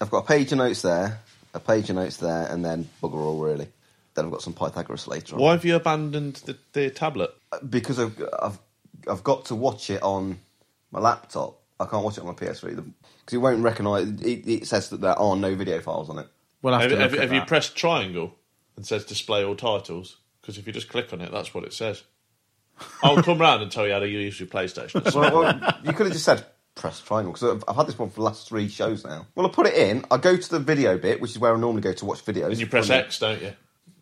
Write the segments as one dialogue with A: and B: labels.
A: I've got a page of notes there, a page of notes there, and then bugger all really. Then I've got some Pythagoras later on
B: Why have you abandoned the, the tablet?
A: because I've, I've I've got to watch it on my laptop. I can't watch it on my PS3 because it won't recognise. It, it says that there are no video files on it.
C: We'll have
B: Have,
C: to look
B: have,
C: at
B: have you
C: that.
B: pressed triangle and says display all titles? Because if you just click on it, that's what it says. I'll come round and tell you how to use your PlayStation. It's
A: well, well, you could have just said press triangle because I've, I've had this one for the last three shows now. Well, I put it in. I go to the video bit, which is where I normally go to watch videos.
B: And you press
A: Probably-
B: X, don't you?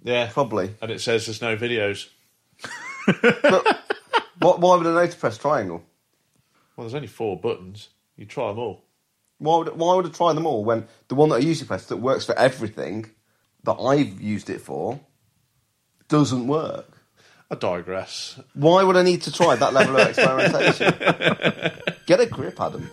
B: Yeah.
A: Probably.
B: And it says there's no videos.
A: What, why would I know to press triangle?
B: Well, there's only four buttons. You try them all.
A: Why would, why would I try them all when the one that I usually press that works for everything that I've used it for doesn't work?
B: I digress.
A: Why would I need to try that level of experimentation? Get a grip, Adam.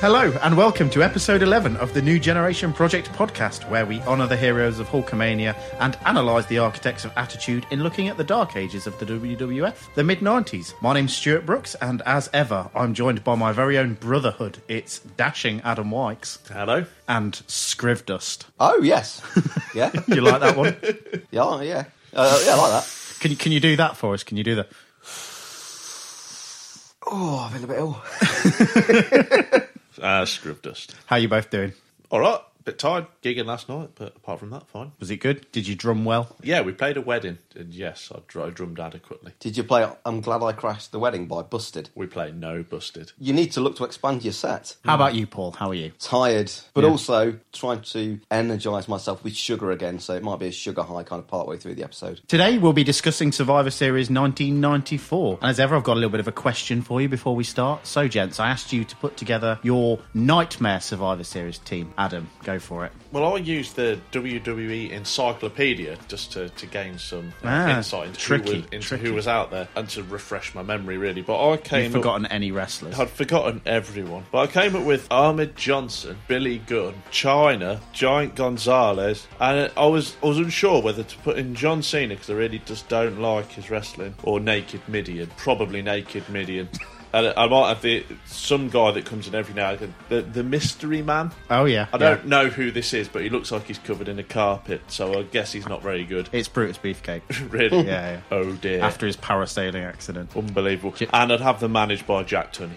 C: Hello, and welcome to episode 11 of the New Generation Project podcast, where we honour the heroes of Hulkamania and analyse the architects of attitude in looking at the dark ages of the WWF, the mid 90s. My name's Stuart Brooks, and as ever, I'm joined by my very own brotherhood. It's dashing Adam Wykes
B: Hello.
C: and Scrivdust.
A: Oh yes, yeah,
C: You like that one?
A: yeah, yeah, uh, yeah, I like that.
C: Can you, can you do that for us? Can you do that?
A: Oh, I feel a bit ill.
B: Ah, Scrib Dust.
C: How you both doing?
B: All right. Bit tired gigging last night, but apart from that, fine.
C: Was it good? Did you drum well?
B: Yeah, we played a wedding, and yes, I, dr- I drummed adequately.
A: Did you play I'm Glad I Crashed the Wedding by Busted?
B: We played No Busted.
A: You need to look to expand your set.
C: How about you, Paul? How are you?
A: Tired, but
C: Yeah.
A: also trying to energise myself with sugar again, so it might be a sugar high kind of partway through the episode.
C: Today we'll be discussing Survivor Series 1994. And as ever, I've got a little bit of a question for you before we start. So, gents, I asked you to put together your nightmare Survivor Series team. Adam, go for it.
B: Well, I used the WWE encyclopedia just to, to gain some uh,
C: Ah,
B: insight into,
C: tricky,
B: who, was, into
C: tricky.
B: who was out there and to refresh my memory, really. But I came
C: You've
B: up-
C: forgotten any wrestlers.
B: I'd forgotten everyone. But I came up with Ahmed Johnson, Billy Gunn, China, Giant Gonzalez, and I was I was unsure whether to put in John Cena because I really just don't like his wrestling or Naked Midian, probably Naked Midian. And I might have the some guy that comes in every now and again, the, the mystery man.
C: Oh, yeah.
B: I
C: Yeah.
B: don't know who this is, but he looks like he's covered in a carpet, so I guess he's not very good.
C: It's Brutus Beefcake.
B: really?
C: Yeah, yeah.
B: Oh dear.
C: After his parasailing accident.
B: Unbelievable. And I'd have them managed by Jack Tunney.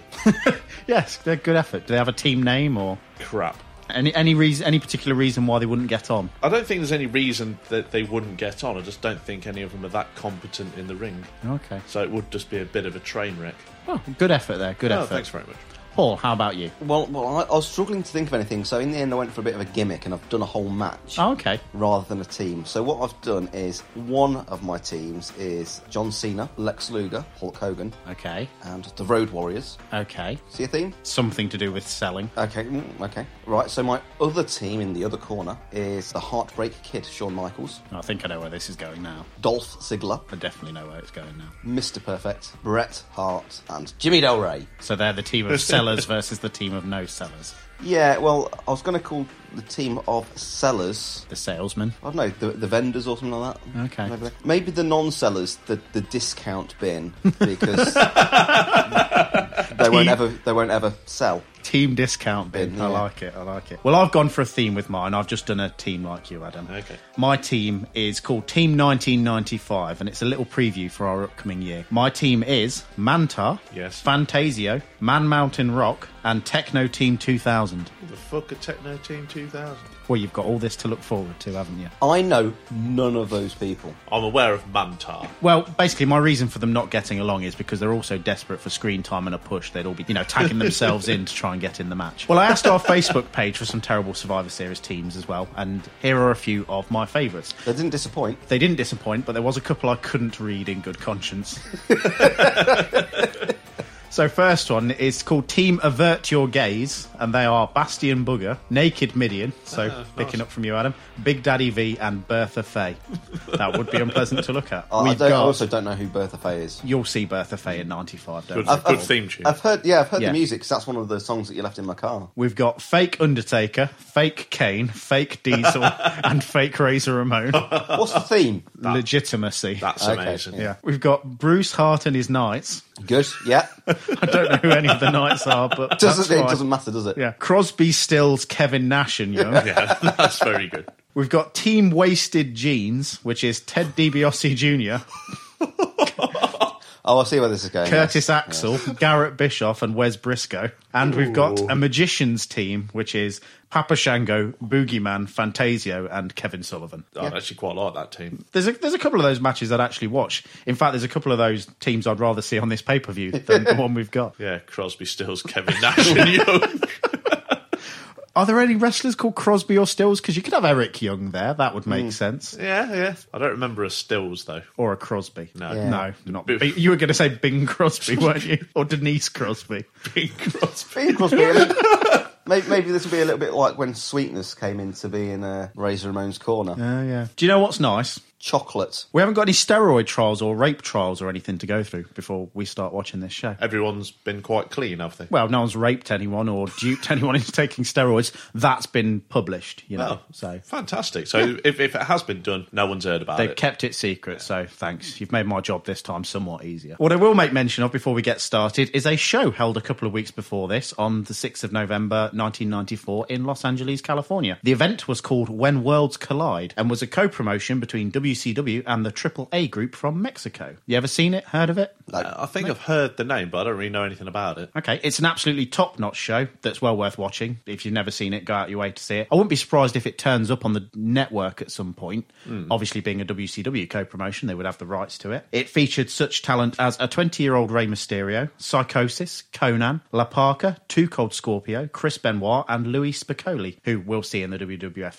C: Yes, they're good effort. Do they have a team name or
B: Crap.
C: any any reason any particular reason why they wouldn't get on?
B: I don't think there's any reason that they wouldn't get on. I just don't think any of them are that competent in the ring.
C: Okay.
B: So it would just be a bit of a train wreck.
C: Oh, good effort there. Good
B: Oh,
C: effort.
B: thanks very much.
C: Paul, how about you?
A: Well, well, I, I was struggling to think of anything, so in the end, I went for a bit of a gimmick, and I've done a whole match.
C: Oh, okay.
A: rather than a team. So what I've done is one of my teams is John Cena, Lex Luger, Hulk Hogan,
C: Okay.
A: and the Road Warriors.
C: Okay.
A: See a theme?
C: Something to do with selling.
A: Okay, mm, okay. Right, so my other team in the other corner is the Heartbreak Kid, Shawn Michaels,
C: I think I know where this is going now.
A: Dolph Ziggler,
C: I definitely know where it's going now.
A: Mr. Perfect, Bret Hart, and Jimmy Del Rey.
C: So they're the team of sellers versus the team of no sellers.
A: Yeah, well, I was going to call the team of sellers.
C: The salesman.
A: I don't know, the, the vendors or something like that.
C: Okay.
A: Maybe, maybe the non sellers, the, the discount bin, because they won't ever they won't ever sell.
C: Team discount bin.
A: Bin, yeah.
C: I like it. I like it. Well, I've gone for a theme with mine. I've just done a team like you, Adam.
B: Okay.
C: My team is called Team 1995, and it's a little preview for our upcoming year. My team is Mantar,
B: Yes.
C: Fantasio, Man Mountain Rock, and Techno Team 2000.
B: Who the fuck are Techno Team 2000?
C: Well, you've got all this to look forward to, haven't you?
A: I know none of those people.
B: I'm aware of Mantar.
C: Well, basically, my reason for them not getting along is because they're also desperate for screen time and a push. They'd all be, you know, tagging themselves in to try and and get in the match. Well, I asked our Facebook page for some terrible Survivor Series teams as well, and here are a few of my favourites.
A: They didn't disappoint.
C: They didn't disappoint, but there was a couple I couldn't read in good conscience. so first one is called Team Avert Your Gaze, and they are Bastian Booger, Naked Midian, so picking up from you, Adam, Big Daddy V, and Bertha Faye. That would be unpleasant to look at.
A: Uh, I, I
C: We've
A: don't, I
C: got-
A: also don't know who Bertha Faye is.
C: You'll see Bertha Faye in '95, don't
B: Good,
C: you?
A: I've-
B: good
A: I've-
B: theme tune.
A: I've heard, yeah, I've heard
C: Yeah.
A: the music 'cause that's one of the songs that you left in my car.
C: We've got fake Undertaker, fake Kane, fake Diesel, and fake Razor Ramon.
A: What's the theme?
C: Legitimacy.
B: That's
A: Okay,
B: amazing.
A: yeah.
C: yeah. We've got Bruce Hart and his Knights.
A: Good. Yeah.
C: I don't know who any of the Knights are, but that's
A: Doesn't it?
C: fine.
A: Doesn't matter, does it?
C: Yeah, Crosby, Stills, Kevin Nash, and Young.
B: Yeah, that's very good.
C: We've got Team Wasted Jeans, which is Ted DiBiase Jr.,
A: Oh, I see where this is going.
C: Curtis Axel, Garrett Bischoff, and Wes Briscoe. And we've got a magician's team, which is Papa Shango, Boogeyman, Fantasio, and Kevin Sullivan.
B: I actually quite like that team.
C: There's a, there's a couple of those matches I'd actually watch. In fact, there's a couple of those teams I'd rather see on this pay per view than the one we've got.
B: Yeah, Crosby, Stills, Kevin Nash, and Young.
C: Are there any wrestlers called Crosby or Stills? Because you could have Eric Young there. That would
B: Mm.
C: make sense.
B: yeah, yeah. I don't remember a Stills though.
C: Or a Crosby.
B: No.
A: Yeah.
C: No, not.
B: Boo.
C: Bing. You were going to say Bing Crosby, weren't you? Or Denise Crosby.
B: Bing Crosby.
A: Bing Crosby, a little- maybe, maybe this will be a little bit like when Sweetness came in to be in uh, Razor Ramon's corner.
C: Oh, yeah. Do you know what's nice?
A: Chocolate.
C: We haven't got any steroid trials or rape trials or anything to go through before we start watching this show.
B: Everyone's been quite clean, have they?
C: Well, no one's raped anyone or duped anyone into taking steroids. That's been published, you
B: Oh,
C: know. So
B: fantastic. So if, if it has been done, no one's heard about
C: They've
B: it.
C: kept it secret, so thanks. You've made my job this time somewhat easier. What I will make mention of before we get started is a show held a couple of weeks before this on the 6th of November 1994 in Los Angeles, California. The event was called When Worlds Collide and was a co promotion between WCW and the AAA group from Mexico. You ever seen it? Heard of it?
B: Uh, I think I've heard the name, but I don't really know anything about it.
C: Okay, it's an absolutely top notch show that's well worth watching. If you've never seen it, go out your way to see it. I wouldn't be surprised if it turns up on the network at some point. Obviously, being a WCW co promotion, they would have the rights to it. It featured such talent as a 20 year old Rey Mysterio, Psychosis, Conan, La Parker, Two Cold Scorpio, Chris Benoit, and Louis Spicoli, who we'll see in the WWF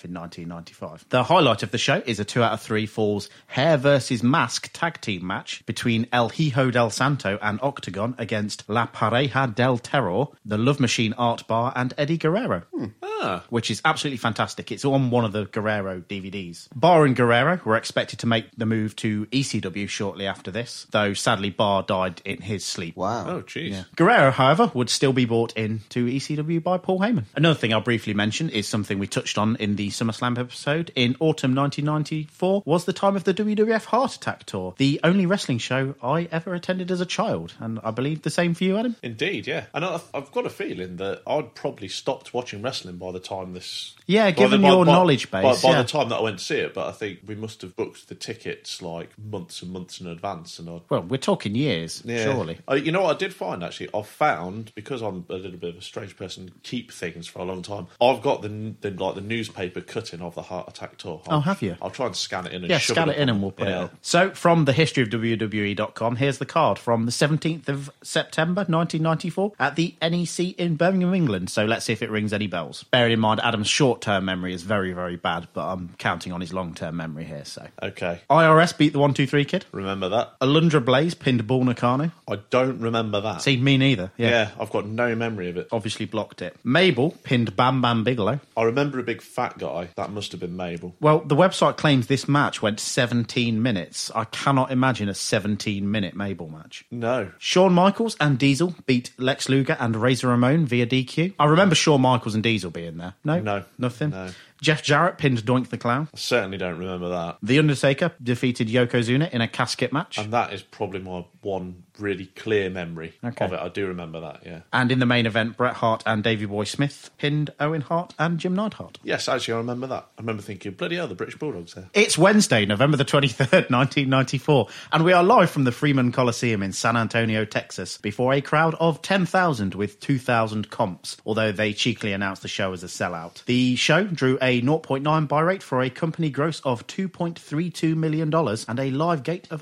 C: in 1995. The highlight of the show is a two out of three falls hair versus mask tag team match between El Hijo del Santo and Octagon against La Pareja del Terror, the Love Machine Art Bar, and Eddie Guerrero. Which is absolutely fantastic. It's on one of the Guerrero DVDs. Barr and Guerrero were expected to make the move to ECW shortly after this, though sadly Barr died in his sleep.
A: Wow.
B: Oh, jeez.
C: Guerrero, however, would still be bought in to ECW by Paul Heyman. Another thing I'll briefly mention is something we touched on in the SummerSlam episode in autumn 1994 was the time of the WWF Heart Attack Tour, the only wrestling show I ever attended as a child, and I believe the same for you, Adam.
B: Indeed, yeah. And I've, I've got a feeling that I'd probably stopped watching wrestling by the time this.
C: Yeah,
B: by the-
C: given
B: by-
C: your
B: by-
C: knowledge
B: by-
C: base,
B: By,
C: yeah.
B: the time that I went to see it, but I think we must have booked the tickets like months and months in advance. And I.
C: Well, we're talking years,
B: Yeah.
C: surely.
B: Uh, you know what I did find actually? I've found because I'm a little bit of a strange person, keep things for a long time. I've got the, the like the newspaper cutting of the heart attack tour. I'll-
C: Oh, have you?
B: I'll try and scan it in. and
C: Yeah,
B: shove
C: scan it
B: up
C: in
B: on-
C: and we'll put
B: yeah.
C: it up. So, from the history of WWE.com, here's the card from the 17th of September 1994 at the NEC in Birmingham, England. So, let's see if it rings any bells. Bearing in mind, Adam's short term memory is very, very bad, but I'm counting on his long term memory here. So,
B: Okay,
C: IRS beat the 123 kid.
B: remember that?
C: Alundra Blaze pinned Bull Nakano.
B: I don't remember that.
C: See, me neither. Yeah.
B: yeah, I've got no memory of it.
C: Obviously blocked it. Mabel pinned Bam Bam Bigelow.
B: I remember a big fat guy. That must have been Mabel.
C: Well, the website claims this match went 17 minutes. I cannot imagine a 17 minute Mabel match.
B: No.
C: Shawn Michaels and Diesel beat Lex Luger and Razor Ramon via DQ. I remember Shawn Michaels and Diesel being there. No,
B: No.
C: nothing.
B: No.
C: Jeff Jarrett pinned Doink the Clown.
B: I certainly don't remember that.
C: The Undertaker defeated Yokozuna in a casket match.
B: And that is probably my one really clear memory
C: Okay.
B: of it. I do remember that, yeah.
C: and in the main event, Bret Hart and Davey Boy Smith pinned Owen Hart and Jim Neidhart.
B: Yes, actually, I remember that. I remember thinking, bloody hell, the British Bulldogs there.
C: It's Wednesday, November the 23rd, 1994, and we are live from the Freeman Coliseum in San Antonio, Texas, before a crowd of 10,000 with 2,000 comps, although they cheekily announced the show as a sellout. The show drew a a 0.9 buy rate for a company gross of $2.32 million and a live gate of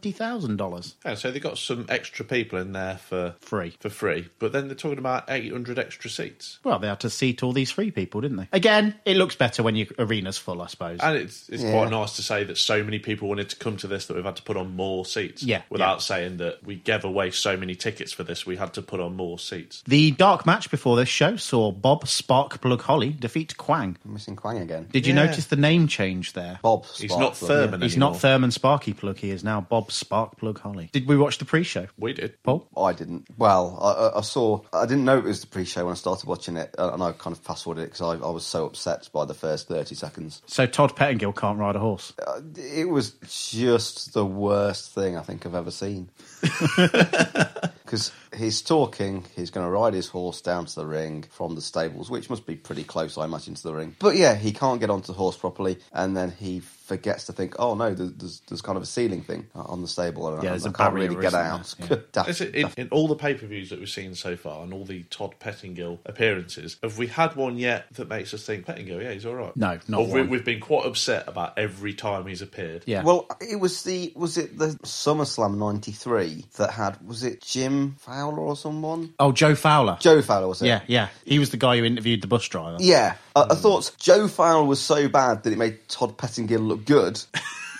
C: $120,000.
B: Yeah, so they got some extra people in there for
C: Free.
B: For free, but then they're talking about 800 extra seats,
C: Well, they had to seat all these free people, didn't they? Again, it looks better when your arena's full, I suppose.
B: and it's it's quite nice to say that so many people wanted to come to this that we've had to put on more seats.
C: Yeah,
B: without
C: yeah.
B: saying that we gave away so many tickets for this, we had to put on more seats.
C: the dark match before this show saw Bob Sparkplug Holly defeat Quang.
A: I'm missing Quang again.
C: Did you
B: Yeah.
C: notice the name change there?
A: Bob.
B: He's
A: Spark,
B: not
A: but-
B: Thurman
C: He's
B: anymore.
C: not Thurman Sparky Plug, he is now Bob Sparkplug Holly. Did we watch the pre show?
B: We did.
C: Paul?
A: I didn't. Well, I- I, I saw. I didn't know it was the pre-show when I started watching it, uh, and I kind of fast-forwarded it because I, I was so upset by the first thirty seconds.
C: So Todd Pettingill can't ride a horse.
A: Uh, It was just the worst thing I think I've ever seen. Because he's talking, he's going to ride his horse down to the ring from the stables, which must be pretty close, I imagine, to the ring. But yeah, he can't get onto the horse properly, and then he forgets to think, oh no, there's, there's, there's kind of a ceiling thing on the stable, and
C: Yeah,
A: I,
C: there's
A: I
C: a
A: can't
C: barrier,
A: really get
C: isn't
A: out.
C: there? Yeah.
A: Daft-
B: Is it, in, in all the pay per views that we've seen so far and all the Todd Pettingill appearances, have we had one yet that makes us think Pettingill, yeah, he's all right?
C: No, not
B: Or we,
C: one.
B: We've been quite upset about every time he's appeared.
C: Yeah.
A: Well, it was the was it the SummerSlam '93 that had was it Jim Fowler or someone?
C: oh, Joe Fowler.
A: Joe Fowler was it?
C: yeah, yeah. He was the guy who interviewed the bus driver.
A: yeah. I,
C: Hmm.
A: I thought Joe Fowler was so bad that it made Todd Pettingill look good.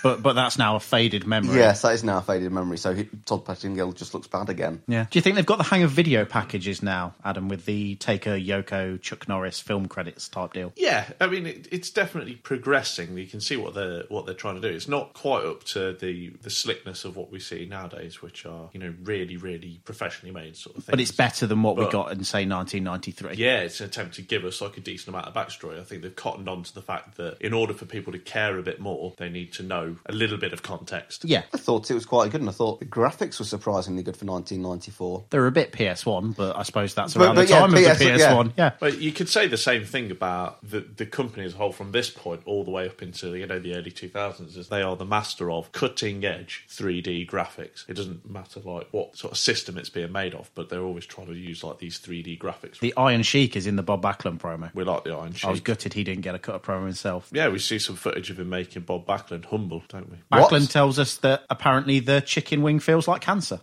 C: But but that's now a faded memory.
A: yes, that is now a faded memory. So he, Todd Pettingill just looks bad again.
C: Yeah. Do you think they've got the hang of video packages now, Adam, with the Taker, Yoko, Chuck Norris film credits type deal?
B: Yeah, I mean it, it's definitely progressing. You can see what they're what they're trying to do. It's not quite up to the the slickness of what we see nowadays, which are you know really really professionally made sort of things.
C: But it's better than what we
B: But-
C: got in say 1993.
B: Yeah, it's an attempt to give us like a decent amount of backstory. I think they've cottoned on to the fact that in order for people to care a bit more, they need to know a little bit of context.
C: Yeah.
A: I thought it was quite good, and I thought the graphics were surprisingly good for 1994.
C: They're a bit PS1, but I suppose that's
A: But-
C: around
A: but
C: the
A: yeah,
C: time of
A: PS
C: the PS1. Yeah.
B: But you could say the same thing about the, the company as a whole from this point all the way up into you know the early 2000s is they are the master of cutting edge 3D graphics. It doesn't matter like what sort of system it's being made of, but they're always trying to use like these 3D graphics.
C: The Iron Sheik is in the Bob Backlund promo.
B: we like the Iron
C: I was
B: Sheik.
C: gutted he didn't get a cut of promo himself.
B: Yeah, we see some footage of him making Bob Backlund humble, don't we?
A: What?
C: Backlund tells us that apparently the chicken wing feels like cancer.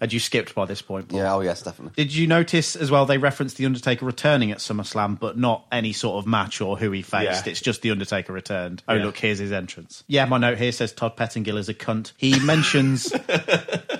C: Had you skipped by this point, Paul?
A: Yeah, oh yes, definitely.
C: Did you notice as well they referenced The Undertaker returning at SummerSlam, but not any sort of match or who he faced?
B: Yeah.
C: It's just The Undertaker returned. Oh,
B: Yeah.
C: look, here's his entrance. Yeah, my note here says Todd Pettingill is a cunt. He mentions.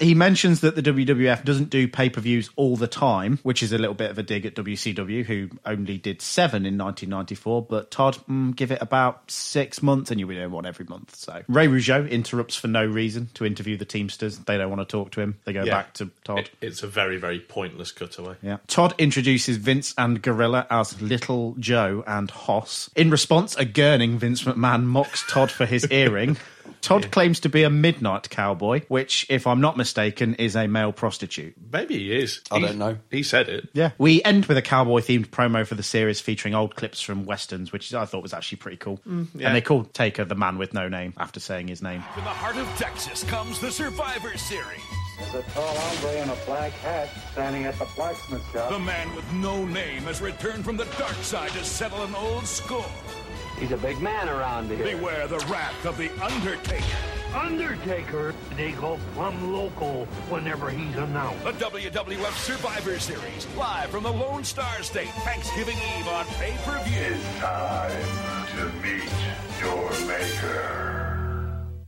C: He mentions that the WWF doesn't do pay per views all the time, which is a little bit of a dig at WCW, who only did seven in 1994. But Todd, mm, give it about six months and you'll be doing one every month. So Ray Rougeau interrupts for no reason to interview the Teamsters. They don't want to talk to him. They go
B: Yeah.
C: back to Todd.
B: It- it's a very, very pointless cutaway.
C: Yeah. Todd introduces Vince and Gorilla as Little Joe and Hoss. In response, a gurning Vince McMahon mocks Todd for his earring. Todd claims to be a midnight cowboy, which, if I'm not mistaken, is a male prostitute.
B: Maybe he is.
A: I
B: He-
A: don't know.
B: He said it.
C: Yeah. We end with a cowboy themed promo for the series featuring old clips from Westerns, which I thought was actually pretty cool.
B: yeah.
C: And they called Taker the man with no name after saying his name.
D: From the heart of Texas comes the Survivor Series.
E: There's a tall hombre in a black hat standing at the blacksmith shop.
D: The man with no name has returned from the dark side to settle an old score.
F: He's a big man around here.
D: Beware the wrath of the Undertaker.
G: Undertaker, they go plumb local whenever he's announced.
D: The WWF Survivor Series, live from the Lone Star State, Thanksgiving Eve on pay-per-view.
H: time to meet your maker.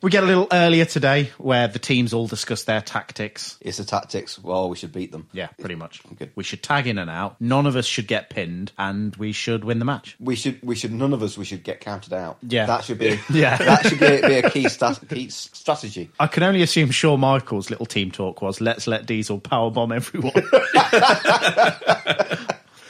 C: We get a little earlier today where the teams all discuss their tactics.
A: It's the tactics. Well, we should beat them.
C: Yeah, pretty much.
A: Okay.
C: We should tag in and out. None of us should get pinned, and we should win the match.
A: We should. We should. None of us. We should get counted out.
C: Yeah.
A: that should be.
C: Yeah.
A: that should be, be a key, stat, key s- strategy.
C: I can only assume Shawn Michaels' little team talk was let's let Diesel powerbomb everyone.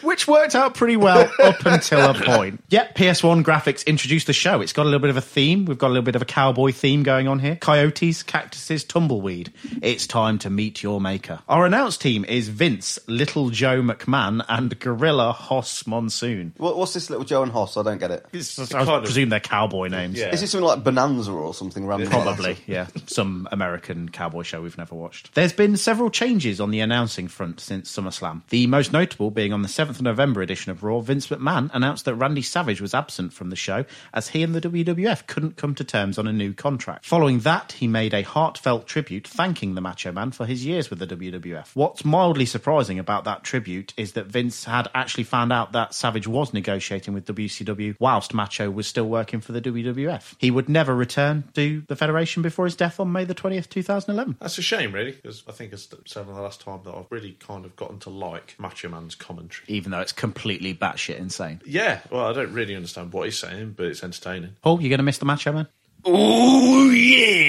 C: Which worked out pretty well up until a point. Yep, PS1 graphics introduced the show. It's got a little bit of a theme. We've got a little bit of a cowboy theme going on here. Coyotes, cactuses, tumbleweed. It's time to meet your maker. Our announced team is Vince, Little Joe McMahon, and Gorilla Hoss Monsoon.
A: What, what's this little Joe and Hoss? I don't get it.
C: It's-
B: It's
C: I
B: kind of-
C: presume they're cowboy names.
B: Yeah.
A: Is it something like Bonanza or something random? like that?
C: Probably, yeah. Some American cowboy show we've never watched. There's been several changes on the announcing front since SummerSlam. The most notable being on the 7th of November edition of Raw, Vince McMahon announced that Randy Savage was absent from the show as he and the WWF couldn't come to terms on a new contract. Following that, he made a heartfelt tribute thanking the Macho Man for his years with the WWF. What's mildly surprising about that tribute is that Vince had actually found out that Savage was negotiating with WCW whilst Macho was still working for the WWF. He would never return to the Federation before his death on May the 20th, 2011.
B: That's a shame, really, because I think it's certainly the last time that I've really kind of gotten to like Macho Man's commentary.
C: Even though it's completely batshit insane.
B: Yeah, well, I don't really understand what he's saying, but it's entertaining.
C: Paul, you're going to miss the Macho Man?
A: Oh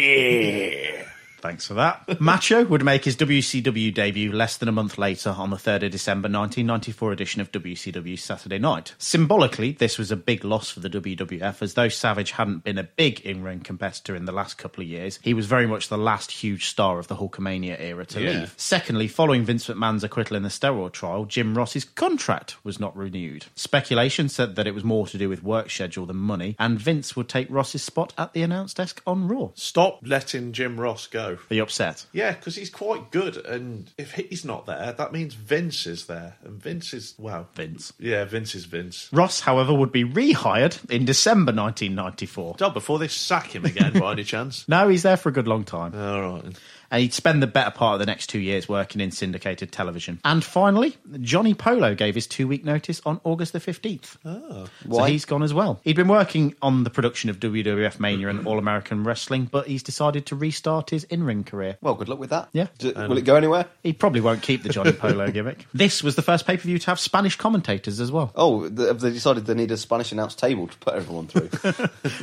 A: yeah!
C: Thanks for that. Macho would make his WCW debut less than a month later on the 3rd of December 1994 edition of WCW Saturday Night. Symbolically, this was a big loss for the WWF as though Savage hadn't been a big in ring competitor in the last couple of years, he was very much the last huge star of the Hulkamania era to
B: Yeah.
C: leave. Secondly, following Vince McMahon's acquittal in the steroid trial, Jim Ross's contract was not renewed. Speculation said that it was more to do with work schedule than money, and Vince would take Ross's spot at the announce desk on Raw.
B: Stop letting Jim Ross go.
C: Are you upset?
B: Yeah, because he's quite good, and if he's not there, that means Vince is there, and Vince is well,
C: Vince.
B: yeah, Vince is Vince.
C: Ross, however, would be rehired in December 1994.
B: Done before they sack him again by any chance.
C: No, he's there for a good long time.
B: All right.
C: And he'd spend the better part of the next two years working in syndicated television. And finally, Johnny Polo gave his two week notice on August the 15th. Oh. So
A: Why?
C: he's gone as well. He'd been working on the production of WWF Mania and All American Wrestling, but he's decided to restart his in ring career.
A: Well, good luck with that.
C: Yeah.
A: D- will it go anywhere?
C: He probably won't keep the Johnny Polo gimmick. This was the first pay per view to have Spanish commentators as well.
A: Oh, th- have they decided they need a Spanish announced table to put everyone through?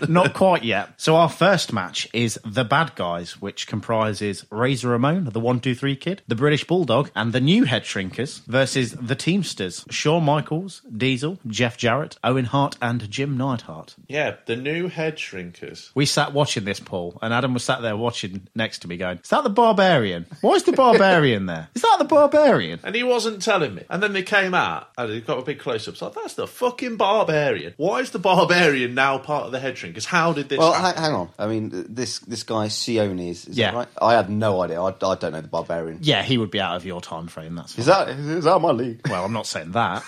C: Not quite yet. So our first match is The Bad Guys, which comprises Razor Ramon, the 123 Kid, the British Bulldog, and the new Head Shrinkers versus the Teamsters, Shawn Michaels, Diesel, Jeff Jarrett, Owen Hart, and Jim Neidhart.
B: Yeah, the new head shrinkers.
C: We sat watching this, Paul, and Adam was sat there watching next to me going, Is that the Barbarian? Why is the Barbarian there? Is that the Barbarian?
B: And he wasn't telling me. And then they came out and he got a big close up. So that's the fucking barbarian. Why is the barbarian now part of the head shrinkers? How did this
A: well, ha-
B: happen?
A: hang on. I mean, th- this this guy Sione is, is
C: Yeah.
A: that right? I had no idea. I, I don't know the barbarian.
C: Yeah, he would be out of your time frame, that's
A: Is that is that my league?
C: Well, I'm not saying that.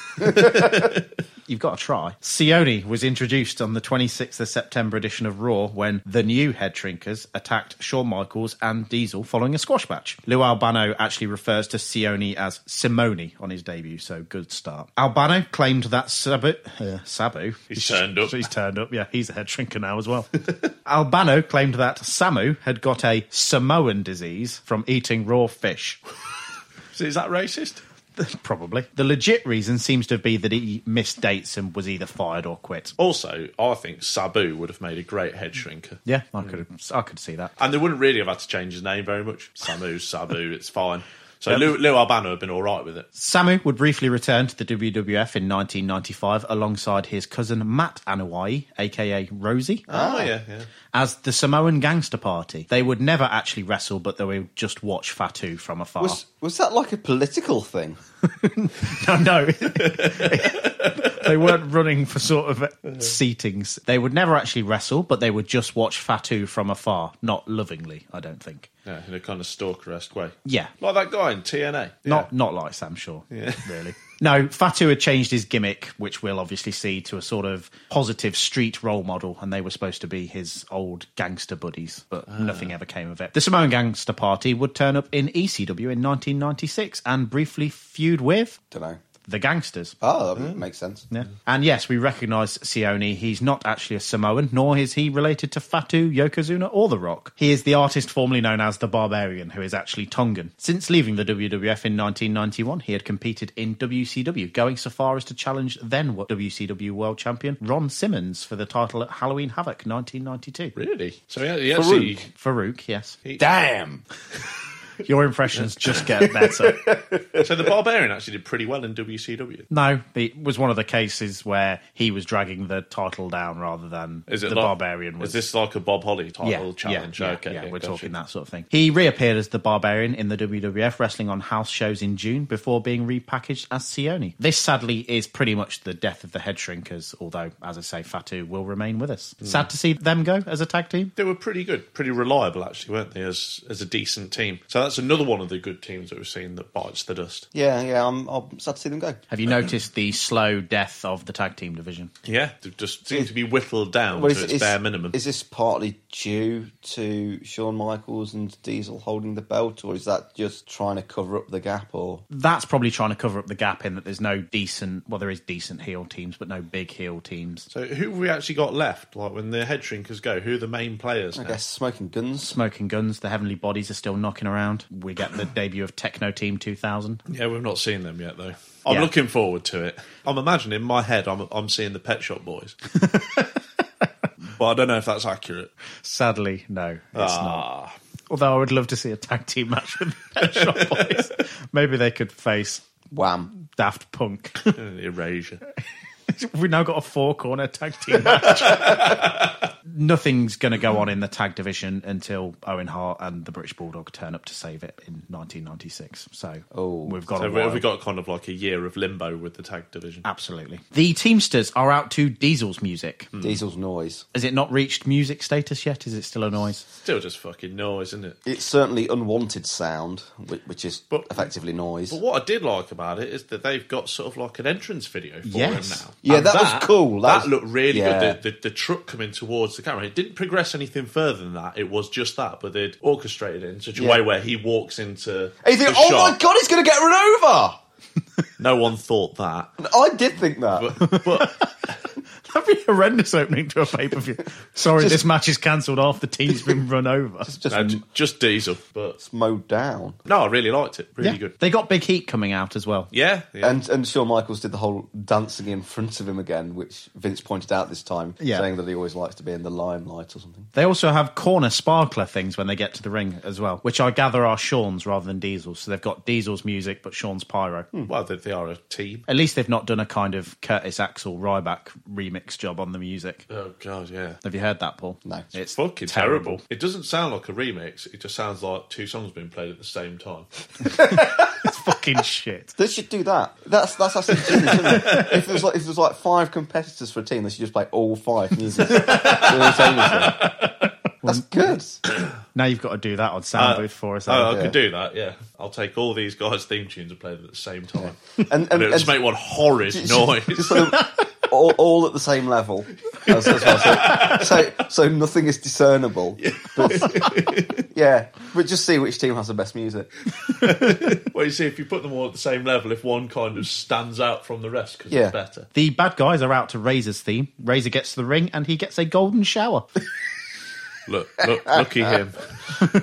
C: You've got to try. Sione was introduced on the 26th of September edition of Raw when the new head shrinkers attacked Shawn Michaels and Diesel following a squash match. Lou Albano actually refers to Sione as Simone on his debut, so good start. Albano claimed that Sabu. Uh, Sabu.
B: He's turned up.
C: He's turned up, yeah. He's a head shrinker now as well. Albano claimed that Samu had got a Samoan disease from eating raw fish.
B: Is that racist?
C: Probably. The legit reason seems to be that he missed dates and was either fired or quit.
B: Also, I think Sabu would have made a great head shrinker.
C: Yeah, I could I could see that.
B: And they wouldn't really have had to change his name very much. Samu, Sabu, it's fine. So Lou, Lou Albano had been all right with it.
C: Samu would briefly return to the WWF in 1995 alongside his cousin Matt Anawai, aka Rosie,
B: Oh, yeah, yeah.
C: as the Samoan Gangster Party. They would never actually wrestle, but they would just watch Fatu from afar.
A: Was was that like a political thing?
C: no, no. they weren't running for sort of seatings. They would never actually wrestle, but they would just watch Fatu from afar, not lovingly, I don't think.
B: Yeah, in a kind of stalker-esque way.
C: Yeah.
B: Like that guy in TNA.
C: Not not like Sam Shaw, really. No, Fatu had changed his gimmick, which we'll obviously see, to a sort of positive street role model, and they were supposed to be his old gangster buddies, but nothing ever came of it. The Samoan Gangster Party would turn up in ECW in 1996 and briefly feud with
A: Don't know.
C: the gangsters.
A: Oh, that makes sense.
C: Yeah. And yes, we recognise Sione. He's not actually a Samoan, nor is he related to Fatu, Yokozuna, or The Rock. He is the artist formerly known as The Barbarian, who is actually Tongan. Since leaving the WWF in 1991, he had competed in WCW, going so far as to challenge then WCW world champion Ron Simmons for the title at Halloween Havoc 1992.
B: Really? So he, he actually...
C: Farouk, yes.
A: Damn.
C: Your impressions just get better.
B: So the Barbarian actually did pretty well in WCW.
C: No, it was one of the cases where he was dragging the title down rather than
B: Is it
C: the
B: like-
C: Barbarian was.
B: Is this like a Bob Holly title challenge?
C: Yeah,
B: okay,
C: yeah, we're
B: gotcha.
C: talking that sort of thing. He reappeared as the Barbarian in the WWF, wrestling on house shows in June before being repackaged as Sione. This sadly is pretty much the death of the Head Shrinkers, although, as I say, Fatu will remain with us. Sad to see them go as a tag team.
B: They were pretty good, pretty reliable actually, weren't they? As as a decent team. So that's another one of the good teams that we've seen that bites the dust.
A: Yeah, yeah, I'm, I'm sad to see them go.
C: Have you noticed the slow death of the tag team division?
B: Yeah, they just seem to be whittled down
A: Well,
B: to its bare minimum.
A: Is this partly due to Shawn Michaels and Diesel holding the belt, or is that just trying to cover up the gap? Or
C: That's probably trying to cover up the gap in that there's no decent, well, there is decent heel teams, but no big heel teams.
B: so who have we actually got left? Like when the head shrinkers go, who are the main players?
A: I
B: now?
A: guess smoking guns.
C: Smoking Guns, the Heavenly Bodies are still knocking around. We get the debut of Techno Team 2000.
B: Yeah, we've not seen them yet though. I'm
C: Yeah.
B: looking forward to it. I'm imagining in my head I'm I'm seeing the Pet Shop Boys. but I don't know if that's accurate.
C: Sadly, no, it's not.
B: Ah,
C: Although I would love to see a tag team match with the Pet Shop Boys. Maybe they could face
A: Wham!
C: Daft Punk.
B: erasure.
C: We've now got a four corner tag team match. Nothing's going to go on in the tag division until Owen Hart and the British Bulldog turn up to save it in 1996. So
A: Oh.
C: we've got
B: So
C: a
B: we-
C: while.
B: have we got kind of like a year of limbo with the tag division?
C: Absolutely. The Teamsters are out to Diesel's music.
B: Hmm.
A: Diesel's noise.
C: Has it not reached music status yet? Is it still a noise?
B: Still just fucking noise, isn't it?
A: It's certainly unwanted sound, whi- which is
B: But-
A: effectively noise.
B: But what I did like about it is that they've got sort of like an entrance video for
C: Yes.
B: him now.
A: Yeah,
B: And
A: that was cool. That
B: That,
A: was-
B: looked really
A: yeah.
B: good. The, the, the truck coming towards the camera. It didn't progress anything further than that. It was just that, but they'd orchestrated it in such a
A: Yeah.
B: way where he walks into.
A: And you think,
B: the
A: oh
B: shop.
A: my god, he's going to get run over!
B: No one thought that.
A: I did think that.
B: But, but
C: That'd be a horrendous opening to a pay per view. Sorry,
A: Just-
C: this match is cancelled. Half the team's been run over.
A: just
B: no, j- just diesel. But
A: mowed down.
B: no, I really liked it. Really
C: Yeah.
B: good.
C: They got Big Heat coming out as well.
B: Yeah, yeah.
A: And and Shawn Michaels did the whole dancing in front of him again, which Vince pointed out this time,
C: Yeah.
A: saying that he always likes to be in the limelight or something.
C: They also have corner sparkler things when they get to the ring as well, which I gather are Sean's rather than Diesel's. So they've got Diesel's music, but Sean's pyro.
B: well, they, they are a team.
C: At least they've not done a kind of Curtis Axel Ryback remix job on the music.
B: Oh god, yeah.
C: Have you heard that, Paul?
A: No.
B: It's fucking terrible. It doesn't sound like a remix. It just sounds like two songs being played at the same time.
C: It's fucking shit.
A: They should do that. That's that's actually genius, isn't it? If there's like if there's like five competitors for a team, they should just play all five music simultaneously. That's good.
C: Now you've got to do that on sound
B: Uh,
C: booth for us.
B: Oh, I
C: haven't
B: could do that. Yeah, I'll take all these guys' theme tunes and play them at the same time,
A: And
B: and
A: and,
B: it'll just
A: and
B: make one horrid noise.
A: just sort of all, all at the same level. That's- that's what I said. So, so nothing is discernible. But, yeah, but just see which team has the best music.
B: well, you see, if you put them all at the same level, if one kind of stands out from the rest because
A: Yeah.
B: it's better.
C: The bad guys are out to Razor's theme. Razor gets to the ring and he gets a golden shower
B: Look, look, looky him.
A: Do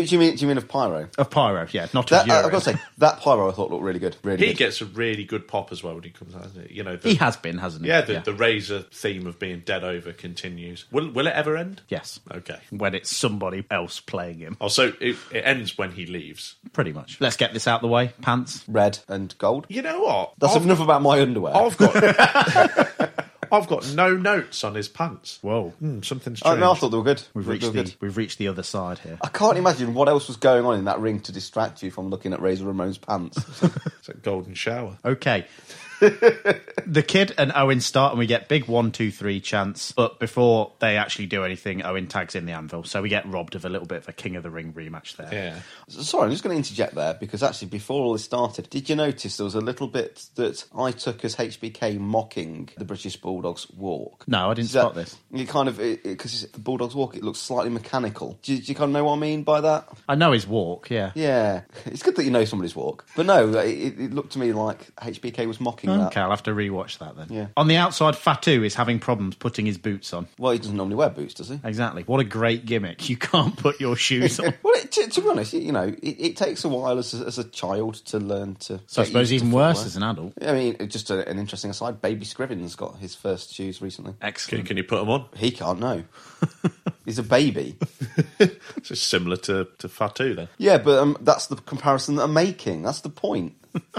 A: you, do you mean do you mean of pyro?
C: of pyro. Yeah, not
A: That, uh,
C: of urine.
A: I've got to say that pyro I thought looked really good. Really
B: He
A: good.
B: gets a really good pop as well when he comes out. Doesn't he? You know, the,
C: he has been, hasn't he?
B: Yeah, the, the razor theme of being dead over continues. Will will it ever end?
C: yes.
B: Okay.
C: When it's somebody else playing him,
B: Also, it, it ends when he leaves.
C: pretty much. Let's get this out the way. Pants.
A: Red and gold.
B: You know what?
A: That's
B: I've,
A: enough about my underwear.
B: I've got I've got no notes on his pants.
C: Whoa.
B: Hmm, something's
A: I,
B: changed.
A: Oh, no, I thought they were good.
C: We've
A: They
C: reached
A: were
C: the
A: good.
C: we've reached the other side here.
A: I can't imagine what else was going on in that ring to distract you from looking at Razor Ramon's pants.
B: it's a golden shower.
C: Okay. the kid and Owen start, and we get big one, two, three chance. But before they actually do anything, Owen tags in the anvil, so we get robbed of a little bit of a King of the Ring rematch there.
B: Yeah.
A: Sorry, I'm just going to interject there because actually, before all this started, did you notice there was a little bit that I took as HBK mocking the British Bulldogs walk?
C: No, I didn't
A: Is that-
C: spot this.
A: It kind of because the Bulldogs walk, it looks slightly mechanical. Do you, do you kind of know what I mean by that?
C: I know his walk. Yeah.
A: Yeah, it's good that you know somebody's walk, but no, it, it it looked to me like HBK was mocking
C: Okay,
A: that.
C: I'll have to rewatch that then.
A: Yeah.
C: On the outside, Fatu is having problems putting his boots on.
A: Well, he doesn't normally wear boots, does he?
C: Exactly. What a great gimmick! You can't put your shoes on.
A: Well, it, to, to be honest, you know, it, it takes a while as a, as a child to learn to.
C: So I
A: get
C: suppose
A: used to
C: even worse
A: footwear.
C: as an adult.
A: I mean, it- just a, an interesting aside. Baby Scriven's got his first shoes recently.
B: Can,
C: Excellent.
B: can you put them on?
A: He can't know. He's a baby.
B: It's just similar to, to Fatu then.
A: Yeah, but um, that's the comparison that I'm making. That's the point.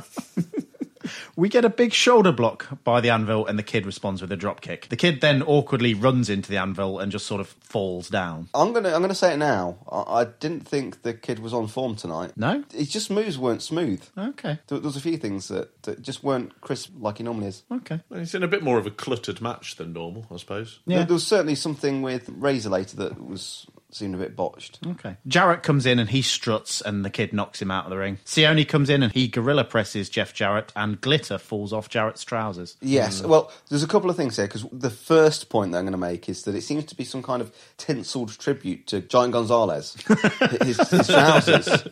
C: We get a big shoulder block by the anvil, and the kid responds with a drop kick. The kid then awkwardly runs into the anvil and just sort of falls down.
A: I'm gonna I'm gonna say it now. I, I didn't think the kid was on form tonight.
C: No?
A: his just moves weren't smooth.
C: Okay.
A: There, there was a few things that, that just weren't crisp like he normally is.
C: Okay.
B: Well, It's in a bit more of a cluttered match than normal, I suppose.
C: Yeah.
A: There, there was certainly something with Razor later that was seemed a bit botched.
C: Okay. Jarrett comes in and he struts, and the kid knocks him out of the ring. Sione comes in and he gorilla presses Jeff Jarrett, and glitter falls off Jarrett's trousers.
A: Yes, well, there's a couple of things here because the first point that I'm going to make is that it seems to be some kind of tinselled tribute to Giant Gonzalez, his, his trousers.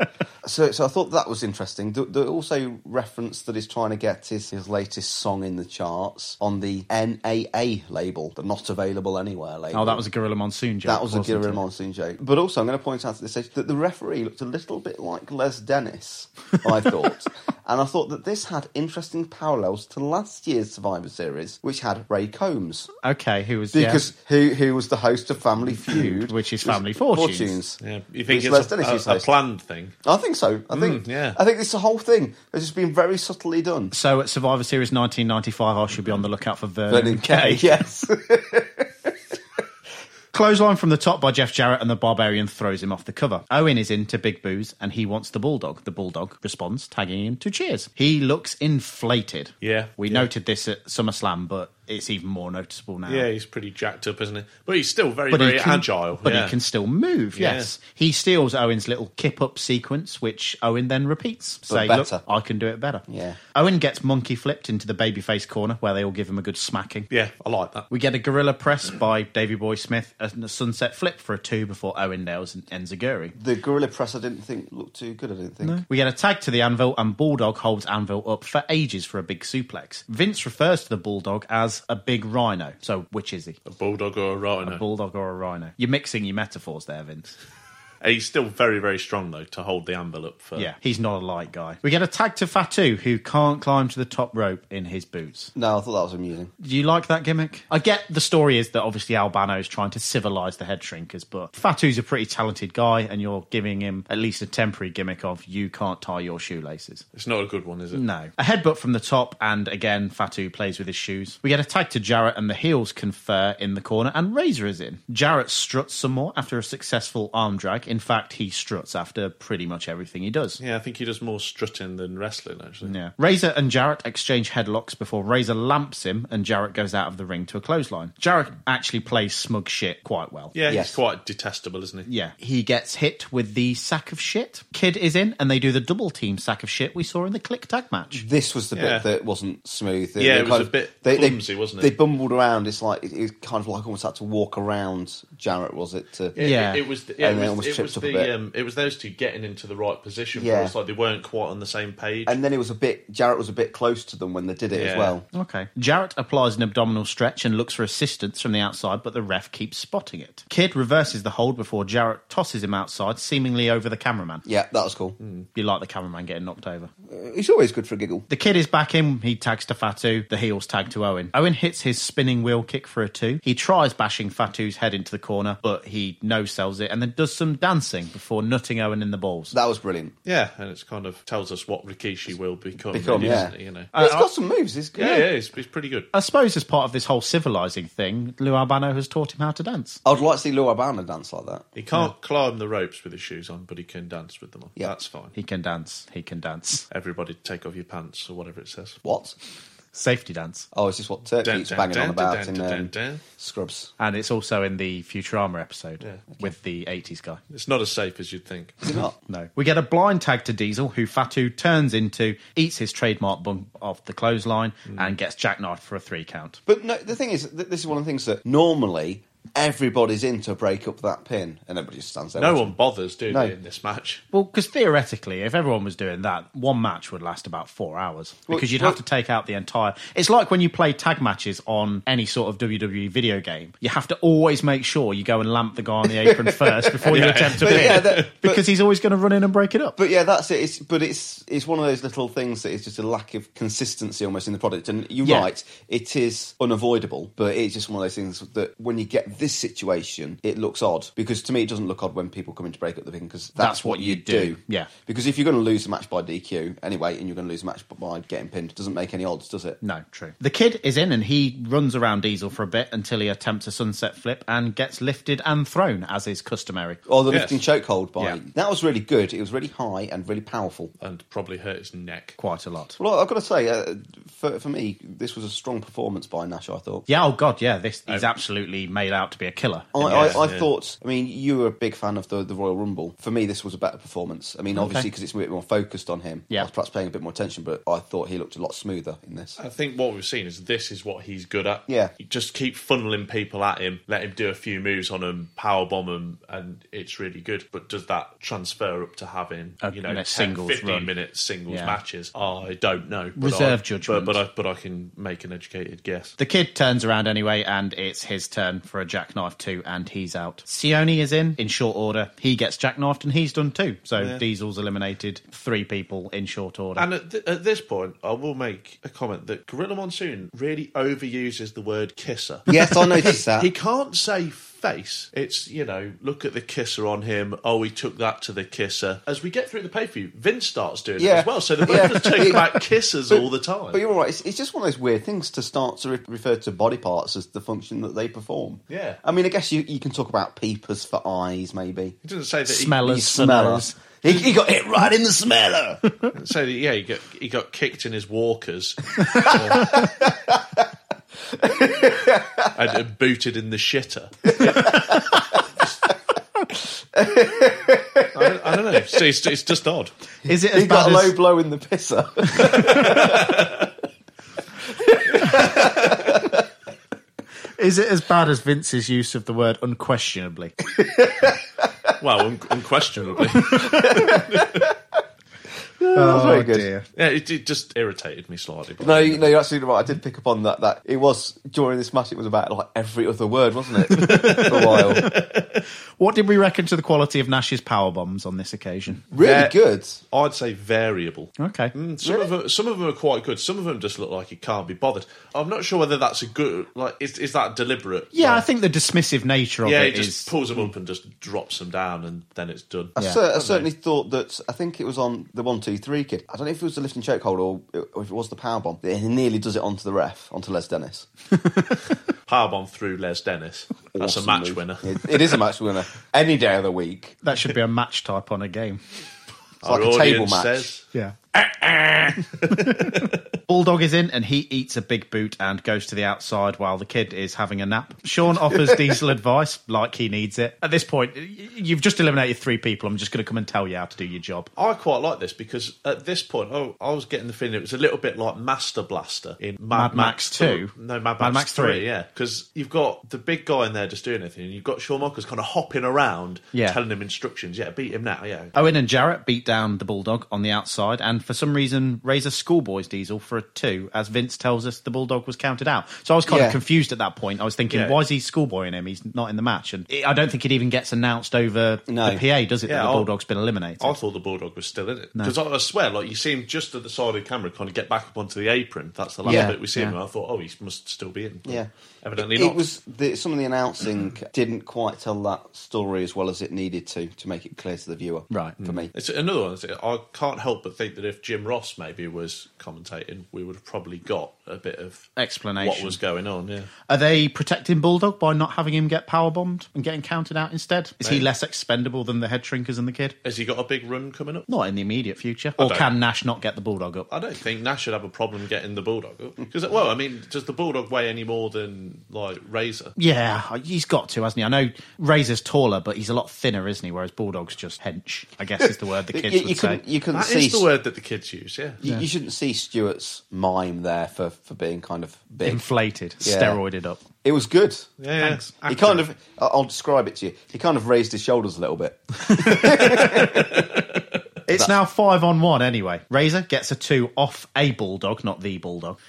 A: So, so I thought that was interesting. They- They also referenced that he's trying to get his, his latest song in the charts on the NAA label, but not available anywhere. Label.
C: Oh, that was a Gorilla Monsoon joke.
A: That was a
C: wasn't
A: Gillian
C: it?
A: Monsoon joke. But also, I'm going to point out at this stage that the referee looked a little bit like Les Dennis, I thought. and I thought that this had interesting parallels to last year's Survivor Series, which had Ray Combs.
C: Okay, who was
A: Because
C: yeah.
A: who, who was the host of Family Feud?
C: Which is Family Fortunes.
B: Yeah, you think
A: Which
B: it's,
A: Les
B: a,
A: Dennis used to
B: a, a
A: host.
B: planned thing?
A: I think so. I think
B: Mm, yeah.
A: I think this whole thing has just been very subtly done.
C: So at Survivor Series 1995, I should be on the lookout for Vernon,
A: Vernon
C: and Kay.
A: Kay, yes.
C: Clothesline from the top by Jeff Jarrett, and the Barbarian throws him off the cover. Owen is in to Big Booze, and he wants the Bulldog. The Bulldog responds, tagging him to cheers. He looks inflated.
B: Yeah,
C: We
B: yeah.
C: noted this at SummerSlam, but it's even more noticeable now.
B: Yeah, he's pretty jacked up, isn't he? But he's still very, very agile.
C: But
B: yeah.
C: he can still move, yes. He steals Owen's little kip up sequence, which Owen then repeats, saying, Look,
A: better.
C: I can do it better.
A: Yeah.
C: Owen gets monkey flipped into the babyface corner where they all give him a good smacking.
B: Yeah, I like that.
C: We get a gorilla press by Davy Boy Smith and a sunset flip for a two before Owen nails an enziguri.
A: the Gorilla Press I didn't think looked too good, I didn't think.
C: We get a tag to the anvil, and Bulldog holds Anvil up for ages for a big suplex. Vince refers to the Bulldog as a big rhino. So, which is he?
B: A bulldog or a rhino.
C: A bulldog or a rhino? You're mixing your metaphors there, Vince.
B: he's still very, very strong though to hold the envelope for.
C: Yeah, he's not a light guy. We get a tag to Fatu, who can't climb to the top rope in his boots.
A: No, I thought that was amusing.
C: Do you like that gimmick? I get the story is that obviously Albano is trying to civilize the head shrinkers, but Fatu's a pretty talented guy, and you're giving him at least a temporary gimmick of you can't tie your shoelaces.
B: it's not a good one, is it?
C: No. A headbutt from the top, and again, Fatu plays with his shoes. We get a tag to Jarrett, and the heels confer in the corner, and Razor is in. Jarrett struts some more after a successful arm drag. In fact, he struts after pretty much everything he does.
B: Yeah, I think he does more strutting than wrestling actually.
C: Yeah. Razor and Jarrett exchange headlocks before Razor lamps him and Jarrett goes out of the ring to a clothesline. Jarrett actually plays smug shit quite well.
B: Yeah, he's
A: Yes.
B: quite detestable, isn't he?
C: Yeah. He gets hit with the sack of shit. Kid is in and they do the double team sack of shit we saw in the click tag match.
A: this was the
B: Yeah.
A: bit that wasn't smooth. They-
B: Yeah,
A: they
B: it was
A: kind
B: a bit clumsy, wasn't it?
A: They bumbled around. It's like it, it kind of like almost had to walk around Jarrett, was it? To
B: It-
C: Yeah.
B: it, it was. the- yeah,
A: And then
B: it was,
A: almost
B: it
A: tripped
B: was
A: up a
B: the.
A: bit.
B: Um, it was those two getting into the right position.
A: Yeah.
B: Yeah, it's like they weren't quite on the same page.
A: and then it was a bit. Jarrett was a bit close to them when they did it
B: Yeah.
A: as well.
C: Okay. Jarrett applies an abdominal stretch and looks for assistance from the outside, but the ref keeps spotting it. Kid reverses the hold before Jarrett tosses him outside, seemingly over the cameraman.
A: Yeah, that was cool.
B: Hmm.
A: Uh,
C: You like the cameraman getting knocked over.
A: It's always good for a giggle.
C: The kid is back in. He tags to Fatu. The heels tag to Owen. Owen hits his spinning wheel kick for a two. He tries bashing Fatu's head into the corner, but he no sells it and then does some dancing before nutting Owen in the balls.
A: That was brilliant.
B: yeah, and it's kind of tells us what Rikishi will become.
A: Become,
B: really,
A: yeah.
B: isn't it, you know.
A: He's got some moves. He's good.
B: Uh, yeah, yeah, it's, it's pretty good.
C: I suppose as part of this whole civilizing thing, Lou Albano has taught him how to dance.
A: I'd like to see Lou Albano dance like that.
B: He can't climb the ropes with his shoes on, but he can dance with them on.
A: Yeah.
B: That's fine.
C: He can dance. He can dance.
B: Everybody take off your pants or whatever it says.
A: What?
C: Safety dance.
A: Oh, it's just what Turk
B: Dun,
A: keeps
B: dun,
A: banging
B: dun,
A: on about
B: dun,
A: in
B: dun,
A: um,
B: dun, dun.
A: Scrubs.
C: And it's also in the Futurama episode
B: Yeah.
C: with the 80s guy.
B: It's not as safe as you'd think.
A: Is it not?
C: No. We get a blind tag to Diesel, who Fatu turns into, eats his trademark bump off the clothesline, and gets jackknifed for a three count.
A: But no, the thing is, th- this is one of the things that normally everybody's in to break up that pin, and everybody just stands there.
B: No
A: watching.
B: one bothers, do
A: No.
B: they, in this match?
C: Well, because theoretically, if everyone was doing that, one match would last about four hours because
A: Well,
C: you'd
A: well-
C: have to take out the entire. It's like when you play tag matches on any sort of WWE video game. You have to always make sure you go and lamp the guy on the apron first before you attempt to
A: But
C: win
A: yeah, that- but-
C: because he's always going to run in and break it up.
A: But yeah, that's it. It's, but it's it's one of those little things that is just a lack of consistency almost in the product. And you're
C: Yeah.
A: right, it is unavoidable. But it's just one of those things that when you get this situation, it looks odd because to me it doesn't look odd when people come in to break up the thing because that's,
C: what you do, yeah.
A: Because if you're going to lose the match by DQ anyway, and you're going to lose the match by getting pinned, it doesn't make any odds, does it?
C: No, true. The kid is in and he runs around Diesel for a bit until he attempts a sunset flip and gets lifted and thrown, as is customary.
A: Or the
B: Yes.
A: lifting chokehold by
C: Yeah.
A: that was really good. It was really high and really powerful.
B: And probably hurt his neck.
C: Quite a lot.
A: Well, I've got to say, uh, for, for me, this was a strong performance by Nash. I thought.
C: Yeah, oh god, yeah, this he's absolutely made out to be a killer.
A: Oh. I,
C: Yeah.
A: I,
B: Yeah,
A: I
B: yeah.
A: thought. I mean, you were a big fan of the, the Royal Rumble. For me, this was a better performance. I mean, obviously because it's a bit more focused on him.
C: Yeah.
A: I was perhaps paying a bit more attention, but I thought he looked a lot smoother in this.
B: I think what we've seen is this is what he's good at.
A: Yeah.
B: You just keep funneling people at him, let him do a few moves on him, power bomb him, and it's really good. But does that transfer up to having
C: A-
B: you know
C: in a
B: 10,
C: singles
B: 15
C: run.
B: minute singles
C: Yeah.
B: matches? Oh, I don't know. But
C: Reserve
B: I,
C: judgment.
B: but, but I but I can make an educated guess.
C: The kid turns around anyway, and it's his turn for a jackknife too, and he's out. Sione is in in short order. He gets jackknifed, and he's done too. So Diesel's eliminated three people in short order.
B: And at, th- at this point, I will make a comment that Gorilla Monsoon really overuses the word kisser.
A: Yes, I noticed that.
B: He can't say face. It's, you know, look at the kisser on him. Oh, he took that to the kisser. As we get through the pay per view, Vince starts doing it
A: Yeah.
B: as well. So they're
A: Yeah.
B: both just taking back kissers all the time.
A: But you're right. It's, it's just one of those weird things to start to re- refer to body parts as the function that they perform.
B: Yeah.
A: I mean, I guess you, you can talk about peepers for eyes, maybe.
B: he doesn't say that he,
C: Smellers,
A: He smeller.
C: smellers.
A: He, he got hit right in the smeller.
B: say that, yeah, he got, he got kicked in his walkers. and, and booted in the shitter. I, don't, I don't know. So it's, it's just odd.
C: Is it as
A: he got
C: bad
A: a
C: as
A: low blow in the pisser.
C: is it as bad as Vince's use of the word unquestionably?
B: Well, un- unquestionably.
C: oh
A: very good.
C: dear.
B: Yeah, it, it just irritated me slightly.
A: no, you, no, you're absolutely right. I did pick up on that. That it was during this match. It was about like every other word, wasn't it? for a while.
C: What did we reckon to the quality of Nash's power bombs on this occasion?
A: Really
B: Yeah.
A: good.
B: I'd say variable.
C: Okay.
B: Mm, Some of them, some of them are quite good. Some of them just look like he can't be bothered. I'm not sure whether that's a good. Like, is is that deliberate?
C: Yeah, I
B: Like,
C: think the dismissive nature of
B: yeah, he
C: it
B: just
C: is.
B: pulls them up and just drops them down, and then it's done.
A: I, cer- I certainly thought that. I think it was on the one, two, three kid. I don't know if it was the lifting chokehold or or if it was the power bomb. He nearly does it onto the ref, onto Les Dennis.
B: Powerbomb through Les Dennis. That's a
A: Awesome
B: match
A: move.
B: winner.
A: It- it is a match winner any day of the week.
C: that should be a match type on a game.
A: It's like a table match.
B: says
C: Yeah. Bulldog is in and he eats a big boot and goes to the outside while the kid is having a nap. Sean offers Diesel advice like he needs it. At this point, y- you've just eliminated three people. I'm just going to come and tell you how to do your job.
B: I quite like this because at this point, oh, I was getting the feeling it was a little bit like Master Blaster in Mad,
C: Mad Max 2?
B: No, Mad Max,
C: Mad Max
B: 3,
C: 3.
B: yeah. Because you've got the big guy in there just doing anything, and you've got Shawn Michaels kind of hopping around,
C: Yeah.
B: telling him instructions. Yeah, beat him now, yeah.
C: Owen and Jarrett beat down the Bulldog on the outside and for some reason raise a schoolboy's diesel for a two, as Vince tells us the Bulldog was counted out. So I was kind of
A: Yeah.
C: confused at that point. I was thinking,
B: Yeah.
C: why is he schoolboying him? He's not in the match. And it- I don't think it even gets announced over
A: No.
C: the PA, does it,
B: Yeah,
C: that the
B: I'll-
C: Bulldog's been eliminated?
B: I thought the bulldog was still in it because I, I swear, like you see him just at the side of the camera, kind of get back up onto the apron. That's the last
A: Yeah,
B: bit we see him.
C: yeah.
B: And I thought, oh, he must still be in. But
A: Yeah.
B: evidently
A: it,
B: not.
A: It was the, some of the announcing didn't quite tell that story as well as it needed to to make it clear to the viewer.
C: Right. mm.
A: for me.
B: It's another one. it's- I can't help but think that if Jim Ross maybe was commentating, we would have probably got a bit of
C: Explanation.
B: what was going on. Yeah,
C: Are they protecting Bulldog by not having him get power bombed and getting counted out instead? Is he
B: Maybe.
C: less expendable than the head shrinkers and the kid?
B: has he got a big run coming up?
C: Not in the immediate future.
B: I
C: Or
B: don't-
C: can Nash not get the Bulldog up?
B: I don't think Nash should have a problem getting the bulldog up because, well, I mean, does the bulldog weigh any more than like Razor?
C: Yeah, he's got to, hasn't he? I know Razor's taller, but he's a lot thinner, isn't he? Whereas Bulldog's just hench, I guess is the word the
A: You,
C: kids
A: you
C: would say.
A: couldn't, you couldn't
B: That
A: see.
B: is the word that the kids use. Yeah,
A: You, you shouldn't see Stewart's mime there for, for being kind of big.
C: Inflated,
A: Yeah.
C: steroided up.
A: it was good.
B: yeah.
C: Thanks.
A: He
B: Accurate.
A: kind of, I- I'll describe it to you. He kind of raised his shoulders a little bit.
C: It's now five on one anyway. Razor gets a two off a Bulldog, not the Bulldog.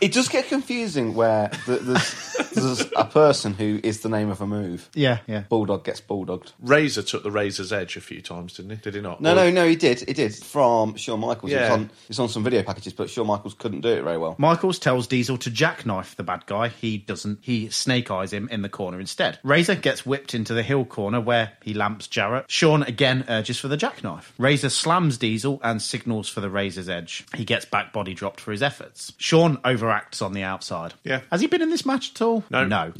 A: It does get confusing where th there's, there's a person who is the name of a move.
C: Yeah, yeah.
A: Bulldog gets bulldogged.
B: Razor took the Razor's edge a few times, didn't he? Did he not?
A: No,
B: Or-
A: no, no, he did. He did. From Shawn Michaels. It's,
B: Yeah.
A: on, it's on some video packages, but Shawn Michaels couldn't do it very well.
C: Michaels tells Diesel to jackknife the bad guy. He doesn't. He snake eyes him in the corner instead. Razor gets whipped into the hill corner where he lamps Jarrett. Sean again urges for the jackknife. Razor slams Diesel and signals for the Razor's edge. He gets back body dropped for his efforts. Sean overacts on the outside.
B: Yeah.
C: Has he been in this match at all?
B: No.
C: No.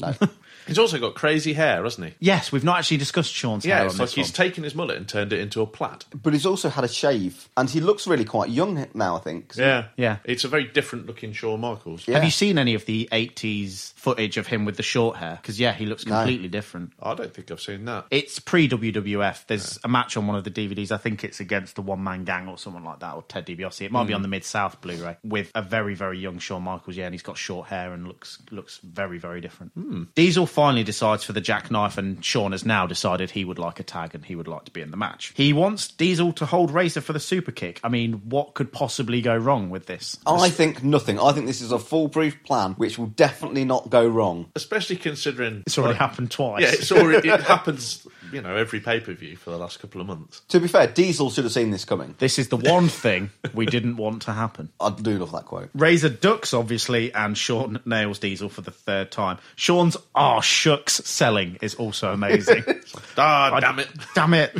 B: He's also got crazy hair, hasn't he?
C: Yes, we've not actually discussed Sean's hair
B: Yeah,
C: on
B: it's like
C: this
B: he's
C: one. Mm-hmm.
B: taken his mullet and turned it into a plait.
A: But he's also had a shave, and he looks really quite young now. I think. 'cause he-
B: Yeah,
C: Yeah.
B: It's a very different looking Shawn Michaels.
A: Yeah.
C: Have you seen any of the 80s footage of him with the short hair? Because, yeah, he looks completely different.
B: I don't think I've seen that.
C: It's pre WWF. There's a match on one of the DVDs. I think it's against the One Man Gang or someone like that, or Ted DiBiase. It might be on the Mid South Blu-ray with a very, very young Shawn Michaels. Yeah, and he's got short hair and looks looks very, very different. Diesel finally decides for the jackknife, and Shawn has now decided he would like a tag and he would like to be in the match. He wants Diesel to hold Razor for the super kick. I mean, what could possibly go wrong with this?
A: I think nothing. I think this is a foolproof plan which will definitely not go wrong.
B: Especially considering
C: It's already
B: like,
C: happened twice.
B: Yeah, it's already it happens. You know, every pay per view for the last couple of months.
A: To be fair, Diesel should have seen this coming.
C: this is the one thing we didn't want to happen.
A: I do love that quote.
C: Razor ducks, obviously, and Sean nails Diesel for the third time. Sean's ah shucks selling is also amazing.
B: Ah,
C: I-
B: damn it!
C: Damn it.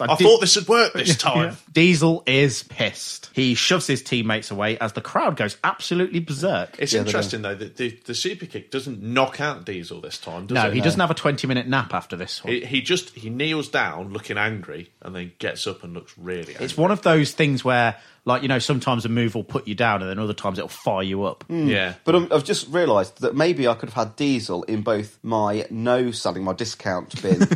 C: I,
B: I
C: did-
B: thought this would work this time.
C: Yeah. Diesel is pissed. He shoves his teammates away as the crowd goes absolutely berserk.
B: It's
A: Yeah, they
B: interesting though that the, the super kick doesn't knock out Diesel this time. Does
C: No,
B: it?
C: he doesn't have a 20 minute nap after this one.
B: He, he just he kneels down, looking angry, and then gets up and looks really. Angry.
C: It's one of those things where, like, you know, sometimes a move will put you down and then other times it'll fire you up.
B: yeah,
A: But um, I've just realised that maybe I could have had diesel in both my no selling, my discount bin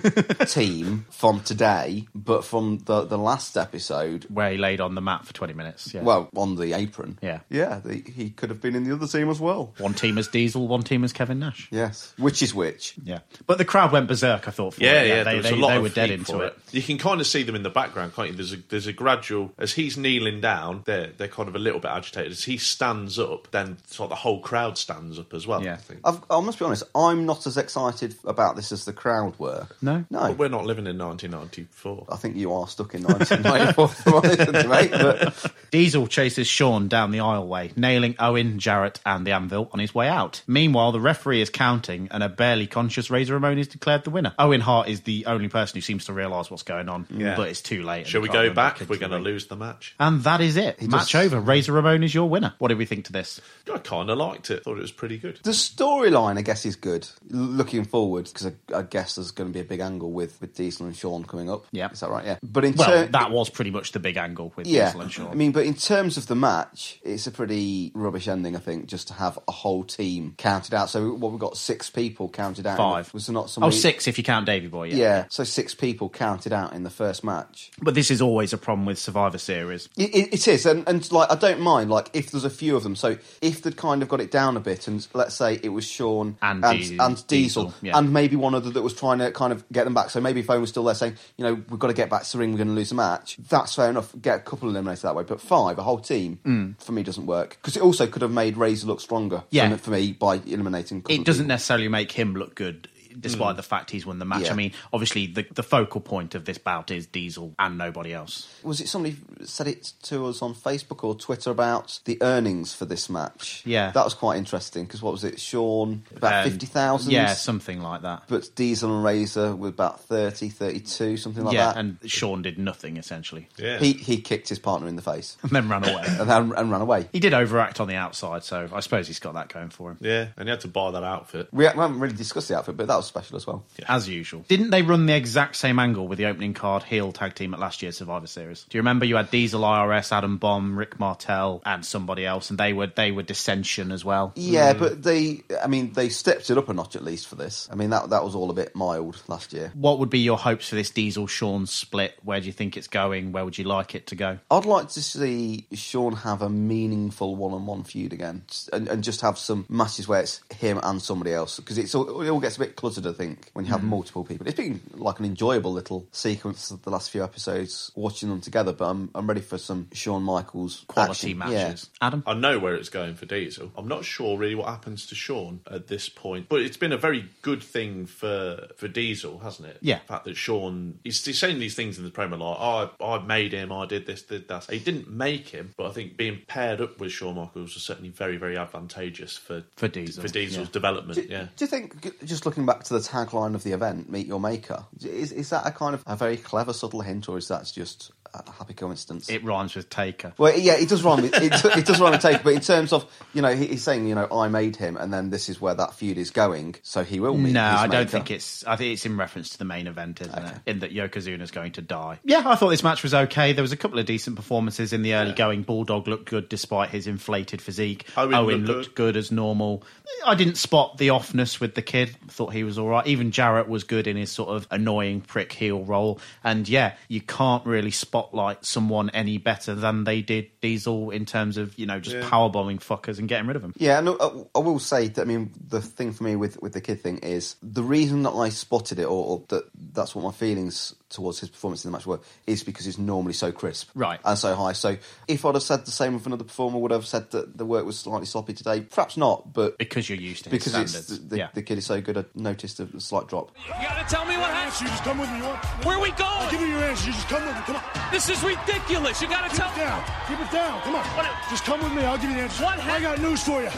A: team from today, but from the, the last episode,
C: Where he laid on the mat for 20 minutes. Yeah.
A: well, on the apron.
C: Yeah.
A: Yeah, the, he could have been in the other team as well.
C: one team is Diesel, one team is Kevin Nash.
A: Yes. Which is which.
C: Yeah, but the crowd went berserk. I thought. For
B: Yeah,
C: it.
B: yeah,
C: They,
B: there was
C: they,
B: a lot
C: they
B: of
C: were dead
B: heat
C: into
B: for
C: it.
B: You can kind of see them in the background, can't you? There's a there's a gradual as he's kneeling down. They're they're kind of a little bit agitated. As he stands up, then sort of the whole crowd stands up as well.
C: Yeah.
B: I think.
A: I've, I must be honest, I'm not as excited about this as the crowd were.
C: No?
A: No.
B: But we're not living in 1994.
A: I think you are stuck in 1994, mate. But
C: Diesel chases Sean down the aisleway, nailing Owen, Jarrett, and the Anvil on his way out. Meanwhile, the referee is counting, and a barely conscious Razor Ramon is declared the winner. Owen Hart is the only person who seems to realise what's going on,
B: Yeah.
C: but it's too late. and
B: Shall we
C: they can't
B: go
C: win
B: back?
C: the
B: We're going to
C: victory.
B: lose the match.
C: And that is it. Match
A: just-
C: over. Razor Ramon is your winner. What did we think to this?
B: I kind of liked it. Thought it was pretty good.
A: the storyline, I guess, is good. L- Looking forward, because I, I guess there's going to be a big angle with, with Diesel and Sean coming up.
C: Yeah.
A: Is that right? Yeah. But in
C: Well,
A: ter-
C: that was pretty much the big angle with
A: Yeah,
C: Diesel and Sean.
A: I mean, but in terms of the match, it's a pretty rubbish ending, I think, just to have a whole team counted out. So, what we've got six people counted out.
C: Five.
A: Was there not
C: oh,
A: somebody?
C: six if you count Davy Boy. Yeah.
A: Yeah, so six people counted out in the first match.
C: But this is always a problem with Survivor Series.
A: It, it, it is, and, and like I don't mind like if there's a few of them. So if they'd kind of got it down a bit, and let's say it was Sean and,
C: And Di-
A: and Diesel,
C: Diesel, yeah.
A: and maybe one other that was trying to kind of get them back. So maybe if Owen was still there saying, you know, we've got to get back to the ring, we're going to lose the match. That's fair enough. Get a couple eliminated that way, but five, a whole team, for me doesn't work because it also could have made Razor look stronger.
C: Mm. Yeah.
A: for, me- for me by eliminating. a couple
C: it
A: of
C: doesn't
A: people.
C: necessarily make him look good despite the fact he's won the match
A: Hmm. Yeah.
C: i mean obviously the, the focal point of this bout is diesel and nobody else
A: Was it somebody said it to us on Facebook or Twitter about the earnings for this match?
C: Yeah.
A: that was quite interesting because what was it, Sean? About
C: Um,
A: fifty thousand.
C: yeah something like that
A: but Diesel and Razor were about 30, 32, something like
C: yeah
A: that.
C: and sean did nothing essentially
B: Yeah.
A: he he kicked his partner in the face
C: and then ran away
A: and then and ran away.
C: he did overact on the outside so i suppose he's got that going for him
B: yeah, and he had to buy that outfit.
A: We haven't really discussed the outfit, but that was special as well.
C: as usual didn't they run the exact same angle with the opening card heel tag team at last year's survivor series do you remember you had diesel irs adam bomb rick martel and somebody else and they were they were dissension as well
A: Yeah, but they, I mean, they stepped it up a notch at least for this. I mean, that that was all a bit mild last year.
C: What would be your hopes for this Diesel Sean split? Where do you think it's going? Where would you like it to go?
A: I'd like to see Sean have a meaningful one-on-one feud again, and, and just have some matches where it's him and somebody else because it's all, it all gets a bit cluttered. I think when you have multiple people, it's been like an enjoyable little sequence of the last few episodes watching them together. But I'm I'm ready for some Shawn Michaels
C: Quality
A: action.
C: matches. Adam?
B: I know where it's going for Diesel. I'm not sure really what happens to Sean at this point, but it's been a very good thing for for Diesel, hasn't it?
C: Yeah.
B: The fact that Sean he's, he's saying these things in the promo like, "Oh, I, I made him, I did this, did that." He didn't make him, but I think being paired up with Shawn Michaels was certainly very, very advantageous for
C: For Diesel,
B: for Diesel's
C: yeah.
B: development.
A: Do,
B: yeah.
A: do you think, just looking back to the tagline of the event, "Meet Your Maker," is, is that a kind of a very clever, subtle hint, or is that just a happy coincidence.
I: It rhymes with taker.
A: well, yeah, it does rhyme. With, it, do- it does rhyme with take, but in terms of you know, he, he's saying you know I made him, and then this is where that feud is going, so he will meet.
I: No,
A: his
I: I don't
A: maker.
I: think it's. I think it's in reference to the main event, isn't it? In that Yokozuna's going to die.
C: Yeah, I thought this match was okay. There was a couple of decent performances in the early going. Bulldog looked good despite his inflated physique.
B: Owen
C: Owen,
B: looked
C: looked good. as normal. I didn't spot the offness with the kid. Thought he was all right. Even Jarrett was good in his sort of annoying prick heel role. And yeah, you can't really spotlight someone any better than they did Diesel in terms of you know just
B: Yeah.
C: power bombing fuckers and getting rid of them.
A: Yeah, and I, I will say that I mean the thing for me with with the kid thing is the reason that I spotted it, or, or that that's what my feelings towards his performance in the match were, is because he's normally so crisp,
C: Right.
A: and so high. So if I'd have said the same with another performer, would I have said that the work was slightly sloppy today? Perhaps not, but
C: Because you're used to his
A: because it's
C: standards.
A: the, the,
C: yeah.
A: the kid is so good, I noticed a slight drop.
J: You gotta tell me what happened.
D: You just come with me. You want?
J: Where we going?
D: Give me your answer. You just come with me. Come on.
J: This is ridiculous. You gotta tell
D: Keep it down. Keep it down. Come on.
J: What-
D: Just come with me. I'll give you the answer.
J: What
D: I got news for you.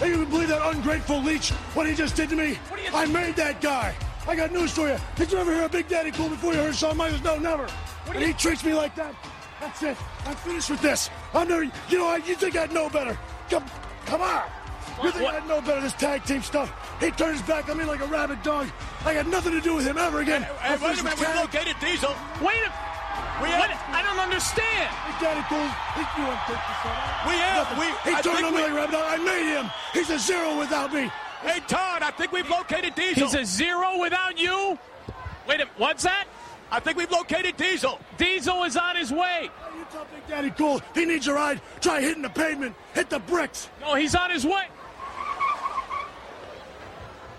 D: Are you gonna believe that ungrateful leech? What he just did to me?
J: What do you-
D: I made that guy. I got news for you. Did you ever hear a Big Daddy cool before you heard Shawn Michaels? No, never.
J: do
D: and
J: you-
D: he treats me like that. That's it. I'm finished with this. I'm never. You know, I, you think I'd know better? Come, come on. You think
J: What-
D: I'd know better? This tag team stuff. He turned his back on me like a rabid dog. I got nothing to do with him ever again. I'm finished with tag.
J: located Diesel. Wait a. what? I don't understand.
D: Big Daddy Cool, he knew I'm taking some.
J: We have-
D: Nothing.
J: we-
D: He
J: I
D: turned
J: think
D: on
J: we-
D: me like a rabid dog. I made him. He's a zero without me.
J: Hey Todd, I think we've located Diesel. He's a zero without you. Wait a. What's that? I think we've located Diesel. Diesel is on his way.
D: You tell Big Daddy Cool he needs a ride. Try hitting the pavement. Hit the bricks.
J: No, he's on his way.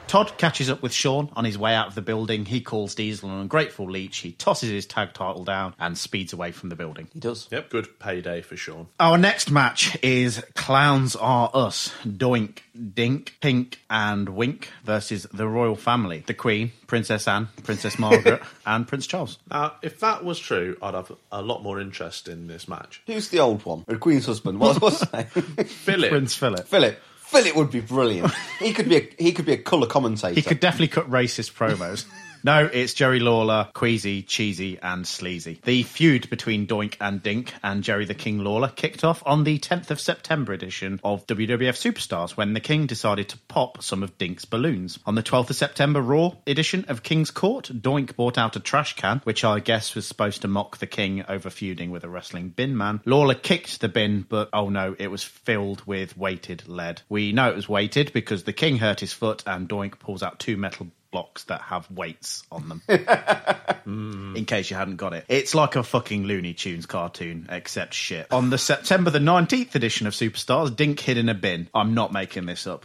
C: Todd catches up with Sean on his way out of the building. He calls Diesel an ungrateful leech. He tosses his tag title down and speeds away from the building.
A: He does.
B: Yep, good payday for Sean.
C: Our next match is Clowns Are Us, Doink, Dink, Pink, and Wink versus the royal family, the Queen, Princess Anne, Princess Margaret, and Prince Charles.
B: Now, if that was true, I'd have a lot more interest in this match.
A: Who's the old one? The Queen's husband. What was I saying?
B: Philip,
C: Prince Philip.
A: Philip. Philip would be brilliant. He could be a he could be a colour commentator.
C: He could definitely cut racist promos. No, it's Jerry Lawler, Queasy, Cheesy, and Sleazy. The feud between Doink and Dink and Jerry the King Lawler kicked off on the 10th of September edition of WWF Superstars when the King decided to pop some of Dink's balloons. On the 12th of September Raw edition of King's Court, Doink bought out a trash can, which I guess was supposed to mock the King over feuding with a wrestling bin man. Lawler kicked the bin, but oh no, it was filled with weighted lead. We know it was weighted because the King hurt his foot and Doink pulls out two metal blocks that have weights on them. Mm. in case you hadn't got it. It's like a fucking Looney Tunes cartoon, except shit. On the September the 19th edition of Superstars, Dink hid in a bin. I'm not making this up.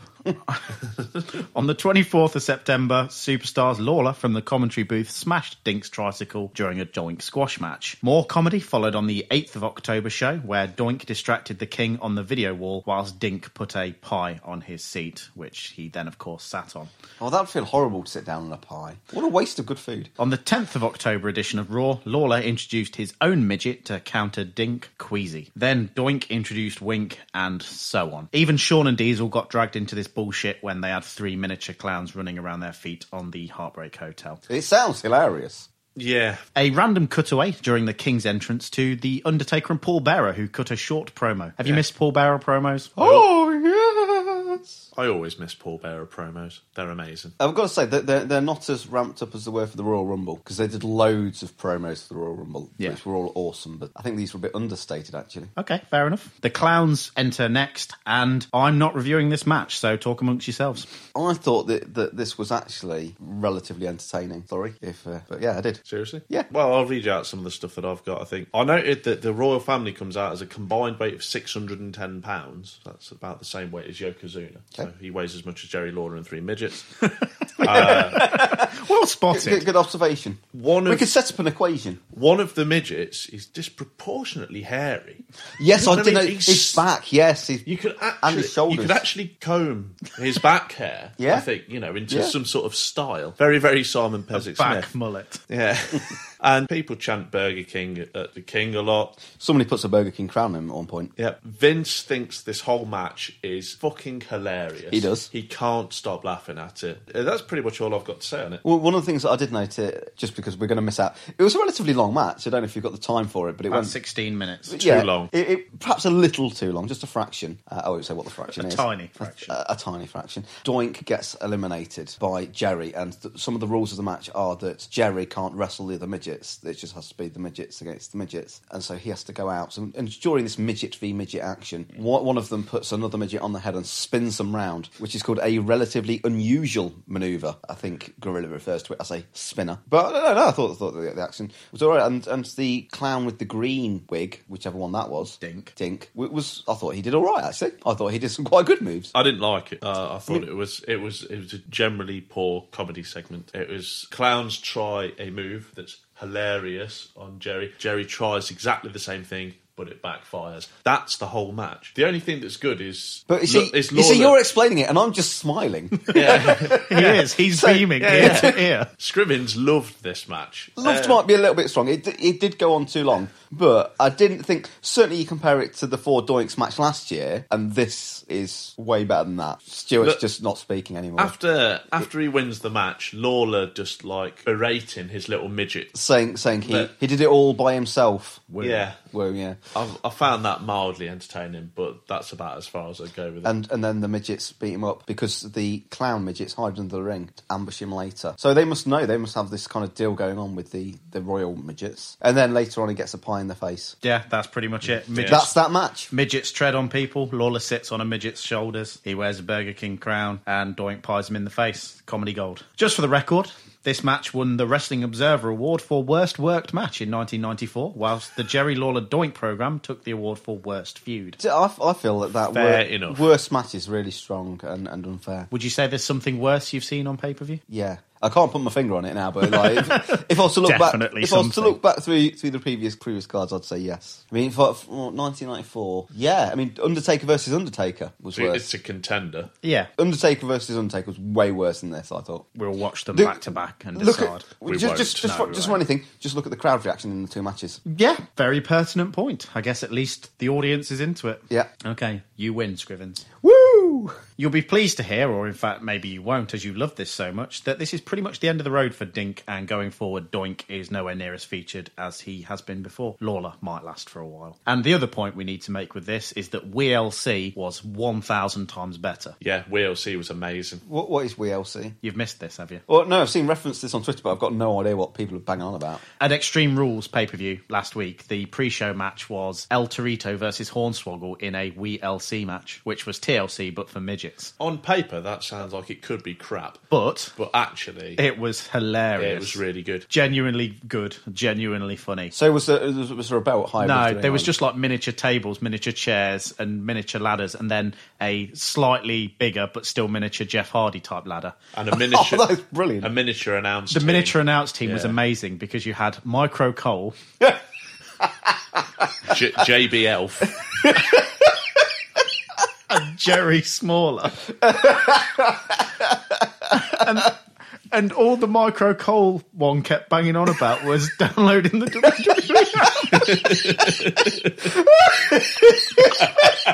C: On the 24th of September, Superstars Lawler from the commentary booth smashed Dink's tricycle during a Doink squash match. More comedy followed on the 8th of October show, where Doink distracted the king on the video wall whilst Dink put a pie on his seat, which he then, of course, sat on.
A: Oh, that'd feel horrible to sit down on a pie. What a waste of good food.
C: On the 10th of October edition of Raw, Lawler introduced his own midget to counter Dink Queasy. Then Doink introduced Wink, and so on. Even Sean and Diesel got dragged into this bullshit when they had three miniature clowns running around their feet on the Heartbreak Hotel.
A: It sounds hilarious.
B: yeah,
C: A random cutaway during the King's entrance to The Undertaker and Paul Bearer, who cut a short promo. Have you missed Paul Bearer promos?
A: Oh yes.
B: I always miss Paul Bearer promos. They're amazing.
A: I've got to say that they're, they're not as ramped up as they were for the Royal Rumble because they did loads of promos for the Royal Rumble,
C: Yeah.
A: which were all awesome. But I think these were a bit understated actually.
C: Okay, fair enough. The clowns enter next, and I'm not reviewing this match, so talk amongst yourselves.
A: I thought that, that this was actually relatively entertaining. Sorry, if uh, but yeah, I did.
B: Seriously?
A: Yeah.
B: Well, I'll read you out some of the stuff that I've got. I think I noted that the royal family comes out as a combined weight of 610 pounds. That's about the same weight as Yokozuna. So
A: Okay.
B: he weighs as much as Jerry Lawler and three midgets.
C: Well
A: Good,
C: spotted.
A: good observation.
B: One
A: we
B: of-
A: could set up an equation.
B: One of the midgets is disproportionately hairy.
A: Yes, I did.
B: mean,
A: know
B: he's-
A: His back. Yes, his,
B: You could actually,
A: and his shoulders.
B: you could actually comb his back hair.
A: Yeah.
B: I think you know into
A: Yeah.
B: some sort of style. Very, very Simon Pezzik
C: Back
B: Smith.
C: mullet.
B: Yeah. And people chant Burger King at the King a lot.
A: Somebody puts a Burger King crown on him at one point.
B: Yeah, Vince thinks this whole match is fucking hilarious.
A: He does.
B: He can't stop laughing at it. Uh, That's pretty much all I've got to say on it.
A: Well, one of the things that I did note, uh, just because we're going to miss out, it was a relatively long match. I don't know if you've got the time for it, but it
C: About
A: went
C: 16 minutes.
A: too Um, yeah,
B: long.
A: It, it- perhaps a little too long, just a fraction. Uh, I won't say what the fraction
C: A
A: is.
C: tiny fraction.
A: A, a tiny fraction. Doink gets eliminated by Jerry, and th- some of the rules of the match are that Jerry can't wrestle the other midgets. It just has to be the midgets against the midgets, and so he has to go out. And, and during this midget v midget action, one, one of them puts another midget on the head and spins them round, which is called a relatively unusual manoeuvre. I think Gorilla refers to it as a spinner. But no, no, no I thought, thought the, the action was all right, and and the clown with the green wig, whichever one that was,
C: Dink.
A: Dink w- was. I thought he did all right. Actually, I thought he did some quite good moves.
B: I didn't like it. Uh, I thought it was it was it was a generally poor comedy segment. It was clowns try a move that's hilarious on Jerry. Jerry tries exactly the same thing, but it backfires. That's the whole match. The only thing that's good is
A: But you see,
B: Look, it's
A: you see,
B: Lawler-
A: you're explaining it, and I'm just smiling.
C: He is. He's
A: So-
C: beaming
B: yeah,
C: ear
B: yeah.
C: to ear.
B: Scrivens loved this match.
A: Loft
B: Uh,
A: might be a little bit strong. It, d- it did go on too long, but I didn't think. Certainly, you compare it to the four Doinks match last year, and this is way better than that. Stewart's
B: Look-
A: just not speaking anymore,
B: After after he wins the match, Lawler just like berating his little midget.
A: saying saying he,
B: Look.
A: he did it all by himself.
B: Yeah,
A: Well, yeah,
B: I've, I found that mildly entertaining, but that's about as far as I go with it.
A: and and then the midgets beat him up because the clown midgets hide under the ring to ambush him later. So they must know. They must have this kind of deal going on with the the royal midgets. And then later on, he gets a pie in the face.
C: Yeah, that's pretty much it. Midgets,
A: That's that match.
C: midgets tread on people. Lawler sits on a midget's shoulders. He wears a Burger King crown, and Doink pies him in the face. Comedy gold. Just for the record. This match won the Wrestling Observer Award for Worst Worked Match in 1994, whilst the Jerry Lawler Doink program took the award for Worst Feud.
A: I, I feel that that
B: Fair
A: wor-
B: enough.
A: worst match is really strong and, and unfair.
C: Would you say there's something worse you've seen on pay per view?
A: Yeah, I can't put my finger on it now, but like, if, if I was to look back,
C: Definitely
A: if I was to
C: something.
A: look back through through the previous previous cards, I'd say yes. I mean, for, for 1994, yeah. I mean, Undertaker versus Undertaker was
B: So
A: worse.
B: it's a contender.
C: Yeah.
A: Undertaker versus Undertaker was way worse than this. I thought.
C: We'll watch them
A: Do-
C: back to back and
A: Look at
C: decide.
A: just just just,
C: No,
A: for, just
C: we
A: for anything. Just look at the crowd reaction in the two matches.
C: Yeah, very pertinent point. I guess at least the audience is into it.
A: Yeah.
C: Okay, you win, Scrivens.
A: Woo!
C: You'll be pleased to hear, or in fact, maybe you won't, as you love this so much, that this is pretty much the end of the road for Dink, and going forward, Doink is nowhere near as featured as he has been before. Lawler might last for a while. And the other point we need to make with this is that WLC was 1,000 times better.
B: Yeah, WLC was amazing.
A: What what is WLC?
C: You've missed this, have you?
A: Well, no, I've seen reference to this on Twitter, but I've got no idea what people are banging on about.
C: At Extreme Rules pay per view last week, the pre show match was El Torito versus Hornswoggle in a WLC match, which was TLC but for midgets.
B: On paper, that sounds like it could be crap,
C: But
B: but actually,
C: it was hilarious.
B: it was really good.
C: genuinely good, genuinely funny.
A: So was there was, was there a belt high?
C: No, there was just like miniature tables, miniature chairs, and miniature ladders, and then a slightly bigger but still miniature Jeff Hardy type ladder.
B: And a miniature,
A: that is brilliant.
B: A miniature announced.
C: The miniature announce team was
B: Yeah.
C: amazing because you had Micro Cole,
B: J- JB Elf.
C: Jerry Smaller. and, and all the Micro Cole one kept banging on about was downloading the WWE.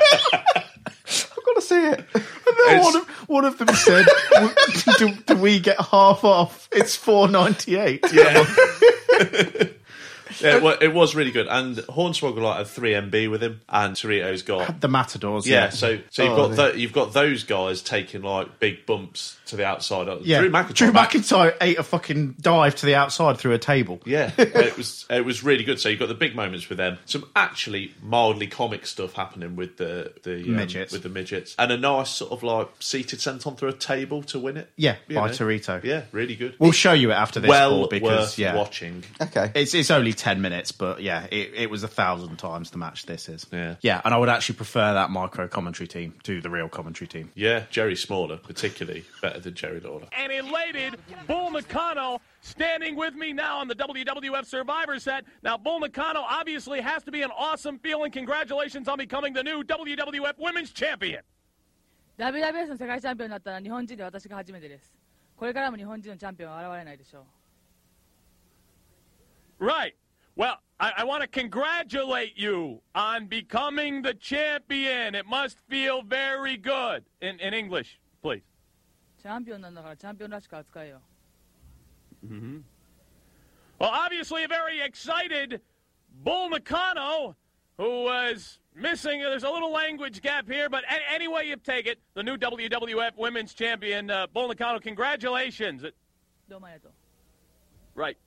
A: I've got to see it.
C: app. one, of, one of them said, "W- do, do we get half off? It's four ninety eight.
B: Yeah. yeah, well, it was really good. And Hornswoggle like, had three MB with him, and Torito's got.
C: The Matadors.
B: Yeah, so so you've
A: Oh,
B: got tho- you've got those guys taking like big bumps to the outside.
C: Yeah.
B: Drew McIntyre.
C: Drew McIntyre ate a fucking dive to the outside through a table.
B: Yeah, uh, it was it was really good. So you got the big moments with them, some actually mildly comic stuff happening with the the um,
C: Midgets.
B: with the midgets, and a nice sort of like seated sent on through a table to win it.
C: Yeah,
B: You
C: by
B: know.
C: Torito.
B: Yeah, really good.
C: We'll show you it after this
B: well
C: Paul, because
B: worth
C: yeah,
B: watching.
A: Okay.
C: it's it's only ten minutes, but yeah, it, it was a thousand times the match this is.
B: Yeah.
C: yeah, and I would actually prefer that micro commentary team to the real commentary team.
B: Yeah, Jerry Smaller particularly better than Jerry Lawler.
J: and elated Bull Nakano standing with me now on the WWF Survivor set. Now, Bull Nakano obviously has to be an awesome feeling. Congratulations on becoming the new WWF Women's Champion.
K: WWS の世界チャンピオンになったのは日本人で私が初めてですこれからも日本人のチャンピオンは現れないでしょう
J: Right. Well, I, I want to congratulate you on becoming the champion. It must feel very good. In, in English, please.
K: チャンピオンなんだからチャンピオンらしく扱えよ。
J: Mm-hmm. Well, obviously, very excited Bull Nakano, who was missing. There's a little language gap here, but a- any way you take it, the new WWF Women's Champion, uh, Bull Nakano, congratulations.
K: どうもありがとう。
J: Right.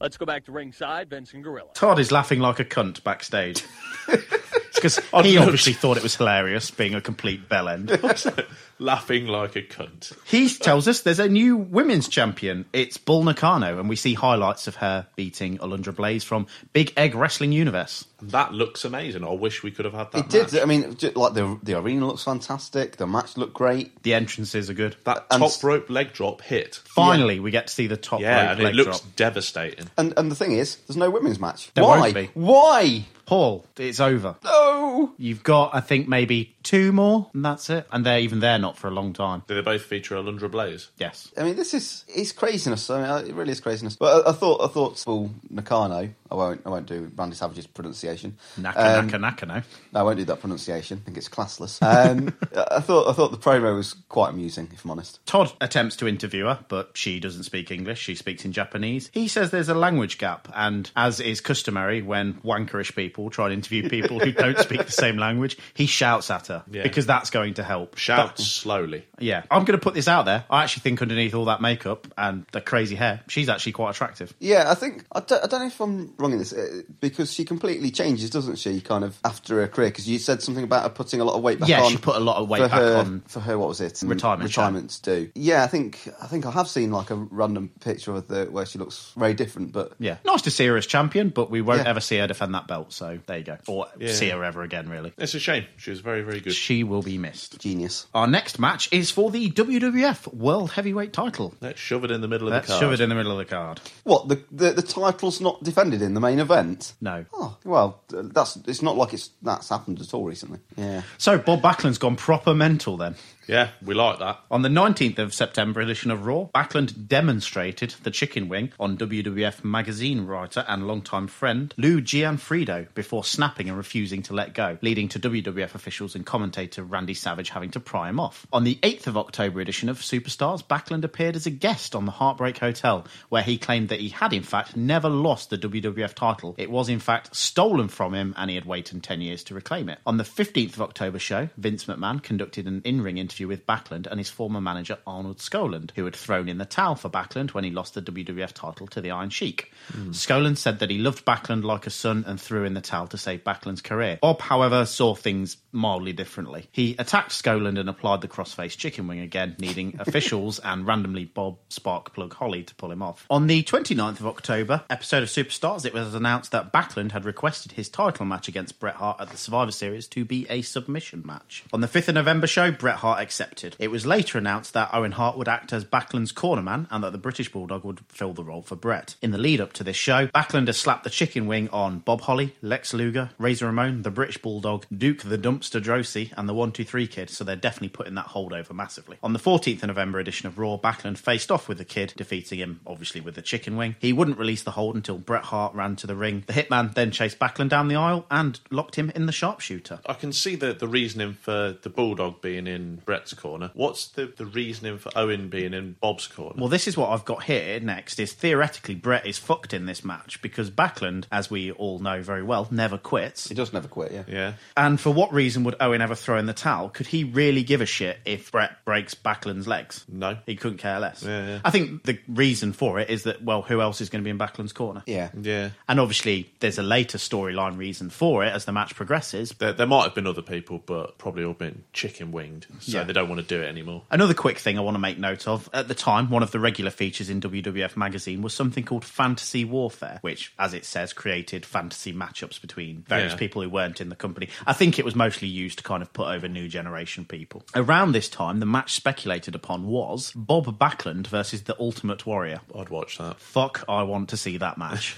J: Let's go back to ringside, Vincent Gorilla.
C: Todd is laughing like a cunt backstage. Because he obviously thought it was hilarious being a complete bell end.
B: Laughing like a cunt.
C: He tells us there's a new women's champion. It's Bull Nakano, and we see highlights of her beating Alundra Blaze from Big Egg Wrestling Universe.
B: That looks amazing. I wish we could have had that.
A: It did. I mean, ju- like the the arena looks fantastic. The match looked great.
C: The entrances are good.
B: That
A: And
B: top
A: s-
B: rope leg drop hit.
C: Finally, we get to see the top
B: Yeah,
C: rope
B: and
C: leg
B: it looks
C: drop.
B: devastating.
A: And and the thing is, there's no women's match.
C: There
A: Why?
C: won't be.
A: Why?
C: Paul, it's over.
A: No.
C: You've got, I think, maybe two more, and that's it. And they're even there not for a long time.
B: Do they both feature Alundra Blaze?
C: Yes.
A: I mean, this is it's craziness. I mean, uh, it really is craziness. But I, I thought I thought Bull Nakano. I won't I won't do Randy Savage's pronunciation.
C: Naka,
A: Um,
C: naka, naka, no.
A: No, I won't do that pronunciation. I think it's classless. Um, I I thought I thought the promo was quite amusing, if I'm honest.
C: Todd attempts to interview her, but she doesn't speak English. She speaks in Japanese. He says there's a language gap, and as is customary when wankerish people try and interview people who don't speak the same language, he shouts at her
B: Yeah.
C: because that's going to help.
B: Shout slowly.
C: Yeah, I'm going to put this out there. I actually think underneath all that makeup and the crazy hair, she's actually quite attractive.
A: Yeah, I think I don't, I don't know if I'm wrong in this uh, because she completely changes, doesn't she? Kind of after her career, because you said something about her putting a lot of weight back
C: Yeah,
A: on.
C: she put a lot of weight
A: for
C: back
A: her,
C: on.
A: for her. What was it? Um,
C: Retirement chat.
A: Retirements do. Yeah, I think I think I have seen like a random picture of her where she looks very different, but
C: Yeah, nice to see her as champion, but we won't
A: Yeah.
C: ever see her defend that belt. So there you go, or
B: Yeah.
C: see her ever again. Really,
B: It's a shame. She was very, very good.
C: she will be missed.
A: genius.
C: Our next match is for the WWF World Heavyweight Title.
B: Let's shove it in the middle of
C: That's
B: the card.
C: shoved in the middle of the card.
A: What the, the the title's not defended in the main event?
C: No.
A: Oh well, uh, that's it's not like it's that's happened at all recently. Yeah.
C: So Bob Backlund's gone proper mental then.
B: Yeah, we like that.
C: On the 19th of September edition of Raw, Backlund demonstrated the chicken wing on WWF magazine writer and longtime friend Lou Gianfrido before snapping and refusing to let go, leading to WWF officials and commentator Randy Savage having to pry him off. On the 8th of October edition of Superstars, Backlund appeared as a guest on the Heartbreak Hotel, where he claimed that he had in fact never lost the WWF title. It was in fact stolen from him and he had waited 10 years to reclaim it. On the 15th of October show, Vince McMahon conducted an in ring interview with Backlund and his former manager Arnold Skoland, who had thrown in the towel for Backlund when he lost the WWF title to the Iron Sheik. Skoland said that he loved Backlund like a son and threw in the towel to save Backlund's career. Bob, however, saw things mildly differently. He attacked Skoland and applied the crossface chicken wing again, needing officials and randomly Bob Sparkplug Holly to pull him off. On the 29th of October, episode of Superstars, it was announced that Backlund had requested his title match against Bret Hart at the Survivor Series to be a submission match. On the 5th of November show, Bret Hart accepted. It was later announced that Owen Hart would act as Backlund's cornerman and that the British Bulldog would fill the role for Bret. In the lead up to this show, Backlund has slapped the chicken wing on Bob Holly, Lex Luger, Razor Ramon, the British Bulldog, Duke the Dumpster Drosy, and the 123 Kid, so they're definitely putting that hold over massively. On the 14th of November edition of Raw, Backlund faced off with the Kid, defeating him, obviously, with the chicken wing. He wouldn't release the hold until Bret Hart ran to the ring. The hitman then chased Backlund down the aisle and locked him in the sharpshooter.
B: I can see the, the reasoning for the Bulldog being in Brett's corner. What's the, the reasoning for Owen being in Bob's corner?
C: Well, this is what I've got here next is theoretically Brett is fucked in this match because Backlund, as we all know very well, never quits.
A: He does never quit, yeah.
B: yeah.
C: And for what reason would Owen ever throw in the towel? Could he really give a shit if Brett breaks Backlund's legs?
B: No.
C: He couldn't care less.
B: Yeah, yeah.
C: I think the reason for it is that, well, who else is going to be in Backlund's corner?
A: Yeah.
B: Yeah.
C: And obviously, there's a later storyline reason for it as the match progresses.
B: There, there might have been other people, but probably all been chicken winged, so
C: Yeah.
B: they don't want to do it anymore.
C: Another quick thing I want to make note of. At the time, one of the regular features in WWF magazine was something called Fantasy Warfare, which, as it says, created fantasy matchups between various
B: Yeah.
C: people who weren't in the company. I think it was mostly used to kind of put over new generation people. Around this time, the match speculated upon was Bob Backlund versus the Ultimate Warrior.
B: I'd watch that.
C: Fuck, I want to see that match.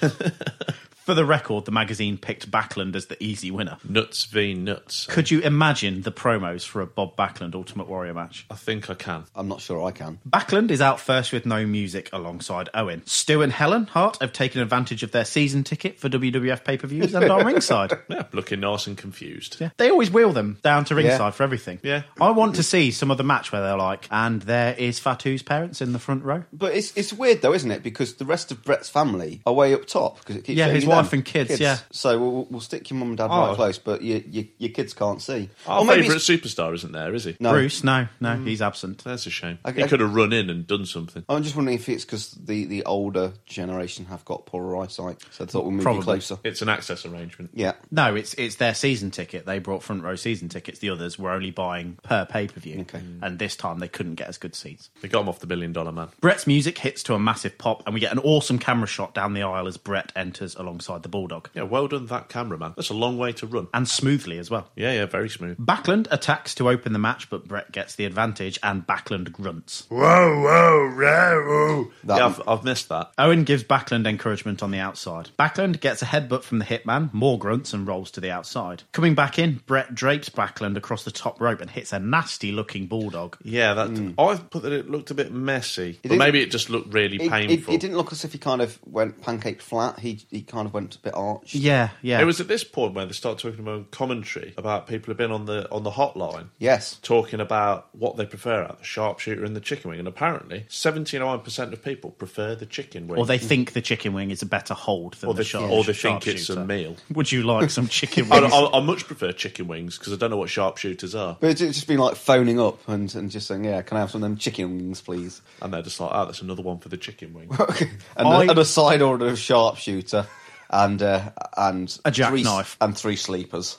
C: For the record, the magazine picked Backlund as the easy winner.
B: Nuts v nuts.
C: Could you imagine the promos for a Bob Backlund Ultimate Warrior match?
B: I think I can.
A: I'm not sure I can.
C: Backlund is out first with no music alongside Owen. Stu and Helen Hart have taken advantage of their season ticket for WWF pay per views and are ringside.
B: Yeah, looking nice and confused.
C: Yeah. They always wheel them down to ringside for everything.
B: Yeah.
C: I want to see some of the match where they're like, and there is Fatu's parents in the front row.
A: But it's it's weird though, isn't it? Because the rest of Brett's family are way up top because it keeps
C: Yeah,
A: showing
C: his
A: you them.
C: wife and kids, yeah.
A: so we'll, we'll stick your mum and dad
C: Oh.
A: right close, but you, you, your kids can't see.
B: Our
A: Or maybe
B: favourite
A: it's-
B: superstar isn't there, is he?
A: No.
C: Bruce, no, no, he's absent.
B: Mm. That's a shame.
A: I-
B: he
A: I-
B: could have run in and done something.
A: I'm just wondering if it's because the, the older generation have got poorer eyesight, so I thought we'd move you
C: Probably.
A: closer.
B: It's an access arrangement.
A: Yeah,
C: No, it's it's their season ticket. They brought front row season tickets. The others were only buying per pay per view.
A: Okay. Mm.
C: And this time they couldn't get as good seats.
B: They got him off the billion dollar man.
C: Brett's music hits to a massive pop, and we get an awesome camera shot down the aisle as Brett enters alongside the Bulldog.
B: Yeah, well done, that cameraman. That's a long way to run.
C: And smoothly as well.
B: Yeah, yeah, very smooth.
C: Backlund attacks to open the match, but Brett gets the advantage, and Backlund grunts.
B: Whoa, whoa, whoa.
A: That-
B: Yeah, I've, I've missed that.
C: Owen gives Backlund encouragement on the outside. Backlund gets a headbutt from the hitman, more grunts, and rolls to the outside. Coming back in, Brett drapes Backlund across the top rope and hits a nasty looking bulldog.
B: Yeah, that
A: Hmm.
B: I thought that it looked a bit messy, but
A: did-
B: maybe it just looked really
A: it, it,
B: painful.
A: it didn't look as if he kind of went pancake flat. He he kind of went a bit arched.
C: Yeah, yeah.
B: It was at this point where they start talking about commentary about people who've been on the on the hotline
A: Yes.
B: talking about what they prefer out the sharpshooter and the chicken wing, and apparently seventy nine percent of people prefer the chicken wing,
C: or they think the chicken wing is a better hold than
B: or
C: the
B: they,
C: sharp.
B: or they think it's a
C: sharpshooter.
B: meal.
C: Would you like some chicken
B: I,
C: wings?
B: I, I much prefer chicken wings because I don't know what sharpshooters are,
A: But it's just been like phoning up and, and just saying, yeah, can I have some of them chicken wings, please?
B: and they're just like, oh, that's another one for the chicken wing.
A: and,
C: I-
A: a, and a side order of sharpshooter and uh, and
C: A
A: three,
C: jackknife.
A: and three sleepers.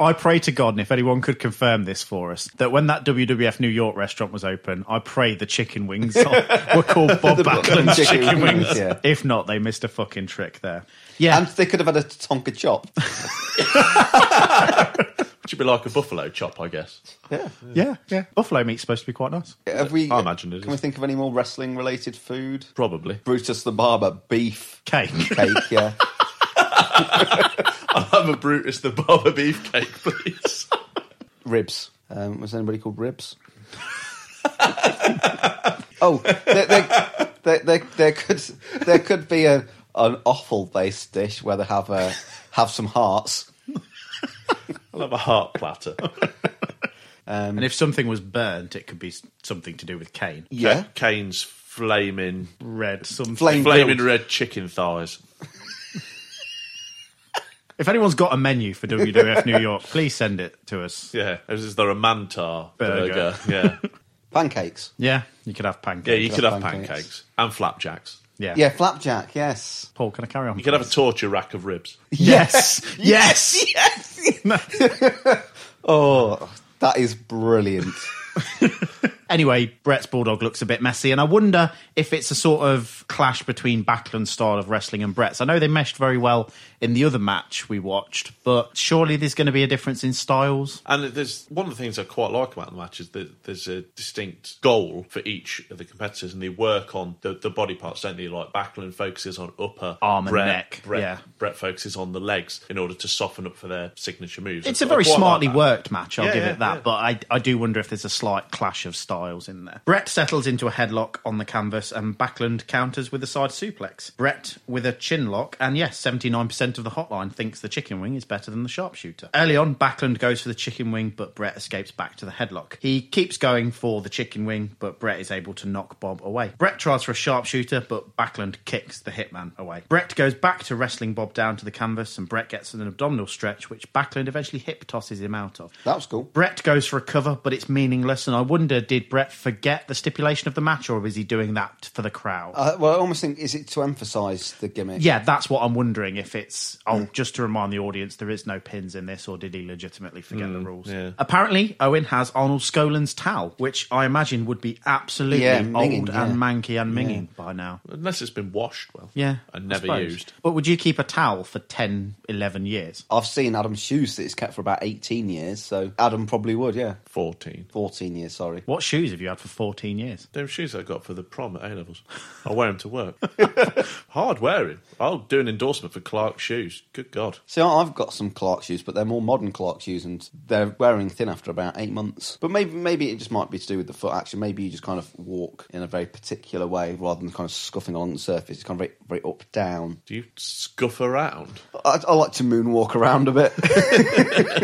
C: I pray to God, and if anyone could confirm this for us, that when that WWF New York restaurant was open, I pray the chicken wings were called Bob
A: The
C: Backlund's
A: chicken
C: chicken,
A: wings,
C: wings.
A: yeah.
C: If not, they missed a fucking trick there. Yeah.
A: And they could have had a Tonka chop.
B: It should be like a buffalo chop, I guess.
A: yeah.
C: yeah, yeah. Buffalo meat's supposed to be quite nice.
A: Have we,
B: I imagine it
A: Can we
B: is.
A: think of any more wrestling related food?
B: Probably.
A: Brutus the Barber, beef
C: Cake.
A: cake, yeah.
B: I'll have a Brutus the Barber beefcake, please.
A: ribs. Um, was anybody called ribs? oh, there, there, there, there, there could there could be a, an offal based dish where they have a, have some hearts.
B: I'll have a heart platter.
C: and if something was burnt, it could be s- something to do with cane.
A: Yeah,
B: Kane's flaming
C: Red, something.
A: Flame-
B: flaming
A: Grilled.
B: red chicken thighs.
C: If anyone's got a menu for WWF New York, please send it to us.
B: Yeah, as is there a mantar burger?
C: Burger.
B: Yeah,
A: pancakes.
C: Yeah, you could have pancakes.
B: yeah, you could have
A: pancakes.
B: pancakes. and flapjacks.
C: Yeah.
A: Yeah, flapjack. Yes.
C: Paul, can I carry on?
B: You could have a torture rack of ribs.
C: yes. yes.
A: Oh, that is brilliant.
C: Anyway, Brett's Bulldog looks a bit messy, and I wonder if it's a sort of clash between Backlund's style of wrestling and Brett's. I know they meshed very well in the other match we watched, but surely there's going to be a difference in styles.
B: And there's one of the things I quite like about the match is that there's a distinct goal for each of the competitors, and they work on the, the body parts, don't they? Like Backlund focuses on upper
C: Arm and
B: Brett-
C: neck,
B: Brett,
C: yeah.
B: Brett focuses on the legs in order to soften up for their signature moves.
C: It's a
B: I
C: very
B: quite like
C: smartly
B: that.
C: worked match, I'll
B: Yeah,
C: give
B: yeah,
C: it that,
B: yeah.
C: but I, I do wonder if there's a slight clash of styles in there. Brett settles into a headlock on the canvas, and Backlund counters with a side suplex. Brett with a chin lock, and yes, 79% of the hotline thinks the chicken wing is better than the sharpshooter. Early on, Backlund goes for the chicken wing, but Brett escapes back to the headlock. He keeps going for the chicken wing, but Brett is able to knock Bob away. Brett tries for a sharpshooter, but Backlund kicks the hitman away. Brett goes back to wrestling Bob down to the canvas, and Brett gets an abdominal stretch, which Backlund eventually hip tosses him out of.
A: That was cool.
C: Brett goes for a cover, but it's meaningless, and I wonder did Brett forget the stipulation of the match, or is he doing that for the crowd?
A: Uh, well, I almost think is it to emphasise the gimmick?
C: yeah, that's what I'm wondering. If it's oh,
A: Hmm.
C: just to remind the audience, there is no pins in this, or did he legitimately forget
A: Hmm,
C: the rules?
B: yeah.
C: Apparently, Owen has Arnold Scolan's towel, which I imagine would be absolutely
A: Yeah,
C: old
A: minging,
C: and
A: yeah.
C: manky and minging by now.
B: Unless it's been washed well.
C: Yeah, I
B: And never
C: suppose.
B: used.
C: But would you keep a towel for 10, 11 years?
A: I've seen Adam's shoes that he's kept for about eighteen years, so Adam probably would. Yeah,
B: 14.
A: fourteen years. Sorry.
C: What shoes shoes have you had for 14 years?
B: Them shoes I got for the prom at A levels. I wear them to work. Hard wearing. I'll do an endorsement for Clark shoes. Good God.
A: See, I- I've got some Clark shoes, but they're more modern Clark shoes, and they're wearing thin after about eight months. But maybe, maybe it just might be to do with the foot action. Maybe you just kind of walk in a very particular way rather than kind of scuffing along the surface. It's kind of very, very up down.
B: Do you scuff around?
A: I, I like to moonwalk around a bit.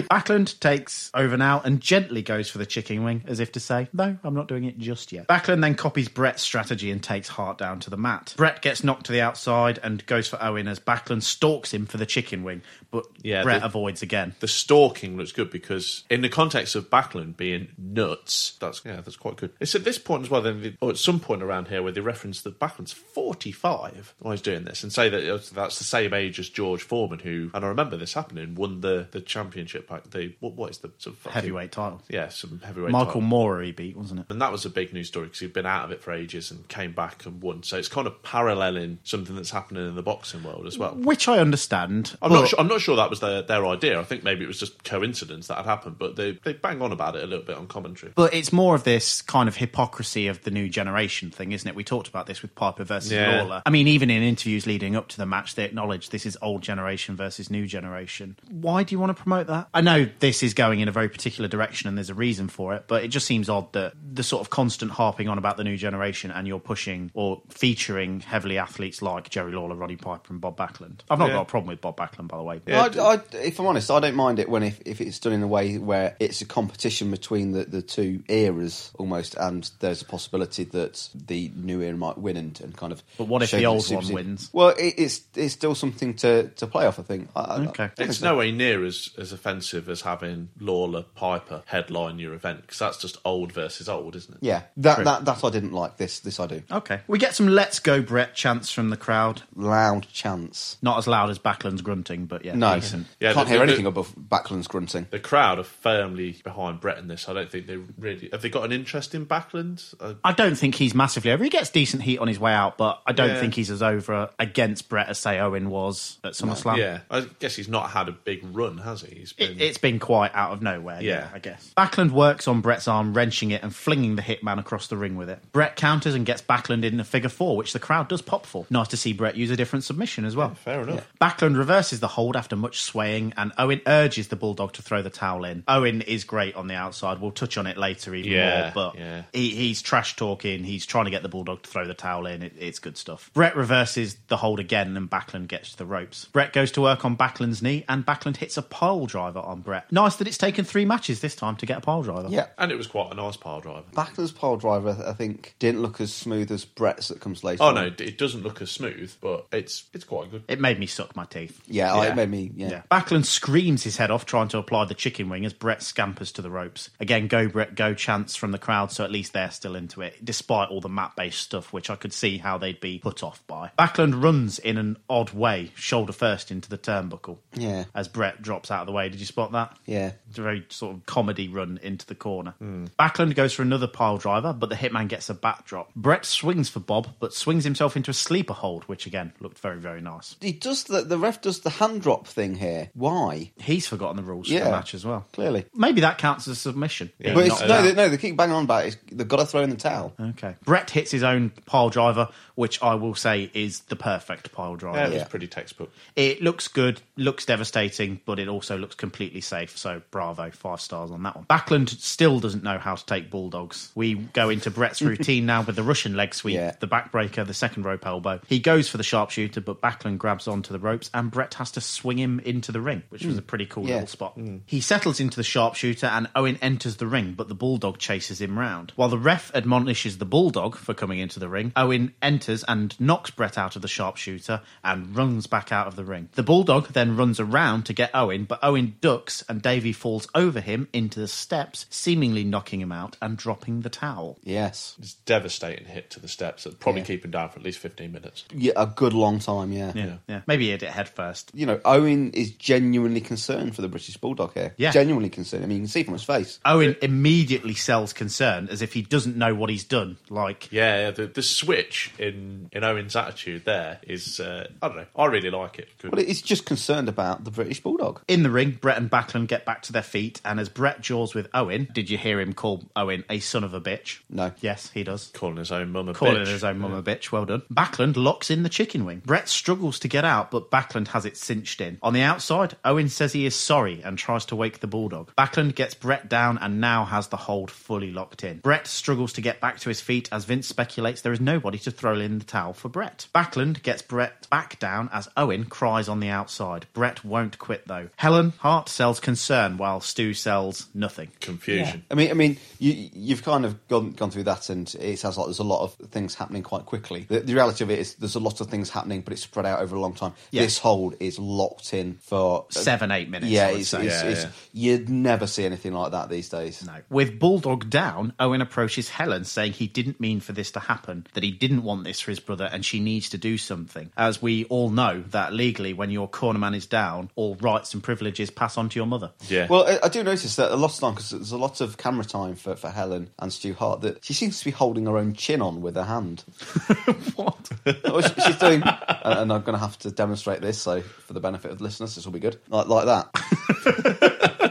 C: Backlund takes over now and gently goes for the chicken wing as if to say, No, I'm not doing it just yet. Backlund then copies Brett's strategy and takes Hart down to the mat. Brett gets knocked to the outside and goes for Owen as Backlund stalks him for the chicken wing, but
B: Yeah,
C: Brett
B: the-
C: avoids again.
B: The stalking looks good because, in the context of Backlund being nuts, that's yeah, that's quite good. It's at this point as well, then, they- or at some point around here, where they reference that Backlund's forty-five while he's doing this, and say that it's- that's the same age as George Foreman, who, and I remember this happening, won the the championship back. The what, what is the sort of-
C: Heavyweight title.
B: Yeah, some heavyweight.
C: Michael
B: title.
C: Mora he beat, wasn't it?
B: And that was a big news story because he'd been out of it for ages and came back and won. So it's kind of paralleling something that's happening in the boxing world as well.
C: Which I understand.
B: I'm
C: but-
B: not. Sure, I'm not sure that was their, their idea. I think maybe it was just coincidence that had happened. But they they bang on about it a little bit on commentary.
C: But it's more of this kind of hypocrisy of the new generation thing, isn't it? We talked about this with Piper versus
B: Yeah.
C: Lawler. I mean, even in interviews leading up to the match, they acknowledge this is old generation versus new generation. Why do you want to promote that? I know this is going in a very particular direction and there's a reason for it, but it just seems odd that the sort of constant harping on about the new generation and you're pushing or featuring heavily athletes like Jerry Lawler, Roddy Piper, and Bob Backlund. I've not
A: Yeah.
C: got a problem with Bob Backlund, by the way.
A: I, I, if I'm honest, I don't mind it when if, if it's done in a way where it's a competition between the, the two eras almost, and there's a possibility that the new era might win and, and kind of.
C: But what if
A: show
C: the
A: that
C: old
A: it's
C: one
A: supersede-
C: wins?
A: Well, it, it's it's still something to, to play off. I think. I, I- I think
B: It's
A: so.
B: nowhere near as, as offensive as having Lawler Piper headline your event because that's just old versus old, isn't it?
A: Yeah, that,
C: True.
A: that that I didn't like. This this I do.
C: Okay. We get some let's go Brett chants from the crowd.
A: Loud chants.
C: Not as loud as Backlund's grunting, but yeah,
A: no,
C: decent.
B: Yeah,
A: can't
B: the-
A: hear
B: the-
A: anything above Backlund's grunting.
B: The crowd are firmly behind Brett in this. I don't think they really have they got an interest in Backlund. Uh,
C: I don't think he's massively over. He gets decent heat on his way out, but I don't
B: Yeah.
C: think he's as over against Brett as say Owen was at SummerSlam.
B: yeah, I guess he's not had a big run, has he? He's been
C: Um, It, it's been quite out of nowhere. Yeah.
B: Yeah.
C: I guess. Backlund works on Brett's arm, wrenching it and flinging the hitman across the ring with it. Brett counters and gets Backlund in a figure four, which the crowd does pop for. Nice to see Brett use a different submission as well.
B: fair enough.
C: Backlund reverses the hold after much swaying, and Owen urges the Bulldog to throw the towel in. Owen is great on the outside. We'll touch on it later even
B: Yeah,
C: more, but
B: yeah.
C: he, he's trash talking. He's trying to get the Bulldog to throw the towel in. It, it's good stuff. Brett reverses the hold again, and Backlund gets to the ropes. Brett goes to work on Backlund's knee, and Backlund hits a pile driver on Brett. Nice that it's taken three matches this time to get a pile driver.
A: Yeah.
B: and it was quite a nice pile driver.
A: Backlund's pole driver, I think, didn't look as smooth as Brett's that comes later.
B: Oh
A: on.
B: no,
C: Um,
B: it- it doesn't look as smooth, but it's it's quite good.
C: It made me suck my teeth.
A: Yeah, I- it made me.
C: Yeah.
A: Yeah.
C: Backlund screams his head off trying to apply the chicken wing as Brett scampers to the ropes. Again, go Brett, go chance from the crowd, so at least they're still into it, despite all the map based stuff, which I could see how they'd be put off by. Backlund runs in an odd way, shoulder first into the turnbuckle.
A: Yeah.
C: As Brett drops out of the way. Did you spot that?
A: Yeah.
C: It's a very sort of comedy run into the corner. Backlund goes for another pile driver, but the hitman gets a backdrop. Brett swings for Bob, but swings himself into a sleeper hold, which again looked very, very nice.
A: He does the the ref does the hand drop thing here. Why?
C: He's forgotten the rules for
A: Yeah.
C: the match as well.
A: Clearly.
C: Maybe that counts as a submission. being
A: but it's,
C: knocked
A: no,
C: out.
A: they, no, they keep banging on about it. It's- They've got to throw in the towel.
C: Okay. Brett hits his own pile driver, which I will say is the perfect pile
B: Yeah,
C: driver.
B: it was
A: Yeah.
B: pretty textbook.
C: It looks good, looks devastating, but it also looks completely safe. So bravo, five stars on that one. Backlund still doesn't know how to take bulldogs. We go into Brett's routine now with the Russian leg sweep,
A: Yeah.
C: the backbreaker, the second rope elbow. He goes for the sharpshooter, but Backlund grabs onto the ropes and Brett has to swing him into the ring, which
A: Hmm.
C: was a pretty cool
A: Yeah.
C: little spot. He settles into the sharpshooter and Owen enters the ring, but the bulldog chases him round. While the ref admonishes the bulldog for coming into the ring, Owen enters and knocks Brett out of the sharpshooter and runs back out of the ring. The bulldog then runs around to get Owen, but Owen ducks and Davey falls over him into the steps, seemingly knocking him out and dropping the towel.
A: Yes.
B: It's a devastating hit to the steps. It'd probably
A: Yeah.
B: keep him down for at least fifteen minutes.
A: Yeah, a good long time, yeah.
B: Yeah.
C: Yeah, maybe he hit it head first.
A: You know, Owen is genuinely concerned for the British Bulldog here.
C: Yeah.
A: Genuinely concerned. I mean, you can see from his face.
C: Owen immediately sells concern as if he doesn't know what he's done. Like,
B: Yeah, yeah, the, the switch in, in Owen's attitude there is, uh, I don't know, I really like it. Good.
A: But it's just concerned about the British Bulldog.
C: In the ring, Brett and Backlund get back to their feet, and as Brett jaws with Owen, did you hear him call Owen him a son of a bitch.
A: No.
C: Yes, he does.
B: Calling his own mum a
C: Calling
B: bitch.
C: his own mum a bitch. Well done. Backlund locks in the chicken wing. Brett struggles to get out, but Backlund has it cinched in. On the outside, Owen says he is sorry and tries to wake the bulldog. Backlund gets Brett down and now has the hold fully locked in. Brett struggles to get back to his feet as Vince speculates there is nobody to throw in the towel for Brett. Backlund gets Brett back down as Owen cries on the outside. Brett won't quit though. Helen Hart sells concern while Stu sells nothing.
B: Confusion.
A: I mean, I mean, you you've kind of gone gone through that, and it sounds like there's a lot of things happening quite quickly. The, the reality of it is there's a lot of things happening, but it's spread out over a long time.
C: Yeah.
A: This hold is locked in for
C: Seven, eight minutes, I
A: Uh, Yeah,
C: would
A: it's,
C: say.
A: it's-
C: Yeah,
A: it's- you'd never see anything like that these days. No,
C: With Bulldog down, Owen approaches Helen, saying he didn't mean for this to happen, that he didn't want this for his brother, and she needs to do something. As we all know that legally, when your corner man is down, all rights and privileges pass on to your mother.
B: Yeah.
A: Well, I, I do notice that a lot of time because there's a lot of camera time for, for Helen and Stu Hart that she seems to be holding her own chin on with her hand. what? she's doing, and and I'm going to have to demonstrate this. So, for the benefit of the listeners, this will be good. Like like that.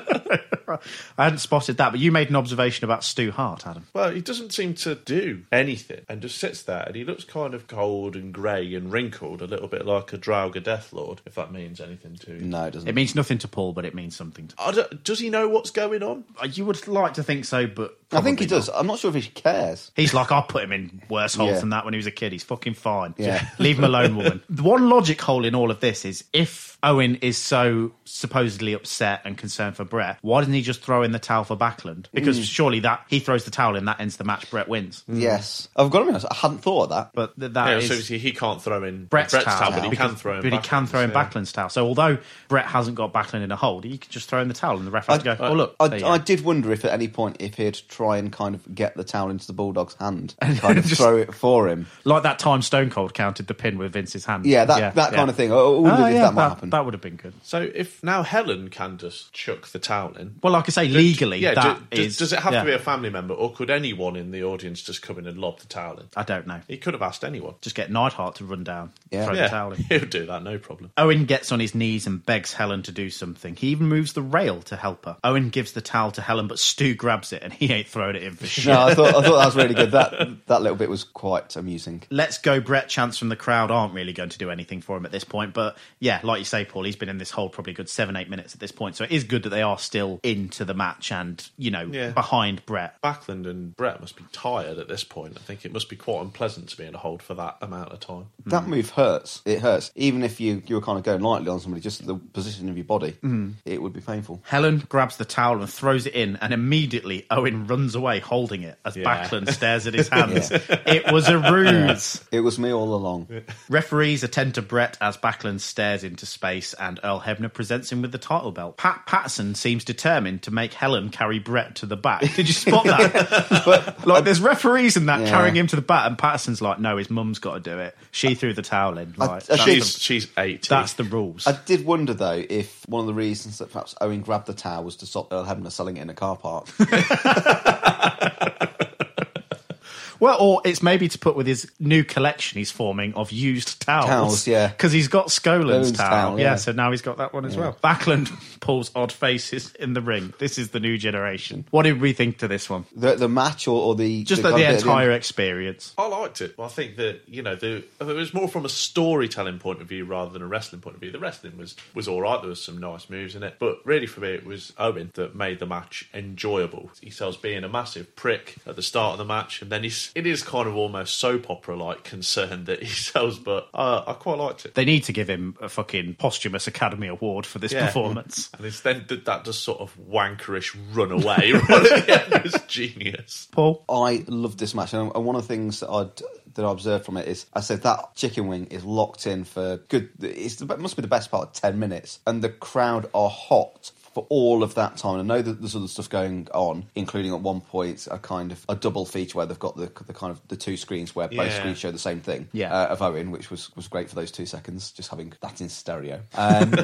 C: I hadn't spotted that, but you made an observation about Stu Hart, Adam.
B: Well, he doesn't seem to do anything and just sits there and he looks kind of cold and grey and wrinkled, a little bit like a Draugr Deathlord, if that means anything to you.
A: No, it doesn't.
C: It means nothing to Paul, but it means something to.
B: I don't- does he know what's going on?
C: You would like to think so, but
A: I think he does. I'm not sure if he cares.
C: He's like, I put him in worse holes
A: Yeah.
C: than that when he was a kid. He's fucking fine.
A: Yeah.
C: Leave him alone, woman. The one logic hole in all of this is if Owen is so supposedly upset and concerned for Brett, why doesn't he just throw in the towel for Backlund? Because
A: Mm.
C: surely that he throws the towel in, that ends the match, Brett wins.
A: Yes, I've got to be honest. I hadn't thought of that,
C: Mm. but th- that
B: yeah,
C: is-
B: so obviously he can't throw in
C: Brett's,
B: Brett's,
C: towel,
B: towel, but he can
C: because-
B: throw in
C: But he can
B: Backlund's,
C: throw in
B: yeah.
C: Backlund's towel. So although Brett hasn't got Backlund in a hold, he could just throw in the towel and the ref has to go, oh, look.
A: I,
C: there you
A: I
C: go."
A: did wonder if at any point if he'd try and kind of get the towel into the bulldog's hand and kind of
C: Just-
A: throw it for him.
C: like that time Stone Cold counted the pin with Vince's hand.
A: Yeah, that that
C: yeah.
A: kind of thing. I wondered
C: Ah,
A: if
C: yeah,
A: that might
C: that-
A: happen.
C: That would have been good.
B: So if now Helen can just chuck the towel in.
C: Well, like I say,
B: d-
C: legally,
B: yeah,
C: that
B: do- do-
C: is-
B: does it have
C: yeah.
B: to be a family member, or could anyone in the audience just come in and lob the towel in?
C: I don't know.
B: He could have asked anyone.
C: Just get Neidhart to run down, throw the towel in.
B: He'll do that, no problem.
C: Owen gets on his knees and begs Helen to do something. He even moves the rail to help her. Owen gives the towel to Helen, but Stu grabs it and he ain't throwing it in for sure.
A: No, I thought I thought that was really good. That that little bit was quite amusing.
C: Let's go, Brett. Chants from the crowd aren't really going to do anything for him at this point. But yeah, like you say, Paul, he's been in this hole probably a good seven, eight minutes at this point. So it is good that they are still into the match and, you know,
B: Yeah.
C: behind Brett.
B: Backlund and Brett must be tired at this point. I think it must be quite unpleasant to be in a hold for that amount of time.
C: Hmm.
A: That move hurts. It hurts, even if you you were kind of going lightly on somebody. Just the position of your body,
C: Mm.
A: it would be painful.
C: Helen grabs the towel and throws it in, and immediately Owen runs away holding it as
A: Yeah.
C: Backlund stares at his hands.
A: Yeah.
C: It was a ruse.
A: Yeah. It was me all along.
C: Referees attend to Brett as Backlund stares into space, and Earl Hebner presents him with the title belt. Pat Patterson seems determined to make Helen carry Brett to the back. Did you spot that? like, there's referees in that
B: Yeah.
C: carrying him to the back, and Patterson's like, "No, his mum's got to do it. She threw the towel in." Like, that's
B: she's,
C: the-
B: she's 80.
C: That's the rules.
A: I did wonder though if one of the reasons that perhaps Owen grabbed the towel was to stop Earl Hebner selling it in a car park.
C: Well, or it's maybe to put with his new collection he's forming of used towels.
A: Towels, yeah.
C: Because he's got Scolan's
A: Scolan's
C: towel.
A: towel,
C: yeah.
A: yeah.
C: so now he's got that one as
A: Yeah.
C: well. Backlund pulls odd faces in the ring. This is the new generation. What did we think to this one?
A: the, the match or, or the
C: Just
A: the,
C: like
A: kind
C: the
A: of bit at end?
C: entire experience.
B: I liked it. I think that you know the it was more from a storytelling point of view rather than a wrestling point of view. The wrestling was was all right. There was some nice moves in it, but really for me it was Owen that made the match enjoyable. He sells being a massive prick at the start of the match, and then he's it is kind of almost soap opera like concern that he sells. But uh, I quite liked it.
C: They need to give him a fucking posthumous Academy Award for this
B: Yeah.
C: performance.
B: and it's then that, that just sort of wankerish runaway. right at the end. It was genius.
C: Paul,
A: I loved this match, and and one of the things that I that I observed from it is I said that chicken wing is locked in for good. It's the, it must be the best part of ten minutes, and the crowd are hot. For all of that time, and I know that there's other stuff going on, including at one point a kind of a double feature where they've got the, the kind of the two screens where both
C: Yeah.
A: screens show the same thing
C: Yeah.
A: uh, of Owen, which was was great for those two seconds, just having that in stereo. Um,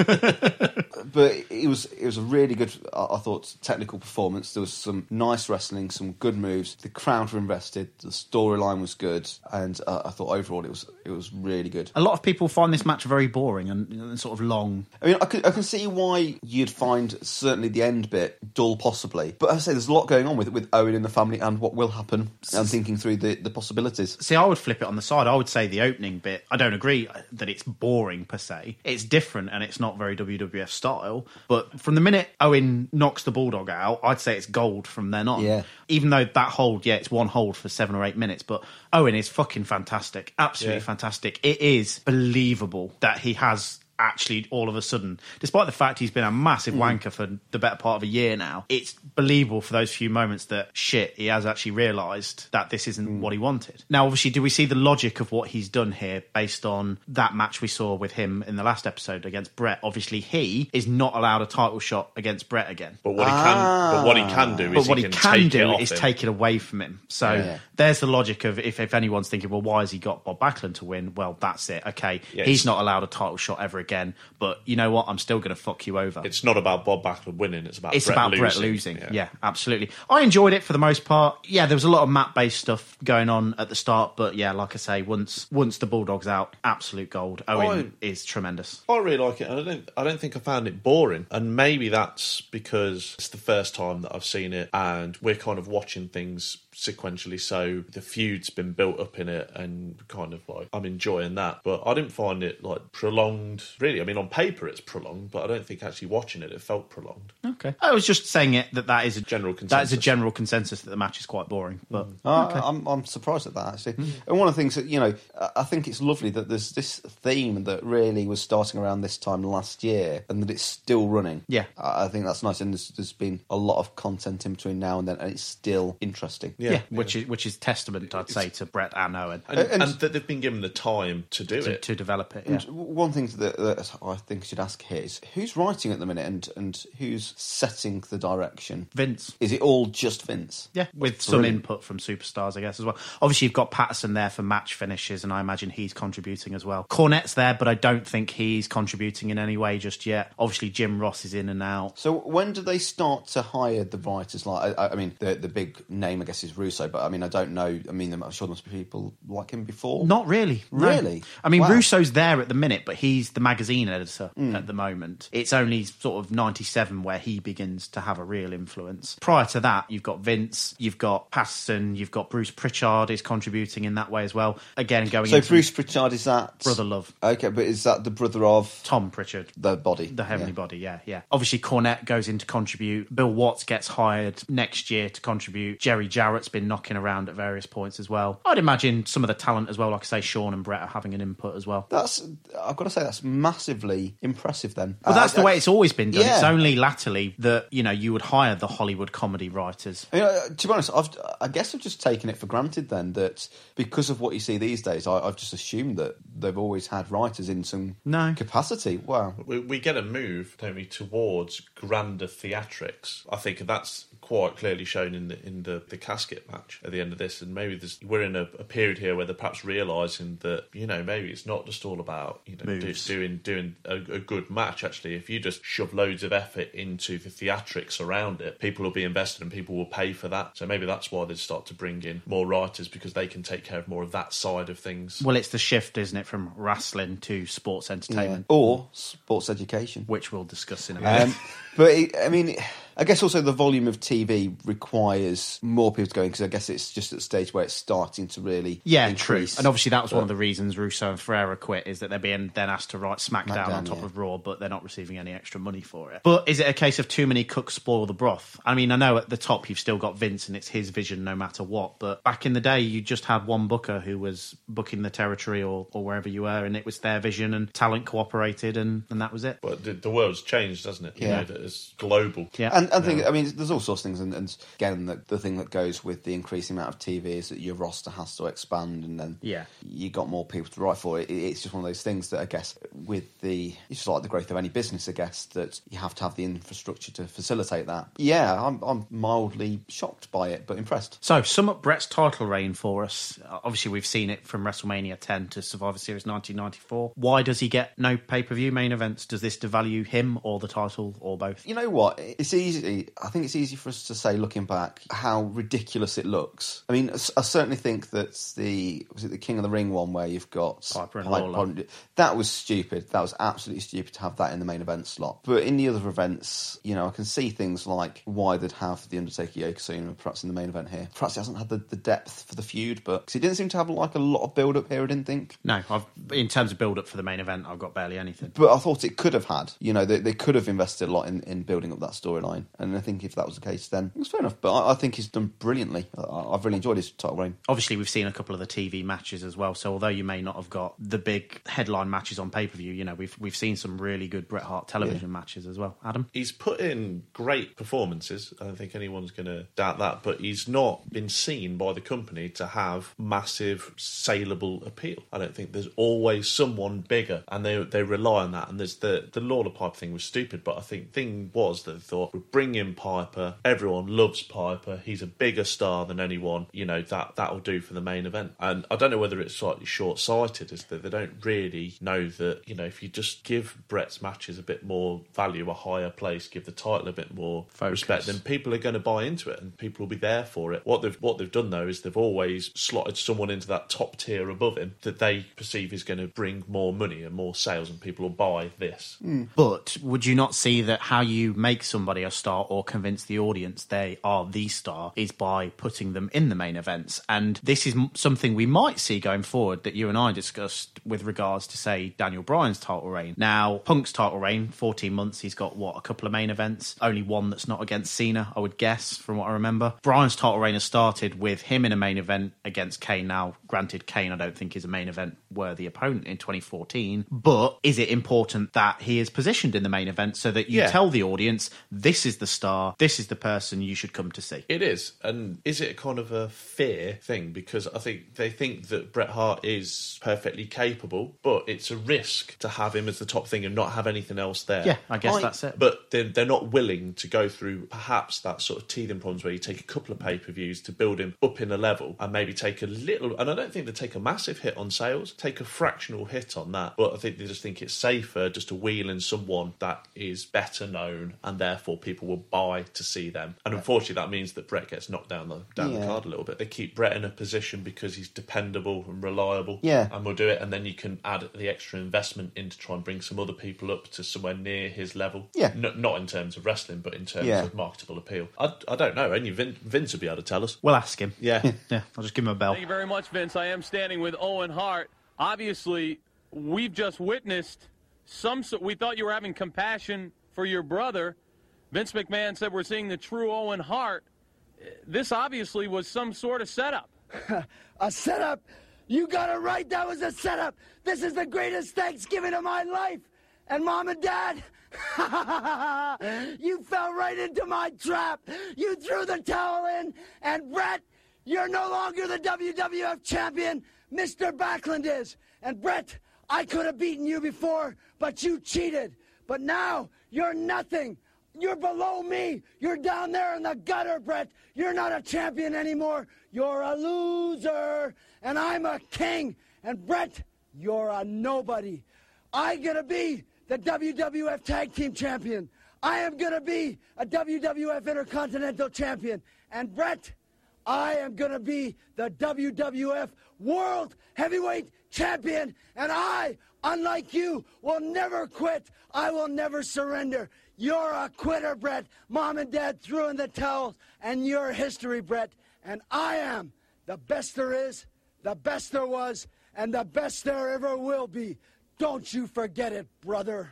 A: but it was it was a really good I I thought technical performance. There was some nice wrestling, some good moves. The crowd were invested. The storyline was good, and uh, I thought overall it was it It was really good.
C: A lot of people find this match very boring and, and sort of long.
A: I mean, I can, I can see why you'd find certainly the end bit dull, possibly. But as I say, there's a lot going on with with Owen and the family and what will happen, and thinking through the, the possibilities.
C: See, I would flip it on the side. I would say the opening bit. I don't agree uh, that it's boring per se. It's different and it's not very WWF style. But from the minute Owen knocks the bulldog out, I'd say it's gold from then on.
A: Yeah.
C: Even though that hold, yeah, it's one hold for seven or eight minutes, but Owen is fucking fantastic. Absolutely
L: Yeah.
C: fantastic. It is believable that he has actually all of a sudden despite the fact he's been a massive
L: Mm.
C: wanker for the better part of a year now it's believable for those few moments that shit he has actually realized that this isn't what he wanted now obviously do we see the logic of what he's done here based on that match we saw with him in the last episode against Brett obviously he is not allowed a title shot against Brett again
B: But what he can- but what he can do is
C: Ah. But
B: he
C: what
B: can take it
C: do
B: off
C: is
B: him.
C: take it away from him so
B: Yeah.
C: there's the logic of if, if anyone's thinking well why has he got Bob Backlund to win well that's it okay
B: Yeah,
C: he's
B: it's-
C: not allowed a title shot ever again but you know what I'm still going to fuck you over
B: It's not about Bob Backlund winning. It's about
C: it's
B: Brett
C: about
B: losing.
C: Brett losing. Yeah. absolutely. I enjoyed it for the most part. Yeah, there was a lot of map based stuff going on at the start, but yeah, like I say, once once the Bulldogs out, absolute gold. Owen is tremendous.
B: I really like it, and I don't. I don't think I found it boring. And maybe that's because it's the first time that I've seen it, and we're kind of watching things sequentially. So the feud's been built up in it, and kind of like I'm enjoying that. But I didn't find it like prolonged. Really, I mean, on paper it's prolonged, but I don't think actually watching it, it felt prolonged.
C: Okay, I was just saying it that that is a
B: general
C: that is a
B: consensus.
C: general consensus that the match is quite boring. But
A: Uh,
C: okay. Hmm.
A: I'm, I'm surprised at that actually. And one of the things that you know, I- I think it's lovely that there's this theme that really was starting around this time last year, and that it's still running.
C: Yeah.
A: I I think that's nice, and there's, there's been a lot of content in between now and then, and it's still interesting.
C: yeah, which is which is testament, I'd say, to Brett and Owen.
A: And- And- and
B: that they've been given the time to do
C: it to develop it.
A: And w- One thing that, that I think I should ask here is who's writing at the minute and, and who's setting the direction?
C: Vince.
A: Is it all just Vince?
C: Yeah, with some input from superstars, I guess, as well. Obviously, you've got Patterson there for match finishes, and I imagine he's contributing as well. Cornette's there, but I don't think he's contributing in any way just yet. Obviously, Jim Ross is in and out.
A: So when do they start to hire the writers? Like, I, I mean, the the big name, I guess, is Russo, but I mean, I don't know. I mean, I'm sure there must be people like him before.
C: Not really. no.
A: Really?
C: I mean,
A: Wow.
C: Russo's there at the minute, but he's the magazine editor
A: Mm.
C: at the moment. It's only sort of 97 where he begins to have a real influence. Prior to that, you've got Vince, you've got Patterson, you've got Bruce Pritchard is contributing in that way as well. Again, going
A: So
C: into
A: Bruce Pritchard is that
C: Brother Love.
A: Okay, but is that the brother of
C: Tom Pritchard,
A: the body,
C: the heavenly
A: Yeah.
C: body, yeah, yeah. Obviously, Cornette goes in to contribute. Bill Watts gets hired next year to contribute. Jerry Jarrett's been knocking around at various points as well. I'd imagine some of the talent as well, like I say, Sean and Brett are having an input as well.
A: That's I've got to say that's massively impressive. Then, Uh,
C: Well, that's
A: I-
C: the
A: I-
C: way it's always been done.
A: Yeah.
C: It's only latterly that you know you would hire the Hollywood comedy writers.
A: I mean, uh, to be honest, I've, I guess I've just taken it for granted then that because of what you see these days, I, I've just assumed that they've always had writers in some
C: no.
A: capacity. Wow.
B: We, we get a move, don't we, towards grander theatrics. I think that's quite clearly shown in the in the, the casket match at the end of this, and maybe there's, we're in a, a period here where they're perhaps realising that you know maybe it's not just all about you know do,
C: Moves.
B: doing doing a, a good match. Actually, if you just shove loads of effort into the theatrics around it, people will be invested and people will pay for that. So maybe that's why they start to bring in more writers because they can take care of more of that side of things.
C: Well, it's the shift, isn't it, from wrestling to sports entertainment
A: Yeah. or sports education,
C: which we'll discuss in a minute.
A: Um, but it, I mean, I guess also the volume of TV requires more people to go in because I guess it's just at the stage where it's starting to really
C: Yeah,
A: increase.
C: true. And obviously, that was one of
A: But-
C: the reasons Russo and Ferreira quit is that they're being then asked to write SmackDown,
A: SmackDown,
C: on top
A: yeah.
C: of Raw, but they're not receiving any extra money for it. But is it a case of too many cooks spoil the broth? I mean, I know at the top you've still got Vince and it's his vision no matter what, but back in the day you just had one booker who was booking the territory or, or wherever you were, and it was their vision and talent cooperated, and, and that was it.
B: But the, the world's changed, hasn't it? You
A: Yeah.
B: know, that it's global.
A: And, and thing, I mean, there's all sorts of things, and, and again, the, the thing that goes with the increasing amount of TV is that your roster has to expand, and then
C: Yeah.
A: you got more people to write for. It, it's just one of those things that I guess with the it's like the growth of any business, I guess, that you have to have the infrastructure to facilitate that. Yeah, I'm, I'm mildly shocked by it, but impressed.
C: So, sum up Brett's title reign for us. Uh, Obviously, we've seen it from WrestleMania 10 to Survivor Series 1994. Why does he get no pay per view main events? Does this devalue him or the title or both?
A: You know what? It's easy. I think it's easy for us to say, looking back, how ridiculous it looks. I mean, I s- I certainly think that the was it the King of the Ring one where you've got
C: Piper and
A: Piper
C: Lawler.
A: that was stupid. That was absolutely stupid to have that in the main event slot. But in the other events, you know, I can see things like why they'd have the Undertaker Yokozuna perhaps in the main event here. Perhaps he hasn't had the, the depth for the feud, but because he didn't seem to have like a lot of build up here. I didn't think.
C: No, I've in terms of build up for the main event, I've got barely anything.
A: But I thought it could have had. You know, they, they could have invested a lot in, in building up that storyline. And I think if that was the case, then it's fair enough. But I, I think he's done brilliantly. I- I, I've really enjoyed his title reign.
C: Obviously, we've seen a couple of the TV matches as well. So although you may not have got the big headline matches on pay per view, you know we've we've seen some really good Bret Hart television matches as well. Adam,
B: He's put in great performances. I don't think anyone's going to doubt that, but he's not been seen by the company to have massive saleable appeal. I don't think there's always someone bigger, and they they rely on that. And there's the the Lawler Piper thing was stupid, but I think thing was that they thought we bring in Piper. Everyone loves Piper. He's a bigger star than anyone. You know that that will do for the main event. And I don't know whether it's slightly short sighted, is that they don't really know that you know if you just give Brett's matches a bit more value, a higher place, give the title a bit more respect, then people are going to buy into it and people will be there for it. What they've what they've done though is they've always slotted someone into that top tier above him that they perceive is going to bring more money and more sales, and people will buy this.
C: But would you not see that how you make somebody a star or convince the audience they are the star is by putting them in the main events? And this is m- something we might see going forward that you and I discussed with regards to, say, Daniel Bryan's title reign. Now, Punk's title reign, 14 months, he's got what, a couple of main events? Only one that's not against Cena, I would guess, from what I remember. Bryan's title reign has started with him in a main event against Kane now. Granted, Kane, I don't think, is a main event worthy opponent in 2014, but is it important that he is positioned in the main event so that you
B: Yeah.
C: tell the audience this is the star, this is the person you should come to see?
B: It is, and is it kind of a fear thing? Because I think they think that Bret Hart is perfectly capable, but it's a risk to have him as the top thing and not have anything else there.
C: Yeah, I guess that's it.
B: But they're, they're not willing to go through perhaps that sort of teething problems where you take a couple of pay per views to build him up in a level and maybe take a little. And I don't think they take a massive hit on sales, take a fractional hit on that. But I think they just think it's safer just to wheel in someone that is better known and therefore people will buy to see them. And unfortunately, that means that Brett gets knocked down the down
A: Yeah.
B: the card a little bit. They keep Brett in a position because he's dependable and reliable.
A: Yeah.
B: And we'll do it. And then you can add the extra investment in to try and bring some other people up to somewhere near his level.
A: Yeah.
B: N- not in terms of wrestling, but in terms
A: Yeah.
B: of marketable appeal. I, I don't know. Only Vin, Vince would be able to tell us.
C: We'll ask him.
B: Yeah.
C: Yeah, I'll just give him a bell.
J: Thank you very much, Vince. I am standing with Owen Hart. Obviously, we've just witnessed some. So- we thought you were having compassion for your brother. Vince McMahon said we're seeing the true Owen Hart. Uh, This obviously was some sort of setup.
D: A setup? You got it right. That was a setup. This is the greatest Thanksgiving of my life. And mom and dad, you fell right into my trap. You threw the towel in. And Brett, you're no longer the WWF champion. Mr. Backlund is. And Brett, I could have beaten you before, but you cheated. But now you're nothing. You're below me. You're down there in the gutter, Brett. You're not a champion anymore. You're a loser. And I'm a king. And Brett, you're a nobody. I'm going to be the WWF Tag Team Champion. I am going to be a WWF Intercontinental Champion. And Brett, I am going to be the WWF World Heavyweight Champion, and I, unlike you, will never quit. I will never surrender. You're a quitter, Brett. Mom and Dad threw in the towels, and you're history, Brett. And I am the best there is, the best there was, and the best there ever will be. Don't you forget it, brother.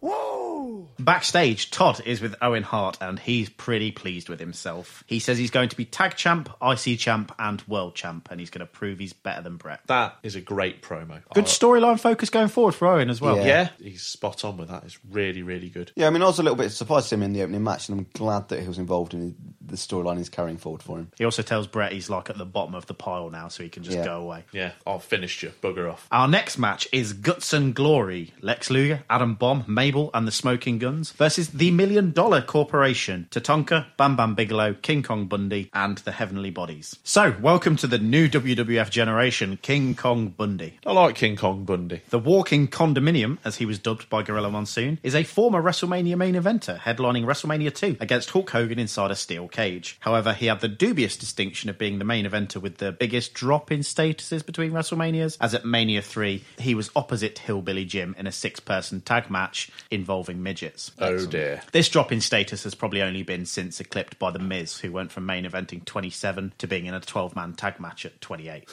D: Woo!
C: Backstage, Todd is with Owen Hart and he's pretty pleased with himself. He says he's going to be tag champ, IC champ, and world champ, and he's going to prove he's better than Brett. Uh,
B: That is a great promo. Oh,
C: Good storyline focus going forward for Owen as well.
B: Yeah. yeah, he's spot on with that. It's really, really good.
A: Yeah, I mean, I was a little bit surprised to him in the opening match, and I'm glad that he was involved in the storyline he's carrying forward for him.
C: He also tells Brett he's like at the bottom of the pile now, so he can just
A: Yeah.
C: go away.
B: Yeah, I've finished you. Bugger off.
C: Our next match is Guts and Glory. Lex Luger, Adam Bomb, Mabel, and the Smoking Guns versus the Million Dollar Corporation, Tatonka, Bam Bam Bigelow, King Kong Bundy, and the Heavenly Bodies. So, welcome to the new WWF generation, King Kong Bundy.
B: I like King Kong Bundy.
C: The Walking Condominium, as he was dubbed by Gorilla Monsoon, is a former WrestleMania main eventer, headlining WrestleMania 2 against Hulk Hogan inside a steel cage. However, he had the dubious distinction of being the main eventer with the biggest drop in statuses between WrestleManias, as at Mania 3, he was opposite Hillbilly Jim in a six person tag match involving midgets.
B: Oh dear.
C: This drop in status has probably only been since eclipsed by The Miz, who went from main eventing 27 to being in a 12 man tag match at 28.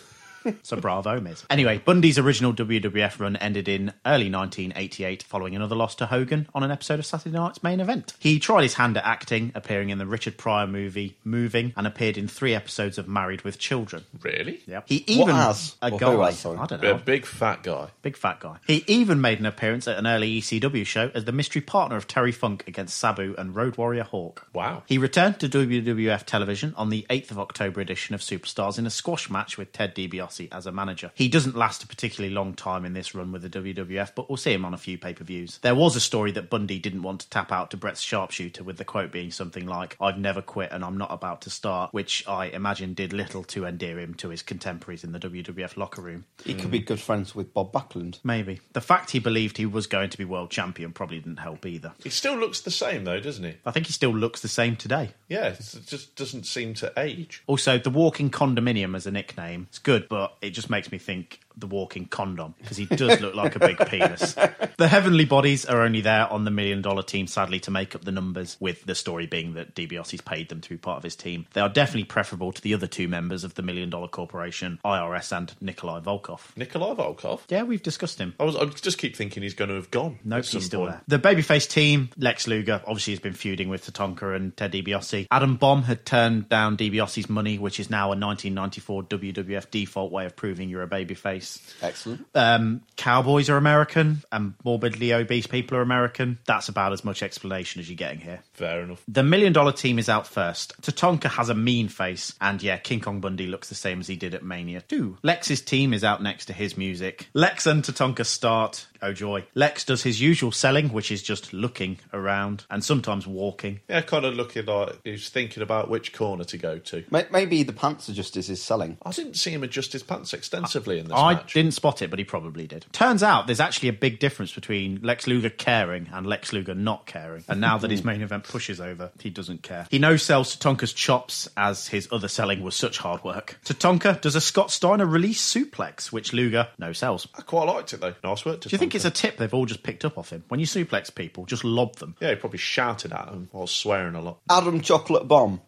C: so bravo, Miz. Anyway, Bundy's original WWF run ended in early 1988 following another loss to Hogan on an episode of Saturday Night's main event. He tried his hand at acting, appearing in the Richard Pryor movie Moving, and appeared in three episodes of Married with Children.
B: Really?
C: Yep. He
A: What
C: even
A: has?
C: a
A: Or who
C: guy.
A: has, sorry?
C: I don't
B: A
C: know.
B: big fat guy.
C: Big fat guy. He even made an appearance at an early ECW show as the mystery partner of Terry Funk against Sabu and Road Warrior Hawk.
B: Wow.
C: He returned to WWF television on the 8th of October edition of Superstars in a squash match with Ted DiBiase as a manager. He doesn't last a particularly long time in this run with the WWF, but we'll see him on a few pay per views. There was a story that Bundy didn't want to tap out to Brett's sharpshooter, with the quote being something like, I've never quit and I'm not about to start, which I imagine did little to endear him to his contemporaries in the WWF locker room.
A: He could be good friends with Bob Backlund.
C: Maybe. The fact he believed he was going to be world champion probably didn't help either.
B: He still looks the same though, doesn't he?
C: I think he still looks the same today.
B: Yeah, it's- it just doesn't seem to age.
C: Also, the walking condominium as a nickname is good, but it just makes me think the walking condom because he does look like a big penis. The heavenly bodies are only there on the million dollar team, sadly, to make up the numbers. With the story being that DiBiase's paid them to be part of his team, they are definitely preferable to the other two members of the million dollar corporation, IRS and Nikolai Volkov.
B: Nikolai Volkov.
C: Yeah, we've discussed him.
B: I was I just keep thinking he's going to have gone.
C: Nope,
B: at some
C: he's still
B: point.
C: there. The babyface team, Lex Luger, obviously has been feuding with Tatonka and Ted DiBiase. Adam Bomb had turned down DiBiase's money, which is now a 1994 WWF default way of proving you're a babyface.
A: Excellent.
C: Um, cowboys are American, and morbidly obese people are American. That's about as much explanation as you're getting here.
B: Fair enough.
C: The million dollar team is out first. Tatonka has a mean face, and yeah, King Kong Bundy looks the same as he did at Mania 2. Lex's team is out next to his music. Lex and Tatonka start. Oh joy. Lex does his usual selling, which is just looking around and sometimes walking.
B: Yeah, kind of looking like he's thinking about which corner to go to.
A: May- Maybe the pants are just as is selling.
B: I didn't see him adjust his pants extensively in this
C: I
B: match.
C: didn't spot it, but he probably did. Turns out there's actually a big difference between Lex Luger caring and Lex Luger not caring. And now that his main event pushes over, he doesn't care. He no sells Tatonka's chops as his other selling was such hard work. Tatonka does a Scott Steiner release suplex, which Luger no sells.
B: I quite liked it though. Nice work.
C: Do you think it's a tip they've all just picked up off him? When you suplex people, just lob them.
B: Yeah, he probably shouted at him while swearing a lot.
A: Adam Chocolate Bomb.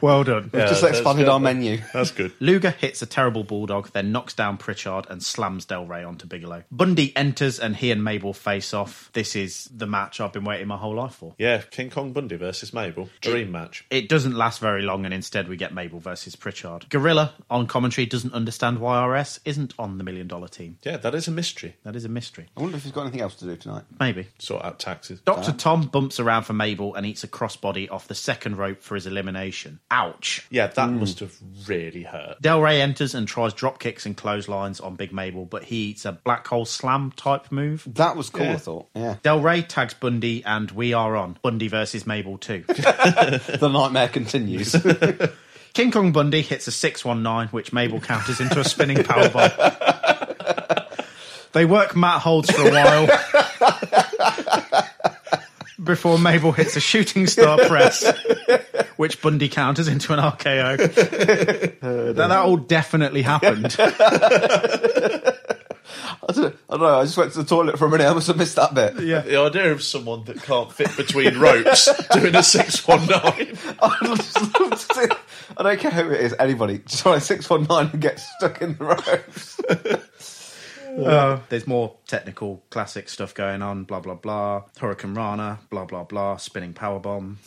C: Well done.
A: We've just
B: that's
A: expanded
B: good.
A: our menu.
B: That's good.
C: Luger hits a terrible bulldog, then knocks down Pritchard and slams Del Rey onto Bigelow. Bundy enters and he and Mabel face off. This is the match I've been waiting my whole life for.
B: Yeah, King Kong Bundy versus Mabel. Dream match.
C: It doesn't last very long, and instead we get Mabel versus Pritchard. Gorilla on commentary doesn't understand why RS isn't on the million dollar team.
B: Yeah, that is a mystery.
C: That is a mystery.
A: I wonder if he's got anything else to do tonight.
C: Maybe.
B: Sort out taxes.
C: Dr. Tom bumps around for Mabel and eats a crossbody off the second rope for his elimination. Ouch.
B: Yeah, that must have really hurt.
C: Del Rey enters and tries drop kicks and clotheslines on Big Mabel, but he eats a black hole slam type move.
A: That was cool,
B: Yeah.
A: I thought. Yeah.
C: Del Rey tags Bundy, and we are on Bundy versus Mabel 2.
A: the nightmare continues.
C: King Kong Bundy hits a 619, which Mabel counters into a spinning powerbomb. they work Matt Holds for a while before Mabel hits a shooting star press, which Bundy counters into an RKO. that, that all definitely happened.
A: I don't, I don't know. I just went to the toilet for a minute. I must have missed that bit.
B: The idea of someone that can't fit between ropes doing a 619.
A: I'd just love to see- I don't care who it is, anybody. Just try 619 and get stuck in the ropes.
C: Uh, there's more technical classic stuff going on, blah, blah, blah. Hurricane Rana, blah, blah, blah. Spinning power bomb.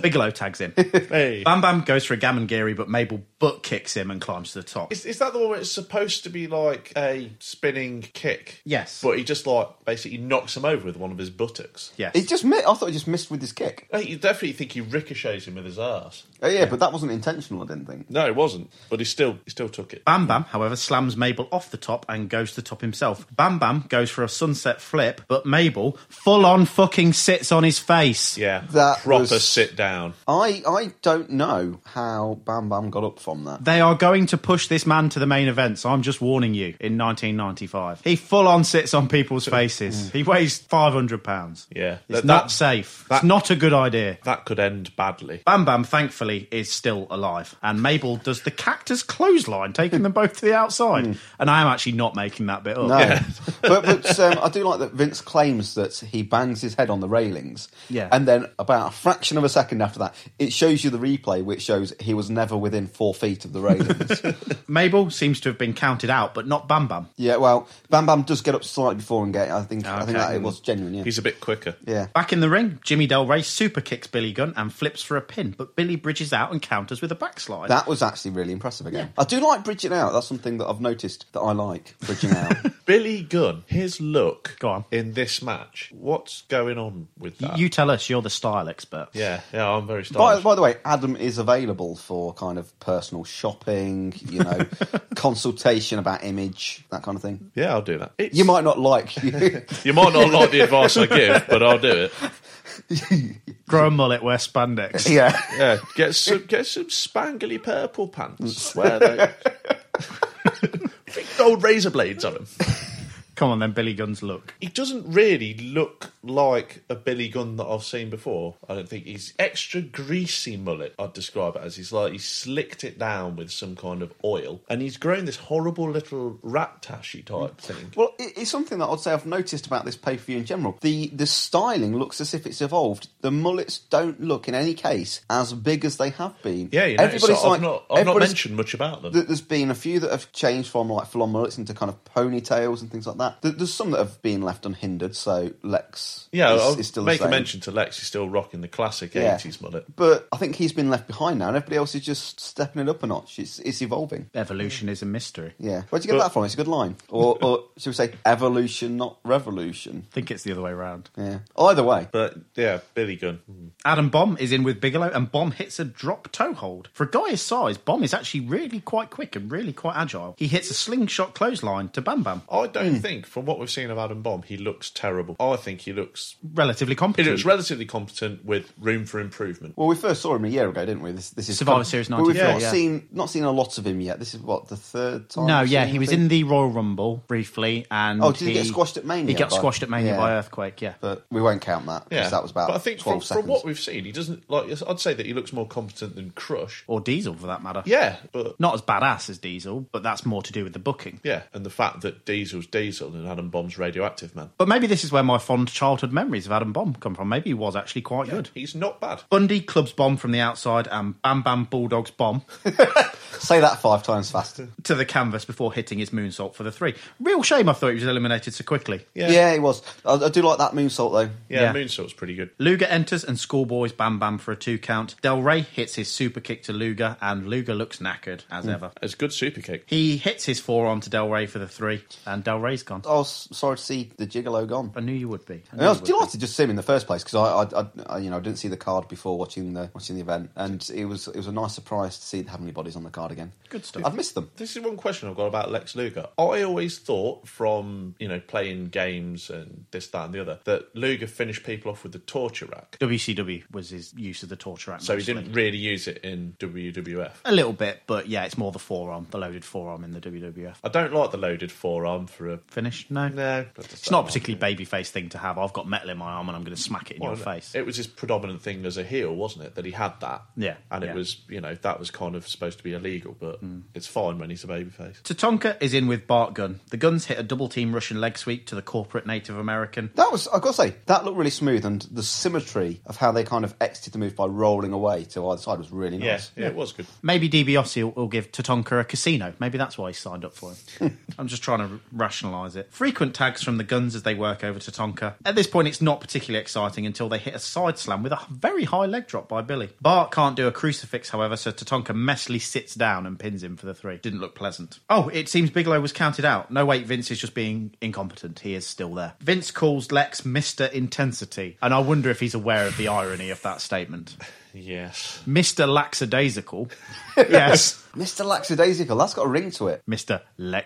C: Bigelow tags in.
B: Hey.
C: Bam Bam goes for a Gammon Geary, but Mabel butt kicks him and climbs to the top.
B: Is, is that the one where it's supposed to be like a spinning kick?
C: Yes.
B: But he just like basically knocks him over with one of his buttocks.
C: yes.
A: He just mi I thought he just missed with his kick.
B: Hey, you definitely think he ricochets him with his ass.
A: Oh, yeah, but that wasn't intentional, I didn't think.
B: No, it wasn't. But he still he still took it.
C: Bam Bam, however, slams Mabel off the top and goes to the top himself. Bam Bam goes for a sunset flip, but Mabel full on fucking sits on his face.
B: Yeah.
A: That
B: proper
A: was-
B: sit down.
A: I, I don't know how Bam Bam got up from that.
C: They are going to push this man to the main event, so I'm just warning you. In 1995, he full on sits on people's faces. he weighs 500 pounds.
B: Mm. Yeah.
C: it's
B: That-
C: not
B: that-
C: safe.
B: that-
C: it's not a good idea.
B: That could end badly.
C: Bam Bam, thankfully, is still alive, and Mabel does the cactus clothesline, taking them both to the outside. And I am actually not making that bit up.
A: Hmm. No, but but um, I do like that Vince claims that he bangs his head on the railings.
C: Yeah.
A: and then about a fraction of a second after that, it shows you the replay, which shows he was never within four feet of the railings.
C: Mabel seems to have been counted out, but not Bam Bam.
A: yeah, well, Bam Bam does get up slightly before and get. I think I
C: Okay.
A: think that it was genuine. Yeah,
B: He's a bit quicker.
A: yeah.
C: Back in the ring, Jimmy Del Rey super kicks Billy Gunn and flips for a pin, but Billy bridges out and counters with a backslide.
A: That was actually really impressive again. I do like bridging out. That's something that I've noticed that I like bridging out.
B: Billy Gunn, his look
C: Go on.
B: in this match. What's going on with
C: Y-
B: that?
C: you tell us, you're the style expert.
B: yeah, yeah, I'm very
A: By,
B: stylish.
A: by the way, Adam is available for kind of personal shopping, you know, consultation about image, that kind of thing.
B: yeah, I'll do that. It's-
A: You might not like you.
B: you might not like the advice I give, but I'll do it.
C: Grow a mullet, wear spandex.
A: yeah.
B: Yeah, get some get some spangly purple pants. Wear those. Big gold razor blades on them.
C: Come on then, Billy Gunn's look.
B: He doesn't really look like a Billy Gunn that I've seen before. I don't think he's extra greasy mullet. I'd describe it as he's like he slicked it down with some kind of oil, and he's grown this horrible little rat tashy type thing.
A: Well, it, it's something that I'd say I've noticed about this pay per view in general. The the styling looks as if it's evolved. The mullets don't look, in any case, as big as they have been.
B: Yeah, you know,
A: Everybody's
B: so I've
A: like-
B: not I've not
A: everybody's-
B: mentioned much about them.
A: th- There's been a few that have changed from like full on mullets into kind of ponytails and things like that. Th- There's some that have been left unhindered. So Lex,
B: yeah,
A: is,
B: I'll
A: is still
B: make
A: the same.
B: a mention to Lex. He's still rocking the classic
A: Yeah.
B: '80s mullet.
A: But I think he's been left behind now, and everybody else is just stepping it up a notch. It's, it's evolving.
C: Evolution is a mystery. I
A: Yeah, where'd you get
B: But-
A: that from? It's a good line, or, or should we say evolution, not revolution?
C: think it's the other way around.
A: Yeah. Either way,
B: But yeah, Billy Gunn.
C: Adam Bomb is in with Bigelow, and Bomb hits a drop toe hold. For a guy his size, Bomb is actually really quite quick and really quite agile. He hits a slingshot clothesline to Bam Bam.
B: I
A: Hmm.
B: don't think, from what we've seen of Adam Bomb, he looks terrible. I think he looks
C: Relatively
B: he
C: competent.
B: looks relatively competent with room for improvement.
A: well, we first saw him a year ago, didn't we? This, this is
C: Survivor
A: kind of-
C: Series
A: but We've
C: 94,
A: not
C: yeah.
A: seen not seen a lot of him yet. This is what the third time.
C: No,
A: we've
C: yeah,
A: seen
C: he
A: him,
C: was
A: I think?
C: in the Royal Rumble briefly, and
A: Oh, did he get squashed at Mania
C: He got
A: by-
C: squashed at Mania
A: Yeah.
C: by Earthquake. Yeah,
A: But we won't count that because
B: Yeah,
A: that was about
B: But I think
A: twelve
B: from,
A: seconds.
B: from what we've seen, he doesn't like. I'd say that he looks more competent than Crush.
C: or Diesel for that matter.
B: Yeah, but
C: not as badass as Diesel, but that's more to do with the booking.
B: yeah, and the fact that Diesel's Diesel and Adam Bomb's radioactive man.
C: But maybe this is where my fond childhood memories of Adam Bomb come from. Maybe he was actually quite good.
B: He's not bad.
C: Bundy clubs bomb from the outside and Bam Bam Bulldogs bomb
A: Say that five times faster.
C: to the canvas before hitting his moonsault for the three. Real shame I thought he was eliminated so quickly.
A: Yeah, yeah he was. I, I do like that moonsault though.
B: Yeah,
C: Yeah.
B: Moonsault's pretty good.
C: Luger enters and schoolboys Bam Bam for a two count. Del Rey hits his super kick to Luger and Luger looks knackered as ever.
B: It's a good super kick.
C: He hits his forearm to Del Rey for the three and Del Rey's gone.
A: I was sorry to see the Gigolo gone.
C: I knew you would be. knew
A: And I was
C: you would be.
A: delighted just to see him in the first place because I, I, I, you know, I didn't see the card before watching the watching the event, and it was it was a nice surprise to see the Heavenly Bodies on the card again.
C: Good stuff.
A: I've missed them.
B: This is one question I've got about Lex Luger. I always thought from, you know, playing games and this, that, and the other, that Luger finished people off with the torture rack.
C: WCW was his use of the torture act.
B: So he
C: mostly.
B: didn't really use it in WWF.
C: A little bit, but yeah, it's more the forearm, the loaded forearm in the WWF.
B: I don't like the loaded forearm for a.
C: Finish? No.
B: No.
C: It's not a particularly babyface thing to have. I've I've got metal in my arm and I'm going to smack it in
B: Well,
C: your face.
B: It was his predominant thing as a heel, wasn't it? That he had that.
C: Yeah,
B: And
C: yeah. Mm.
B: it was, you know, that was kind of supposed to be illegal, but it's fine when he's a babyface.
C: Tatonka is in with Bart Gun. The guns hit a double team Russian leg sweep to the corporate Native American.
A: That was, I've got to say, that looked really smooth, and the symmetry of how they kind of exited the move by rolling away to either side was really
B: Yeah,
A: nice.
B: yeah, it was good.
C: Maybe DiBiase will, will give Tatonka a casino. Maybe that's why he signed up for him. I'm just trying to r- rationalise it. Frequent tags from the guns as they work over Tatonka. At this point, it's not particularly exciting until they hit a side slam with a very high leg drop by Billy. Bart can't do a crucifix, however, so Tatonka messily sits down and pins him for the three. Didn't look pleasant. Oh, it seems Bigelow was counted out. No, wait, Vince is just being incompetent. He is still there. Vince calls Lex Mr. Intensity, and I wonder if he's aware of the irony of that statement.
B: Yes.
C: Mr. Lackadaisical. yes.
A: Mr. Lackadaisical, that's got a ring to it.
C: Mr.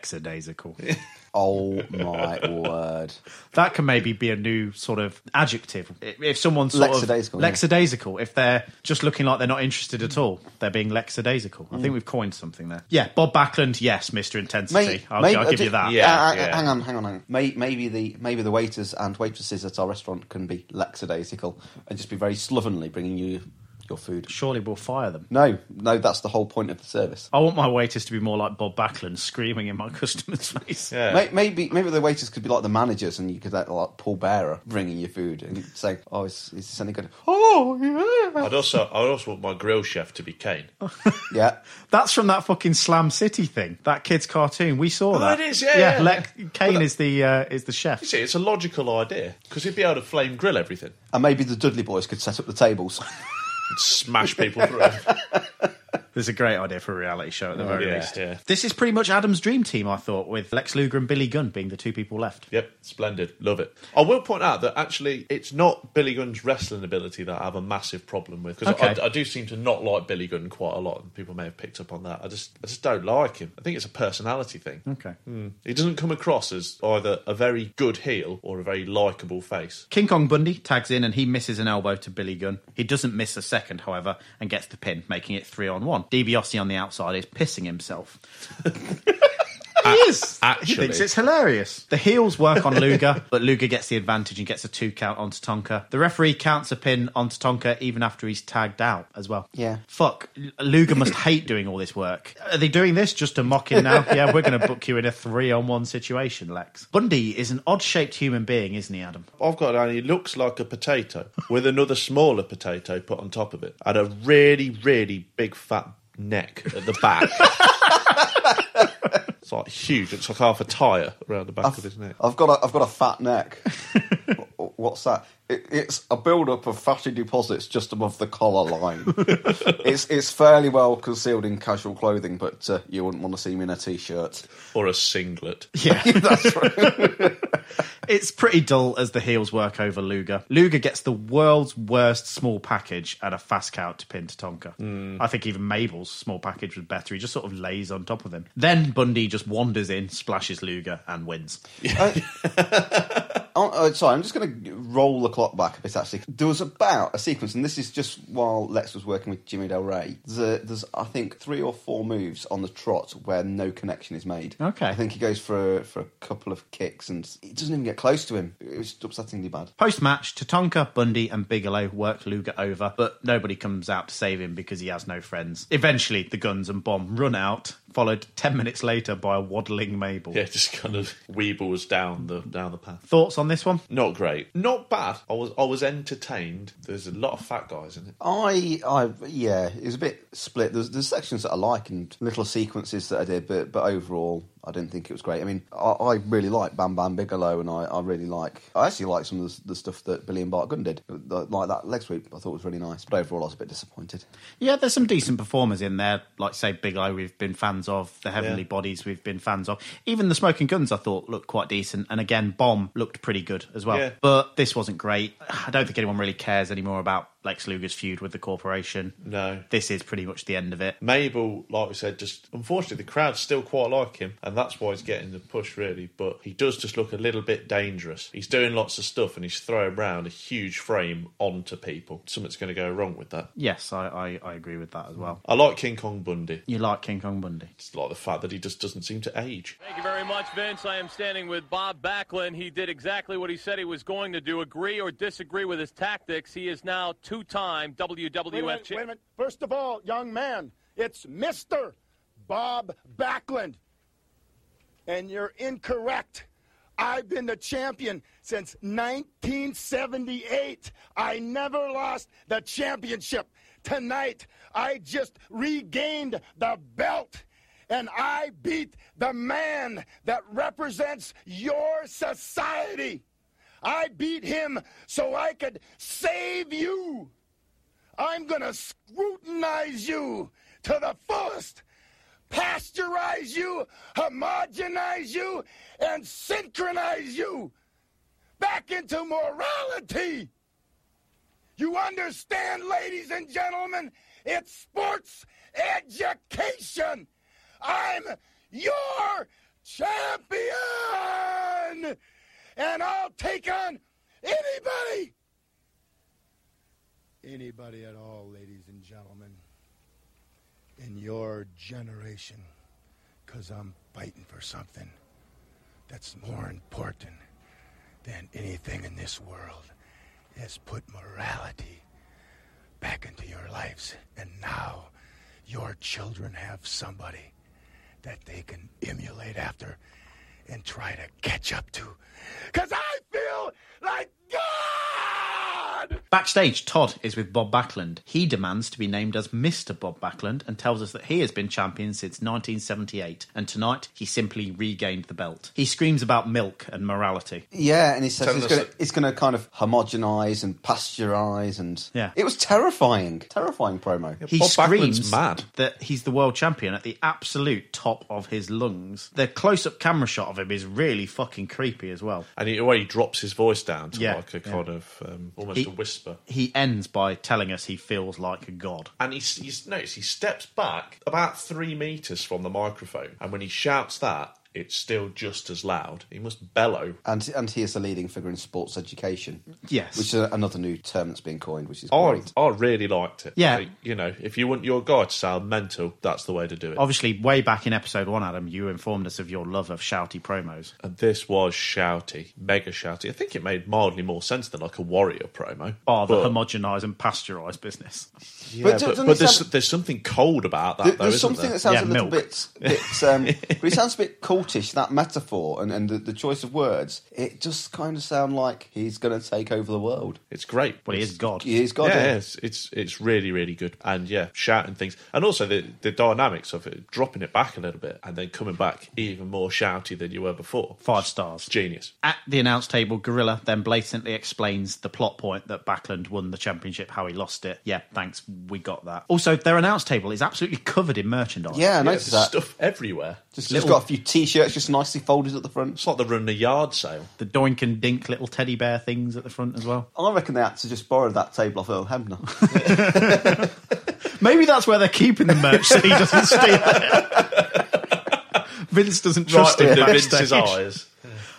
C: Lexadaisical.
A: Oh my word.
C: That can maybe be a new sort of adjective. I- If someone's sort
A: Lackadaisical,
C: of
A: yeah.
C: lexadaisical, if they're just looking like they're not interested at all, they're being lexadaisical.
B: Mm.
C: I think we've coined something there. Yeah, Bob Backlund, yes, Mr. Intensity.
A: May-
C: I'll,
A: may-
C: I'll
A: uh,
C: give
A: d-
C: you that.
A: uh, uh,
B: yeah.
A: Hang on, hang on, hang on. May- Maybe the maybe the waiters and waitresses at our restaurant can be lackadaisical and just be very slovenly bringing you your food.
C: Surely we'll fire them.
A: No, no, that's the whole point of the service.
C: I want my waiters to be more like Bob Backlund screaming in my customer's face.
B: Yeah.
A: May- Maybe maybe the waiters could be like the managers, and you could act like Paul Bearer bringing your food and saying, "Oh, is, is this any good?" Oh, yeah.
B: I'd also, I'd also want my grill chef to be Kane. Oh,
A: yeah.
C: That's from that fucking Slam City thing, that kid's cartoon. We saw that.
B: Oh, it is, yeah, yeah.
C: Lex- Kane is the uh, is the chef.
B: You see, it's a logical idea because he'd be able to flame grill everything
A: And maybe the Dudley boys could set up the tables.
B: and smash people through. it.
C: There's a great idea for a reality show at the very
B: Oh, yeah,
C: least.
B: yeah.
C: This is pretty much Adam's dream team, I thought, with Lex Luger and Billy Gunn being the two people left.
B: Yep, splendid. Love it. I will point out that actually it's not Billy Gunn's wrestling ability that I have a massive problem with because
C: Okay.
B: I, I do seem to not like Billy Gunn quite a lot, and people may have picked up on that. I just, I just don't like him. I think it's a personality thing. Mm.
C: Okay.
B: He doesn't come across as either a very good heel or a very likable face.
C: King Kong Bundy tags in and he misses an elbow to Billy Gunn. He doesn't miss a second, however, and gets the pin, making it three on one. DiBiase on the outside is pissing himself. he is.
B: actually.
C: He thinks it's hilarious. The heels work on Luger, but Luger gets the advantage and gets a two count onto Tonka. The referee counts a pin onto Tonka even after he's tagged out as well.
A: Yeah.
C: Fuck. L- Luger must hate doing all this work. Are they doing this just to mock him now? yeah, we're going to book you in a three on one situation, Lex. Bundy is an odd shaped human being, isn't he, Adam?
B: I've got it down, he looks like a potato with another smaller potato put on top of it and a really, really big fat neck at the back. it's like huge. It's like half a tyre around the back of his neck.
A: I've got a, I've got a fat neck. Wh- What's that? It, it's a build-up of fatty deposits just above the collar line. it's it's fairly well concealed in casual clothing, but uh, you wouldn't want to see me in a t-shirt.
B: Or a singlet.
C: Yeah.
A: That's right.
C: It's pretty dull as the heels work over Luger. Luger gets the world's worst small package and a fast count to pin to Tonka. I think even Mabel's small package was better. He just sort of lays on top of him. Then Bundy just wanders in, splashes Luger, and wins.
A: Oh, oh, sorry, I'm just going to roll the clock back a bit. Actually, there was about a sequence, and this is just while Lex was working with Jimmy Del Rey. There's, a, there's I think, three or four moves on the trot where no connection is made.
C: Okay.
A: I think he goes for a, for a couple of kicks, and it doesn't even get close to him. It was upsettingly bad.
C: Post match, Tatonka, Bundy, and Bigelow work Luger over, but nobody comes out to save him because he has no friends. Eventually, the guns and bomb run out, followed 10 minutes later by a waddling Mabel.
B: Yeah, just kind of weebles down the down the path.
C: Thoughts on this one?
B: Not great. Not bad. I was I was entertained. There's a lot of fat guys in it.
A: I, I, yeah, it was a bit split. There's, there's sections that I like and little sequences that I did, but but overall, I didn't think it was great. I mean, I, I really like Bam Bam Bigelow, and I, I really like, I actually like some of the, the stuff that Billy and Bart Gunn did, like that leg sweep. I thought was really nice, but overall, I was a bit disappointed.
C: Yeah, there's some decent performers in there, like say Bigelow, we've been fans of the Heavenly
B: Yeah.
C: Bodies, we've been fans of even the Smoking Guns. I thought looked quite decent, and again, Bomb looked pretty good as well.
B: Yeah.
C: But this wasn't great. I don't think anyone really cares anymore about Lex Luger's feud with the corporation.
B: No.
C: This is pretty much the end of it.
B: Mabel, like we said, just unfortunately the crowd still quite like him, and that's why he's getting the push really. But he does just look a little bit dangerous. He's doing lots of stuff and he's throwing around a huge frame onto people. Something's going to go wrong with that.
C: Yes, I, I, I agree with that as well.
B: I like King Kong Bundy.
C: You like King Kong Bundy?
B: It's like the fact that he just doesn't seem to age.
J: Thank you very much, Vince. I am standing with Bob Backlund. He did exactly what he said he was going to do. Agree or disagree with his tactics. He is now two time WWF
D: wait a minute, wait a minute. First of all, young man, it's Mr. Bob Backlund. And you're incorrect. I've been the champion since 1978. I never lost the championship. Tonight, I just regained the belt. And I beat the man that represents your society. I beat him so I could save you. I'm going to scrutinize you to the fullest, pasteurize you, homogenize you, and synchronize you back into morality. You understand, ladies and gentlemen? It's sports education. I'm your champion, and I'll take on anybody anybody at all, ladies and gentlemen, in your generation, because I'm fighting for something that's more important than anything in this world. It's put morality back into your lives, and now your children have somebody that they can emulate after and try to catch up to. Because I feel like God!
C: Backstage, Todd is with Bob Backlund. He demands to be named as Mr. Bob Backlund and tells us that he has been champion since 1978, and tonight he simply regained the belt. He screams about milk and morality.
A: Yeah, and he says he's gonna, it's going to kind of homogenize and pasteurize, and
C: Yeah.
A: it was terrifying, terrifying promo.
C: He screams that he's the world champion at the absolute top of his lungs. The close up camera shot of him is really fucking creepy as well.
B: And he, the way he drops his voice down to
C: Yeah,
B: like a
C: yeah.
B: kind of um, almost
C: He-
B: a whisper.
C: He ends by telling us he feels like a god.
B: And he's, he's notice he steps back about three meters from the microphone, and when he shouts that, it's still just as loud. He must bellow.
A: And and he is the leading figure in sports education.
B: Yes. Oh,
A: which is another new term that's been coined, which is
B: I,
A: great.
B: I really liked it.
C: Yeah.
B: Like, you know, if you want your guy to sound mental, that's the way to do it.
C: Obviously, way back in episode one, Adam, you informed us of your love of shouty promos.
B: And this was shouty, mega shouty. I think it made mildly more sense than like a warrior promo.
C: Bar Oh, the
B: But-
C: homogenise and pasteurise business.
B: Yeah,
A: But
B: but,
A: doesn't
B: but
A: it
B: there's
A: sound-
B: there's something cold about that.
A: There-
B: though,
A: there's
B: isn't
A: something
B: there?
A: that sounds a little bit, bit um, but it sounds a bit cultish. That metaphor and, and the, the choice of words, it just kind of sound like he's going to take over the world.
B: It's great. Well,
C: he is God.
A: He is God.
B: Yeah,
A: isn't he?
B: it's, it's it's really really good. And yeah, shouting things, and also the the dynamics of it, dropping it back a little bit, and then coming back even more shouty than you were before.
C: Five stars.
B: Genius.
C: At the announce table, Gorilla then blatantly explains the plot point that Backlund won the championship, how he lost it. Yeah, thanks, we got that. Also, their announce table is absolutely covered in merchandise.
A: Yeah, I noticed
B: there's
A: that.
B: stuff everywhere.
A: Just,
B: Little-
A: just got a few t-shirts just nicely folded at the front.
B: It's like the run the yard sale.
C: The doink and dink little teddy bear things at the front as well.
A: I reckon they had to just borrow that table off Earl Hebner.
C: Maybe that's where they're keeping the merch so he doesn't steal it. Vince doesn't trust
B: right
C: him
B: under
C: backstage.
B: Vince's eyes.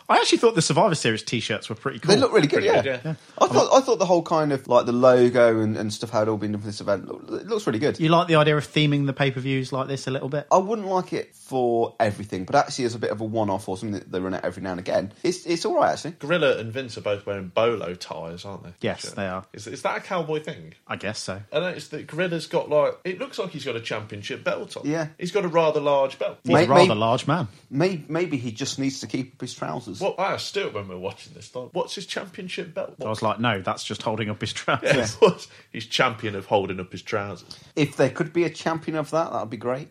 C: I actually thought the Survivor Series T-shirts were pretty cool.
A: They look really good,
B: Pretty
A: yeah.
B: good, yeah.
A: I thought I thought the whole kind of like the logo and, and stuff how it all been done for this event. look- It looks really good.
C: you like the idea of theming the pay-per-views like this a little bit?
A: I wouldn't like it for everything, but actually as a bit of a one-off or something that they run out every now and again, it's it's all right actually.
B: Gorilla and Vince are both wearing bolo ties, aren't they?
C: Yes, they are.
B: Is, is that a cowboy thing?
C: I guess so.
B: I noticed that Gorilla's got like it looks like he's got a championship belt on.
A: Yeah.
B: he's got a rather large belt.
C: He's
A: May-
C: a rather
A: may-
C: large man.
A: Maybe, maybe he just needs to keep up his trousers.
B: What I asked Stuart when we were watching this, like, what's his championship belt?
C: I was like, no, that's just holding up his trousers.
B: Yeah, what's- he's champion of holding up his trousers.
A: If there could be a champion of that, that'd be great.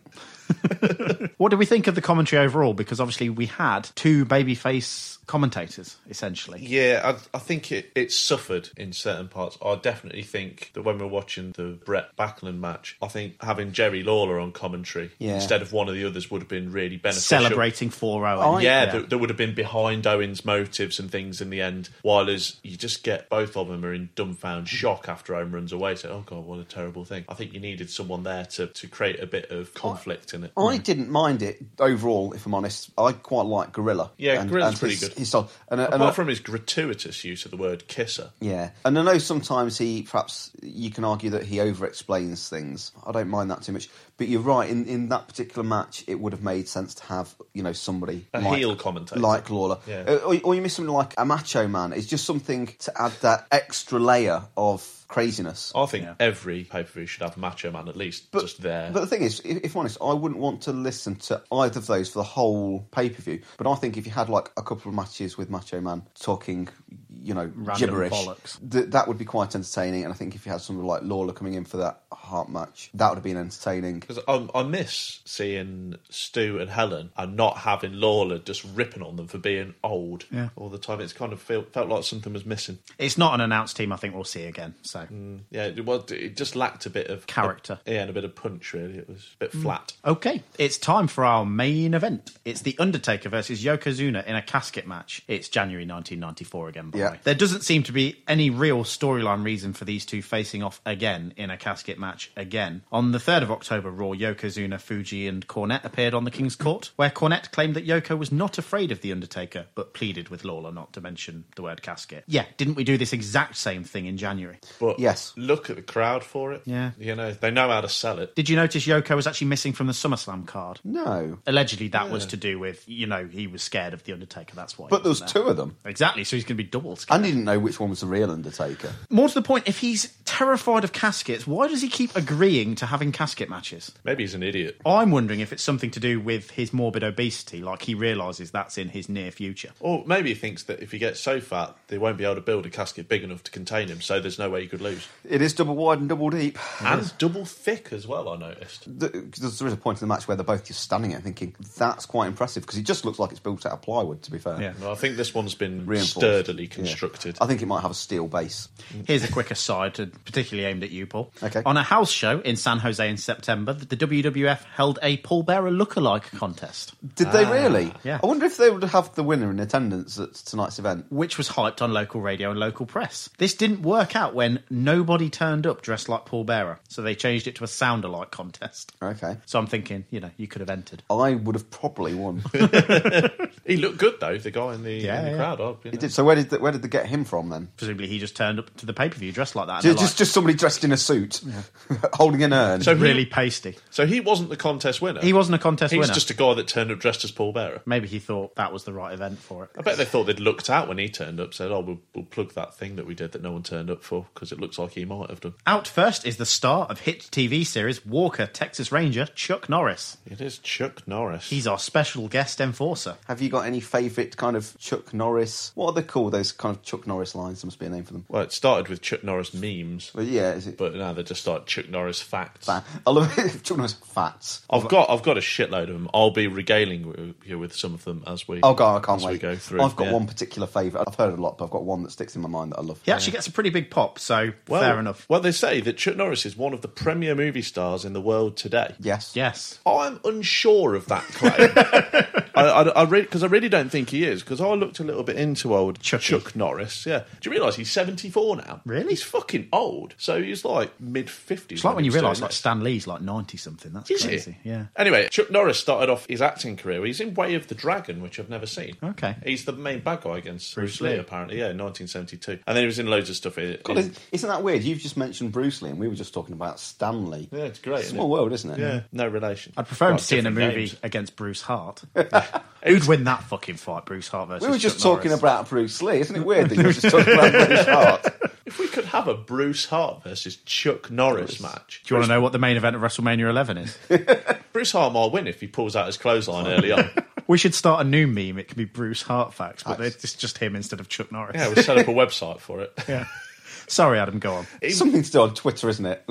C: what do we think of the commentary overall? Because obviously we had two babyface commentators, essentially.
B: Yeah, I, I think it, it suffered in certain parts. I definitely think that when we're watching the Brett Backlund match, I think having Jerry Lawler on commentary
C: Yeah.
B: instead of one of the others would have been really beneficial.
C: Celebrating oh for Owen.
B: Oh, yeah, That, that would have been behind Owen's motives and things in the end. While as you just get both of them are in dumbfound shock after Owen runs away, so oh god, what a terrible thing. I think you needed someone there to, to create a bit of conflict in it.
A: I didn't mind it overall, if I'm honest. I quite like Gorilla.
B: Yeah,
A: and,
B: Gorilla's
A: and
B: pretty
A: his-
B: good.
A: His style. And,
B: Apart
A: and I-
B: from his gratuitous use of the word kisser.
A: Yeah, and I know sometimes he perhaps you can argue that he over-explains things. I don't mind that too much, but you're right. In in that particular match, it would have made sense to have you know somebody
B: A
A: like,
B: heel commentator.
A: like Lawler,
B: Yeah.
A: Uh, or, or you miss something like a Macho Man. It's just something to add that extra layer of craziness.
B: I think every pay per view should have Macho Man at least just there.
A: But the thing is, if, if I'm honest, I wouldn't want to listen to either of those for the whole pay per view. But I think if you had like a couple of matches with Macho Man talking, you know,
C: Random
A: gibberish,
C: bollocks.
A: th- that would be quite entertaining. And I think if you had someone like Lawler coming in for that heart match, that would have been entertaining.
B: Because I, I miss seeing Stu and Helen and not having Lawler just ripping on them for being old
C: Yeah.
B: all the time. It's kind of felt, felt like something was missing.
C: It's not an announced team I think we'll see again. So
B: Yeah, it, well, it just lacked a bit of
C: Character.
B: yeah, and a bit of punch. Really, it was a bit
C: Mm.
B: flat.
C: Okay, it's time for our main event. It's The Undertaker versus Yokozuna in a casket match. It's January 1994 again, by the
A: Yeah.
C: way. There doesn't seem to be any real storyline reason for these two facing off again in a casket match again. On the 3rd of October, Raw, Yokozuna, Fuji, and Cornette appeared on the King's Court, where Cornette claimed that Yoko was not afraid of The Undertaker, but pleaded with Lawler not to mention the word casket. Yeah, didn't we do this exact same thing in January?
B: But
A: yes,
B: look at the crowd for it.
C: Yeah.
B: you know they know how to sell it.
C: Did you notice Yoko was actually missing from the SummerSlam card?
A: No.
C: Allegedly, that
B: Yeah.
C: was to do with, you know, he was scared of The Undertaker. That's why.
A: But there was two of them.
C: Exactly, so he's going to be double scared.
A: And he didn't know which one was the real Undertaker.
C: More to the point, if he's terrified of caskets, why does he keep agreeing to having casket matches?
B: Maybe he's an idiot.
C: I'm wondering if it's something to do with his morbid obesity, like he realises that's in his near future.
B: Or maybe he thinks that if he gets so fat, they won't be able to build a casket big enough to contain him, so there's no way he could lose.
A: It is double wide and double deep.
B: and double thick as well, I noticed.
A: Th- 'cause There is a point in the match where they're both just standing there thinking, that's quite impressive because it just looks like it's built out of plywood, to be fair.
B: No, I think this one's been
A: Reinforced.
B: sturdily
A: Yeah.
B: constructed.
A: I think it might have a steel base.
C: Here's a quick aside, to- particularly aimed at you, Paul.
A: Okay.
C: On a house show in San Jose in September, the WWF held a Paul Bearer lookalike contest.
A: Did
B: Ah,
A: they really?
C: Yeah.
A: I wonder if they would have the winner in attendance at tonight's event.
C: which was hyped on local radio and local press. This didn't work out when nobody turned up dressed like Paul Bearer, so they changed it to a sound alike contest.
A: Okay.
C: So I'm thinking, you know, you could have entered.
A: I would have probably won.
B: He looked good though, the guy in the,
C: Yeah,
B: in the
C: yeah.
B: crowd. I, you
A: He
B: know.
A: did. So where did the, where did they get him from then?
C: Presumably he just turned up to the pay per view dressed like that. and
A: Just,
C: they're
A: just, just somebody dressed in a suit, holding an urn.
B: So
C: like, really pasty.
B: So he wasn't the contest winner.
C: He wasn't a contest
B: He's
C: winner.
B: just a guy that turned up dressed as Paul Bearer.
C: Maybe he thought that was the right event for it.
B: I bet they thought they'd looked out when he turned up. Said, "Oh, we'll, we'll plug that thing that we did that no one turned up for because it looks like he might have done."
C: Out first is the star of hit TV series Walker, Texas Ranger, Chuck Norris.
B: It is Chuck Norris.
C: He's our special guest enforcer.
A: have you got any favourite kind of Chuck Norris? What are they called? Those kind of Chuck Norris lines. There must be a name for them.
B: Well, it started with Chuck Norris memes,
A: But yeah, is it?
B: but now they just start Chuck Norris facts.
A: I love it. Chuck Norris fats.
B: I've got I've got a shitload of them. I'll be regaling w- you with some of them as we.
A: Oh god, I can't
B: as
A: wait.
B: We go through.
A: I've got
B: Yeah.
A: one particular favourite. I've heard a lot, but I've got one that sticks in my mind that I love.
C: He actually gets a pretty big pop, so
B: Well,
C: fair enough.
B: Well, they say that Chuck Norris is one of the premier movie stars in the world today.
A: Yes.
C: Yes.
B: I'm unsure of that claim. I, I, I re- because I really don't think he is. Because I looked a little bit into old
C: Chucky.
B: Chuck Norris. Yeah, do you realise he's 74 now?
C: Really?
B: He's fucking old. So he's like mid 50s.
C: It's like when you realise like
B: that.
C: Stan Lee's like ninety something. That's
B: Is
C: crazy.
B: he?
C: Yeah.
B: Anyway, Chuck Norris started off his acting career. He's in Way of the Dragon, which I've never seen.
C: Okay.
B: He's the main bad guy against
C: Bruce
B: Bruce,
C: Lee.
B: Lee, apparently. Yeah, in 1972. And then he was in loads of stuff. In,
A: God,
B: in-
A: is- isn't that weird? You've just mentioned Bruce Lee, and we were just talking about Stanley.
B: yeah, it's great. isn't
A: Small
B: it?
A: world, isn't it?
B: Yeah, no relation.
C: I'd prefer him
B: Well,
C: to see in a
B: different
C: movie
B: names.
C: against Bruce Hart. Who'd win that fucking fight, Bruce Hart versus?
A: We were just
C: Chuck
A: talking
C: Norris?
A: about Bruce Lee. Isn't it weird that you were just talking about Bruce Hart?
B: If we could have a Bruce Hart versus Chuck Norris match,
C: Do you want to know what the main event of WrestleMania 11 is?
B: Bruce Hart might win if he pulls out his clothesline early on.
C: we should start a new meme. It can be Bruce Hart facts, but
A: Facts.
C: it's just him instead of Chuck Norris.
B: Yeah, we'll set up a website for it.
C: Yeah. Sorry, Adam, go on.
A: He, Something to do on Twitter, isn't it?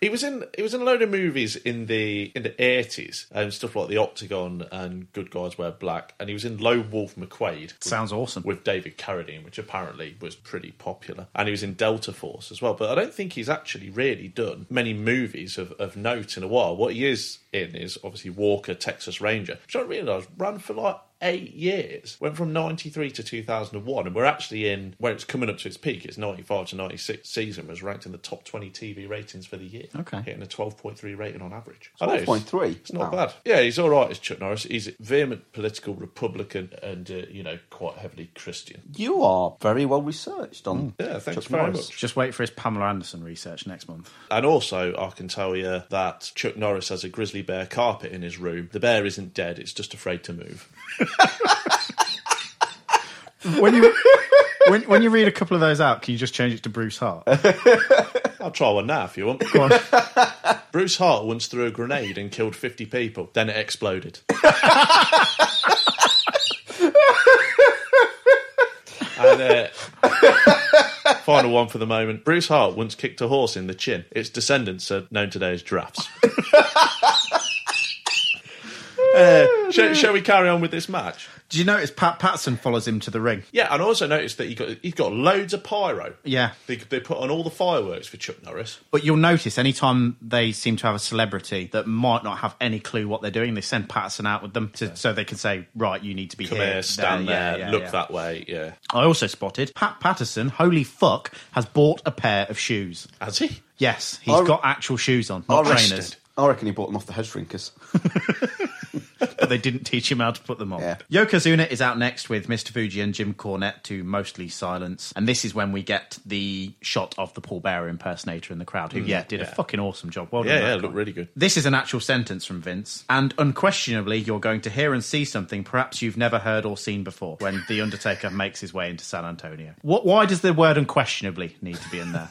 B: he was in he was in a load of movies in the in the eighties and stuff like The Octagon and Good Guys Wear Black, and he was in Low Wolf McQuade. With,
C: Sounds awesome
B: with David Carradine, which apparently was pretty popular, and he was in Delta Force as well. But I don't think he's actually really done many movies of, of note in a while. What he is in is obviously Walker, Texas Ranger, which I realised ran for like eight years. Went from 93 to 2001, and we're actually in, where it's coming up to its peak, it's 95 to 96 season, was ranked in the top 20 TV ratings for the year.
C: Okay.
B: Hitting a 12.3 rating on average.
A: 12.3?
B: It's, it's not wow. bad. Yeah, he's all right as Chuck Norris. He's a vehement political Republican and, uh, you know, quite heavily Christian.
A: You are very well researched on mm.
B: Yeah, thanks Chuck very Norris. much.
C: Just wait for his Pamela Anderson research next month.
B: And also, I can tell you that Chuck Norris has a grizzly bear carpet in his room. The bear isn't dead, it's just afraid to move.
C: when you when, when, you read a couple of those out, can you just change it to Bruce Hart?
B: I'll try one now if you want. Bruce Hart once threw a grenade and killed fifty people. Then it exploded. and, uh, final one for the moment. Bruce Hart once kicked a horse in the chin. Its descendants are known today as giraffes. Uh, shall, shall, we carry on with this match?
C: Do you notice Pat Patson follows him to the ring?
B: Yeah, and I also noticed that he got he's got loads of pyro.
C: Yeah,
B: they, they, put on all the fireworks for Chuck Norris.
C: But you'll notice anytime they seem to have a celebrity that might not have any clue what they're doing, they send Patson out with them to, yeah. so they can say, "Right, you need to be
B: Come
C: here,
B: here stand there, there yeah, yeah, look that way." Yeah.
C: I also spotted Pat Patterson. Holy fuck, has bought a pair of shoes.
B: Has he?
C: Yes, he's I, got actual shoes on, not arrested. trainers.
A: I reckon he bought them off the head shrinkers.
C: but they didn't teach him how to put them on. Yeah. Yokozuna is out next with Mr. Fuji and Jim Cornette to mostly silence. And this is when we get the shot of the Paul Bearer impersonator in the crowd, who, mm, yeah, did yeah. a fucking awesome job. Well
B: yeah,
C: done.
B: Yeah, looked really good.
C: This is an actual sentence from Vince. And unquestionably, you're going to hear and see something perhaps you've never heard or seen before when The Undertaker makes his way into San Antonio. What, why does the word unquestionably need to be in there?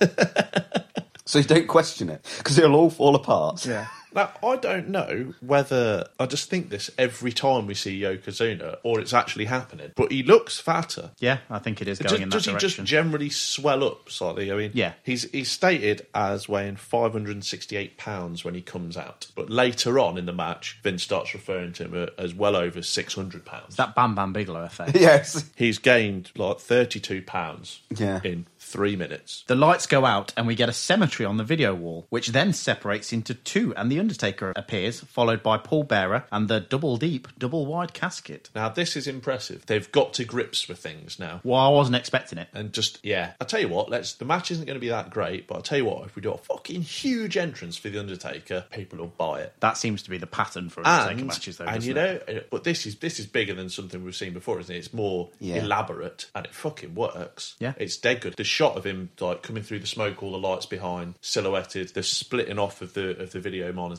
A: so you don't question it, because it'll all fall apart.
C: Yeah.
B: Now, I don't know whether I just think this every time we see Yokozuna or it's actually happening, but he looks fatter.
C: Yeah, I think it is going
B: does,
C: in that
B: Does
C: direction.
B: he just generally swell up slightly? I mean,
C: yeah.
B: he's, he's stated as weighing 568 pounds when he comes out, but later on in the match, Vince starts referring to him as well over 600 pounds.
C: That Bam Bam Bigelow effect.
A: yes.
B: He's gained like 32 pounds
A: yeah.
B: in three minutes.
C: The lights go out, and we get a cemetery on the video wall, which then separates into two, and The Undertaker appears, followed by Paul Bearer and the double deep, double wide casket.
B: Now, this is impressive. They've got to grips with things now.
C: Well, I wasn't expecting it.
B: And just, yeah. i tell you what, let's. the match isn't going to be that great, but I'll tell you what, if we do a fucking huge entrance for The Undertaker, people will buy it.
C: That seems to be the pattern for Undertaker and, matches, though.
B: And, you
C: it?
B: know, uh, but this is this is bigger than something we've seen before, isn't it? It's more yeah. elaborate, and it fucking works.
C: Yeah.
B: It's dead good. The shot of him like coming through the smoke, all the lights behind, silhouetted, the splitting off of the of the video monitors.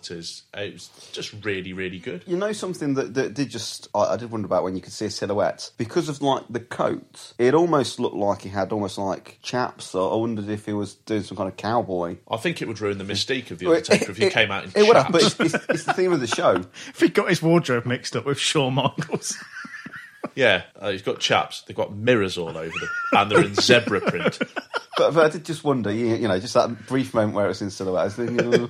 B: It was just really, really good.
A: You know something that, that did just I, I, did wonder about when you could see a silhouette because of like the coat. It almost looked like he had almost like chaps. So I wondered if he was doing some kind of cowboy.
B: I think it would ruin the mystique of the Undertaker it, if he came out in
A: it
B: chaps.
A: Would have, but it's, it's, it's the theme of the show.
C: if he got his wardrobe mixed up with Shawn Michaels.
B: Yeah, uh, he's got chaps. They've got mirrors all over them, and they're in zebra print.
A: but, but, I did just wonder, you, you, know, just that brief moment where it's in silhouette. Thinking,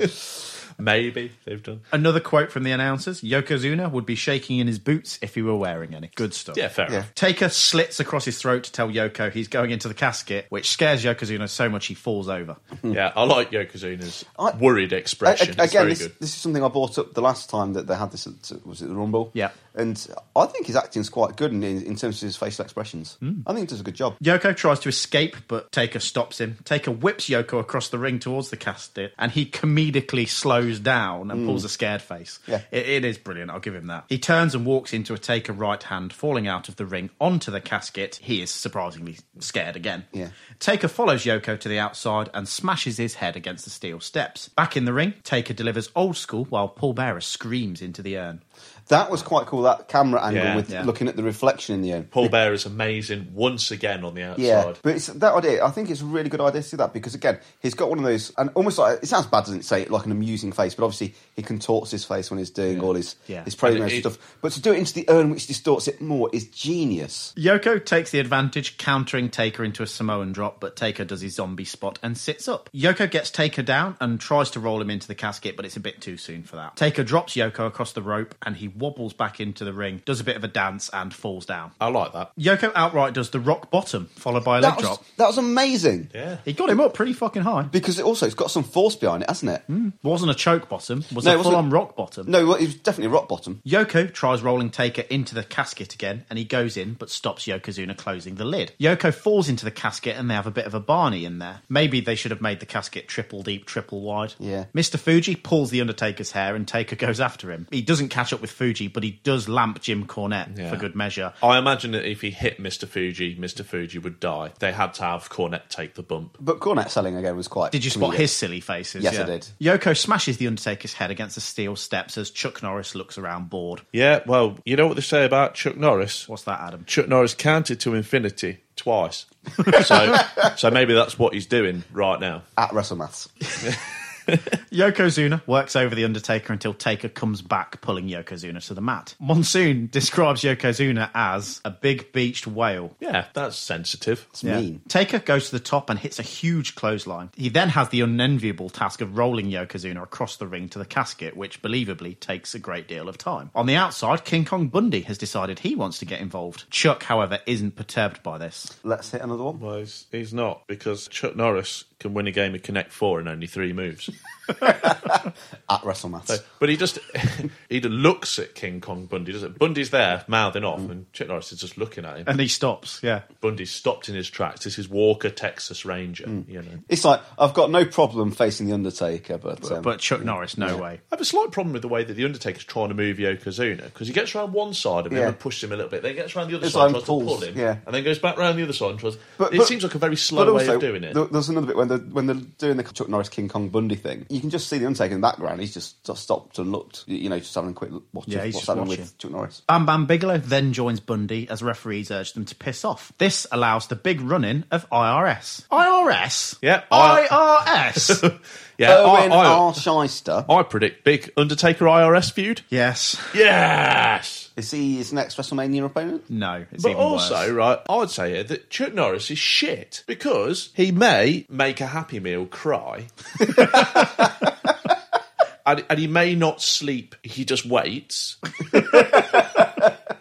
B: Maybe they've done
C: another quote from the announcers: Yokozuna would be shaking in his boots if he were wearing any. Good stuff.
B: Yeah, fair yeah. enough.
C: Taker slits across his throat to tell Yoko he's going into the casket, which scares Yokozuna so much he falls over.
B: yeah, I like Yokozuna's I, worried expression.
A: I, again,
B: this, good.
A: this is something I brought up the last time that they had this. At, was it the Rumble?
C: Yeah,
A: and I think his acting's quite good in, in terms of his facial expressions. Mm. I think he does a good job.
C: Yoko tries to escape, but Taker stops him. Taker whips Yoko across the ring towards the casket, and he comedically slows down and mm. pulls a scared face.
A: Yeah.
C: It, it is brilliant, I'll give him that. He turns and walks into a Taker right hand, falling out of the ring onto the casket. He is surprisingly scared again.
A: Yeah.
C: Taker follows Yoko to the outside and smashes his head against the steel steps. Back in the ring, Taker delivers old school while Paul Bearer screams into the urn.
A: That was quite cool. That camera angle yeah, with yeah. looking at the reflection in the end.
B: Paul Bear is amazing once again on the outside.
A: Yeah, but it's that idea. I think it's a really good idea to do that because again, he's got one of those, and almost like it sounds bad, doesn't it? Say like an amusing face, but obviously he contorts his face when he's doing yeah. all his his promos and stuff. But to do it into the urn, which distorts it more, is genius.
C: Yoko takes the advantage, countering Taker into a Samoan drop, but Taker does his zombie spot and sits up. Yoko gets Taker down and tries to roll him into the casket, but it's a bit too soon for that. Taker drops Yoko across the rope and he wobbles back into the ring, does a bit of a dance, and falls down.
B: I like that.
C: Yoko outright does the rock bottom, followed by a
A: that
C: leg
A: was,
C: drop.
A: That was amazing.
B: Yeah.
C: He got him up pretty fucking high.
A: Because it also, it's got some force behind it, hasn't it?
C: Mm. Wasn't a choke bottom, was no, a full on rock bottom.
A: No, it was definitely rock bottom.
C: Yoko tries rolling Taker into the casket again, and he goes in, but stops Yokozuna closing the lid. Yoko falls into the casket, and they have a bit of a Barney in there. Maybe they should have made the casket triple deep, triple wide.
A: Yeah.
C: Mr. Fuji pulls the Undertaker's hair, and Taker goes after him. He doesn't catch up with Fuji, but he does lamp Jim Cornette yeah. for good measure.
B: I imagine that if he hit Mr. Fuji, Mr. Fuji would die. They had to have Cornette take the bump.
A: But Cornette selling again was quite.
C: Did you spot comedic. his silly faces?
A: Yes, yeah. I did.
C: Yoko smashes the Undertaker's head against the steel steps as Chuck Norris looks around bored.
B: Yeah, well, you know what they say about Chuck Norris?
C: What's that, Adam?
B: Chuck Norris counted to infinity twice. so, so maybe that's what he's doing right now.
A: At WrestleMaths.
C: Yokozuna works over The Undertaker until Taker comes back, pulling Yokozuna to the mat. Monsoon describes Yokozuna as a big beached whale.
B: Yeah, that's sensitive.
A: It's yeah. mean.
C: Taker goes to the top and hits a huge clothesline. He then has the unenviable task of rolling Yokozuna across the ring to the casket, which believably takes a great deal of time. On the outside, King Kong Bundy has decided he wants to get involved. Chuck, however, isn't perturbed by this.
A: Let's hit another one.
B: Well, he's, he's not, because Chuck Norris can win a game of Connect Four in only three moves.
A: at WrestleMath. So,
B: but he just he looks at King Kong Bundy, doesn't it? Bundy's there, mouthing off, mm. and Chuck Norris is just looking at him.
C: And he stops, yeah.
B: Bundy stopped in his tracks. This is Walker, Texas Ranger. Mm. You know.
A: It's like, I've got no problem facing The Undertaker, but.
C: But, um, but Chuck yeah. Norris, no yeah. way.
B: I have a slight problem with the way that The Undertaker's trying to move Yokozuna, because he gets around one side of him yeah. and pushes him a little bit, then he gets around the other it's side and tries pulls, to pull him, yeah. and then goes back round the other side and tries. But, it but, seems like a very slow also, way of doing it.
A: There's another bit when they're, when they're doing the Chuck Norris King Kong Bundy thing you can just see the Undertaker in the background. He's just, just stopped and looked, you know, just having a quick watch yeah, what's happening with Chuck Norris.
C: Bam Bam Bigelow then joins Bundy as referees urge them to piss off. This allows the big run in of IRS. IRS?
B: Yeah.
C: IRS.
A: yeah,
B: Oh,
A: Erwin I, I, R. Shyster.
B: I predict big Undertaker IRS feud.
C: Yes.
B: Yes.
A: Is he his next WrestleMania opponent?
C: No.
B: but also, worse. right, I'd say here that Chuck Norris is shit because he may make a Happy Meal cry. and, and he may not sleep, he just waits.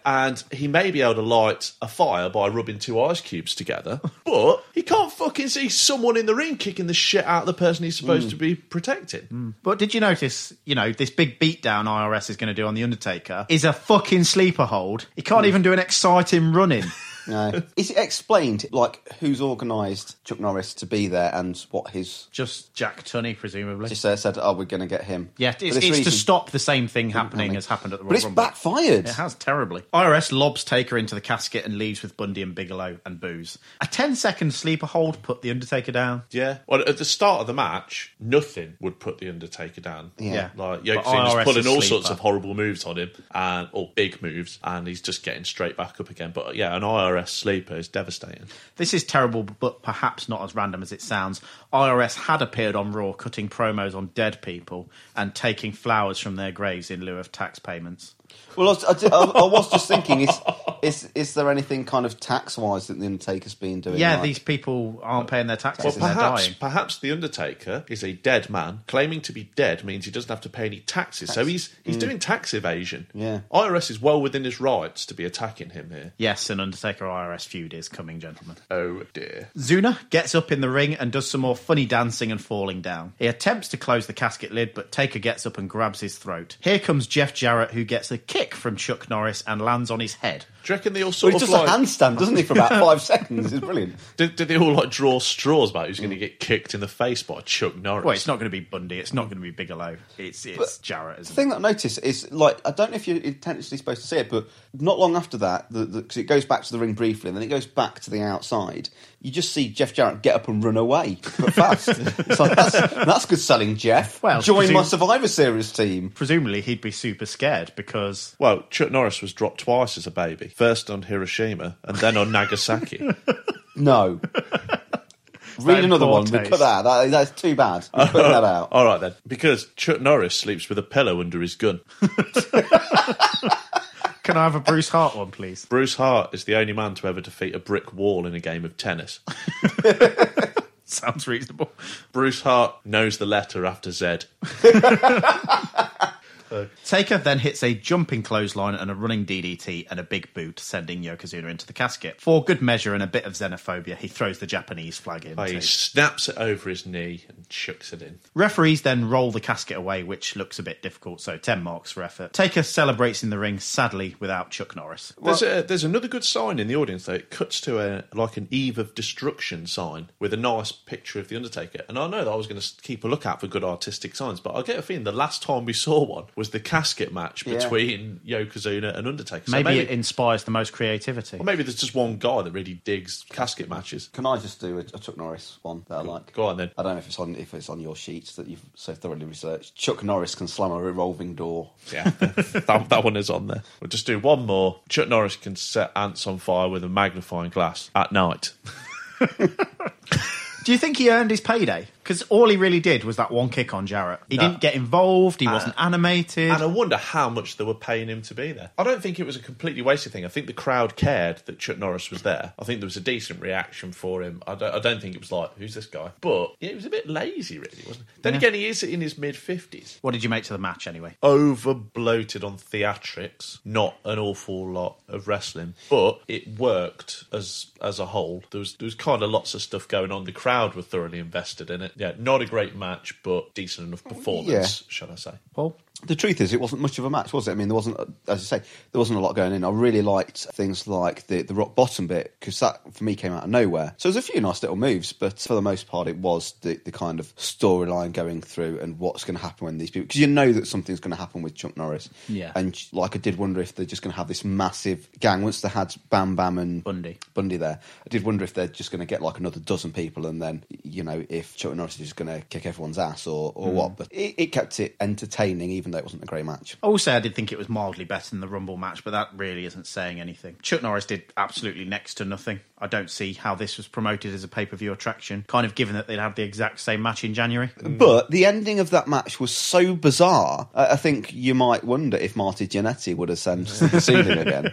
B: and he may be able to light a fire by rubbing two ice cubes together, but he can't fucking see someone in the ring kicking the shit out of the person he's supposed mm. to be protecting. Mm.
C: But did you notice, you know, this big beatdown IRS is going to do on The Undertaker is a fucking sleeper hold. He can't mm. even do an exciting run in.
A: No. Is it explained like who's organised Chuck Norris to be there and what his
C: just Jack Tunney presumably
A: just uh, said? Oh, we're going to get him.
C: Yeah, it's, it's reason... to stop the same thing happening mm-hmm. as happened at the Royal
A: but it's
C: Rumble.
A: backfired.
C: It has terribly. IRS lobs Taker into the casket and leaves with Bundy and Bigelow and booze. A 10-second sleeper hold put the Undertaker down.
B: Yeah. Well, at the start of the match, nothing would put the Undertaker down.
C: Yeah.
B: Like Yokozuna's pulling all sleeper. sorts of horrible moves on him and or big moves, and he's just getting straight back up again. But yeah, an IRS sleeper is devastating.
C: This is terrible, but perhaps not as random as it sounds. IRS had appeared on Raw cutting promos on dead people and taking flowers from their graves in lieu of tax payments.
A: Well, I was, I, I was just thinking, is, is, is there anything kind of tax wise that the Undertaker's been doing?
C: Yeah,
A: like?
C: these people aren't paying their taxes.
B: Well,
C: perhaps
B: perhaps the Undertaker is a dead man. Claiming to be dead means he doesn't have to pay any taxes, tax. so he's he's mm. doing tax evasion.
A: Yeah,
B: IRS is well within his rights to be attacking him here.
C: Yes, an Undertaker IRS feud is coming, gentlemen.
B: Oh dear.
C: Zuna gets up in the ring and does some more funny dancing and falling down. He attempts to close the casket lid, but Taker gets up and grabs his throat. Here comes Jeff Jarrett, who gets a kick from Chuck Norris and lands on his head.
B: Do you reckon they all sort
A: well,
B: of
A: just like... a handstand, doesn't he, for about five seconds? It's brilliant.
B: Did, did, they all like draw straws about who's going to get kicked in the face by Chuck Norris?
C: Well, it's not going to be Bundy. It's not going to be Bigelow. It's it's but Jarrett.
A: the thing
C: it?
A: that I noticed is like I don't know if you're intentionally supposed to see it, but not long after that, because it goes back to the ring briefly, and then it goes back to the outside. You just see Jeff Jarrett get up and run away, but fast. it's like that's, that's good selling, Jeff. Well, join presu- my Survivor Series team.
C: Presumably, he'd be super scared because was.
B: Well, Chuck Norris was dropped twice as a baby. First on Hiroshima and then on Nagasaki.
A: no. Read another one. We cut that. that. That's too bad. We're putting that out.
B: All right then, because Chuck Norris sleeps with a pillow under his gun.
C: Can I have a Bruce Hart one, please?
B: Bruce Hart is the only man to ever defeat a brick wall in a game of tennis.
C: Sounds reasonable.
B: Bruce Hart knows the letter after Z.
C: Taker then hits a jumping clothesline and a running DDT and a big boot, sending Yokozuna into the casket. For good measure and a bit of xenophobia, he throws the Japanese flag in.
B: Oh, he
C: too.
B: snaps it over his knee and chucks it in.
C: Referees then roll the casket away, which looks a bit difficult, so 10 marks for effort. Taker celebrates in the ring, sadly, without Chuck Norris.
B: There's, a, there's another good sign in the audience though. It cuts to a like an Eve of Destruction sign with a nice picture of the Undertaker. And I know that I was going to keep a lookout for good artistic signs, but I get a feeling the last time we saw one was the casket match
C: Yeah.
B: between Yokozuna and Undertaker. So
C: maybe, it inspires the most creativity.
B: Or maybe there's just one guy that really digs casket matches.
A: Can I just do a, a Chuck Norris one that I like?
B: Go on then.
A: I don't know if it's on if it's on your sheets that you've so thoroughly researched. Chuck Norris can slam a revolving door.
B: Yeah, that, that one is on there. We'll just do one more. Chuck Norris can set ants on fire with a magnifying glass at night.
C: Do you think he earned his payday? Because all he really did was that one kick on Jarrett. He
B: No.
C: didn't get involved, he
B: Uh,
C: wasn't animated.
B: And I wonder how much they were paying him to be there. I don't think it was a completely wasted thing. I think the crowd cared that Chuck Norris was there. I think there was a decent reaction for him. I don't, I don't think it was like, who's this guy? But yeah, it was a bit lazy, really, wasn't it? Then
C: Yeah.
B: again, he is in his mid 50s.
C: What did you make to the match anyway?
B: Over bloated on theatrics, not an awful lot of wrestling, but it worked as as a whole. There was there was kind of lots of stuff going on. The crowd were thoroughly invested in it. Yeah, not a great match, but decent enough performance, shall I say?
C: Paul?
A: The truth is, it wasn't much of a match, was it? I mean, there wasn't, as you say, there wasn't a lot going in. I really liked things like the, the rock bottom bit because that for me came out of nowhere. So there's a few nice little moves, but for the most part, it was the, the kind of storyline going through and what's going to happen when these people because you know that something's going to happen with Chuck Norris.
C: Yeah.
A: and like I did wonder if they're just going to have this massive gang once they had Bam Bam and
C: Bundy
A: Bundy there. I did wonder if they're just going to get like another dozen people and then you know if Chuck Norris is going to kick everyone's ass or or
C: Hmm.
A: what. But it, it kept it entertaining even though it wasn't a great match.
C: Also, I did think it was mildly better than the Rumble match, but that really isn't saying anything. Chuck Norris did absolutely next to nothing. I don't see how this was promoted as a pay per view attraction, kind of given that they'd have the exact same match in January.
A: But the ending of that match was so bizarre. I I think you might wonder if Marty Jannetty would have sent the ceiling again.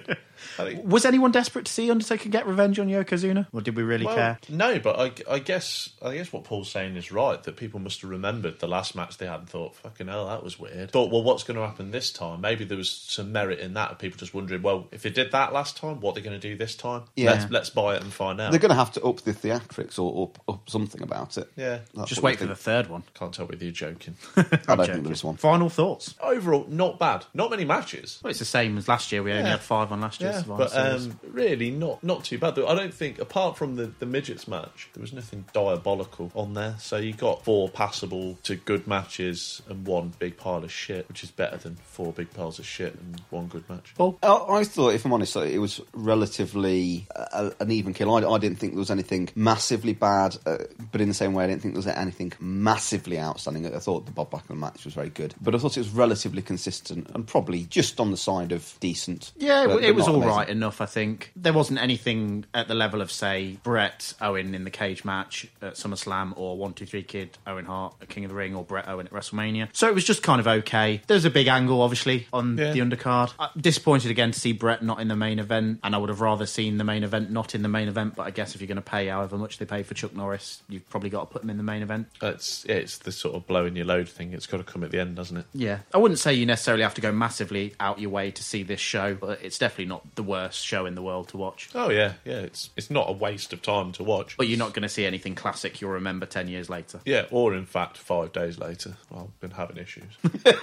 C: Was anyone desperate to see Undertaker get revenge on Yokozuna? Or did we really
B: Well,
C: care?
B: No, but I, I guess I guess what Paul's saying is right that people must have remembered the last match they had and thought, "Fucking hell, that was weird." Thought, well, what's going to happen this time? Maybe there was some merit in that. People just wondering, well, if they did that last time, what they're going to do this time?
A: Yeah.
B: let's, let's buy it and find out.
A: They're going to have to up the theatrics or, or up something about it.
B: yeah,
A: That's Just what wait we for think. the
C: third one.
B: Can't tell whether you're joking.
A: I don't think there is one.
C: Final thoughts.
B: Overall, not bad. Not many matches.
C: Well, it's the same as last year. We only
B: Yeah.
C: had five on last year's
B: Yeah,
C: Survivor
B: but
C: Series.
B: um, really not not too bad. though. I don't think apart from the the midgets match, there was nothing diabolical on there. So you got four passable to good matches and one big pile of shit, which is better than four big piles of shit and one good match.
A: I I thought, if I'm honest, that it was relatively uh, an even kill. I, I didn't think there was anything massively bad, uh, but in the same way, I didn't think there was anything massively outstanding. I thought the Bob Backlund match was very good, but I thought it was relatively consistent and probably just on the side of decent.
C: Yeah, it,
A: but-
C: w
A: but
C: it was
A: not
C: all
A: amazing.
C: right enough, I think. There wasn't anything at the level of, say, Brett Owen in the cage match at SummerSlam or 123 Kid Owen Hart at King of the Ring or Brett Owen at WrestleMania. So it was just kind of okay. There's a big angle, obviously, on
B: Yeah.
C: the undercard. i disappointed again to see Brett not in the main event, and I would have rather seen the main event not in the main event, but I guess if you're going to pay however much they pay for Chuck Norris, you've probably got to put him in the main event.
B: It's it's the sort of blowing your load thing. It's got to come at the end, doesn't it?
C: Yeah, I wouldn't say you necessarily have to go massively out your way to see this show, but it's definitely not the worst show in the world to watch.
B: Oh yeah, yeah. It's it's not a waste of time to watch.
C: But you're not going to see anything classic you'll remember 10 years later.
B: Yeah, or in fact, five days later, I've been having issues.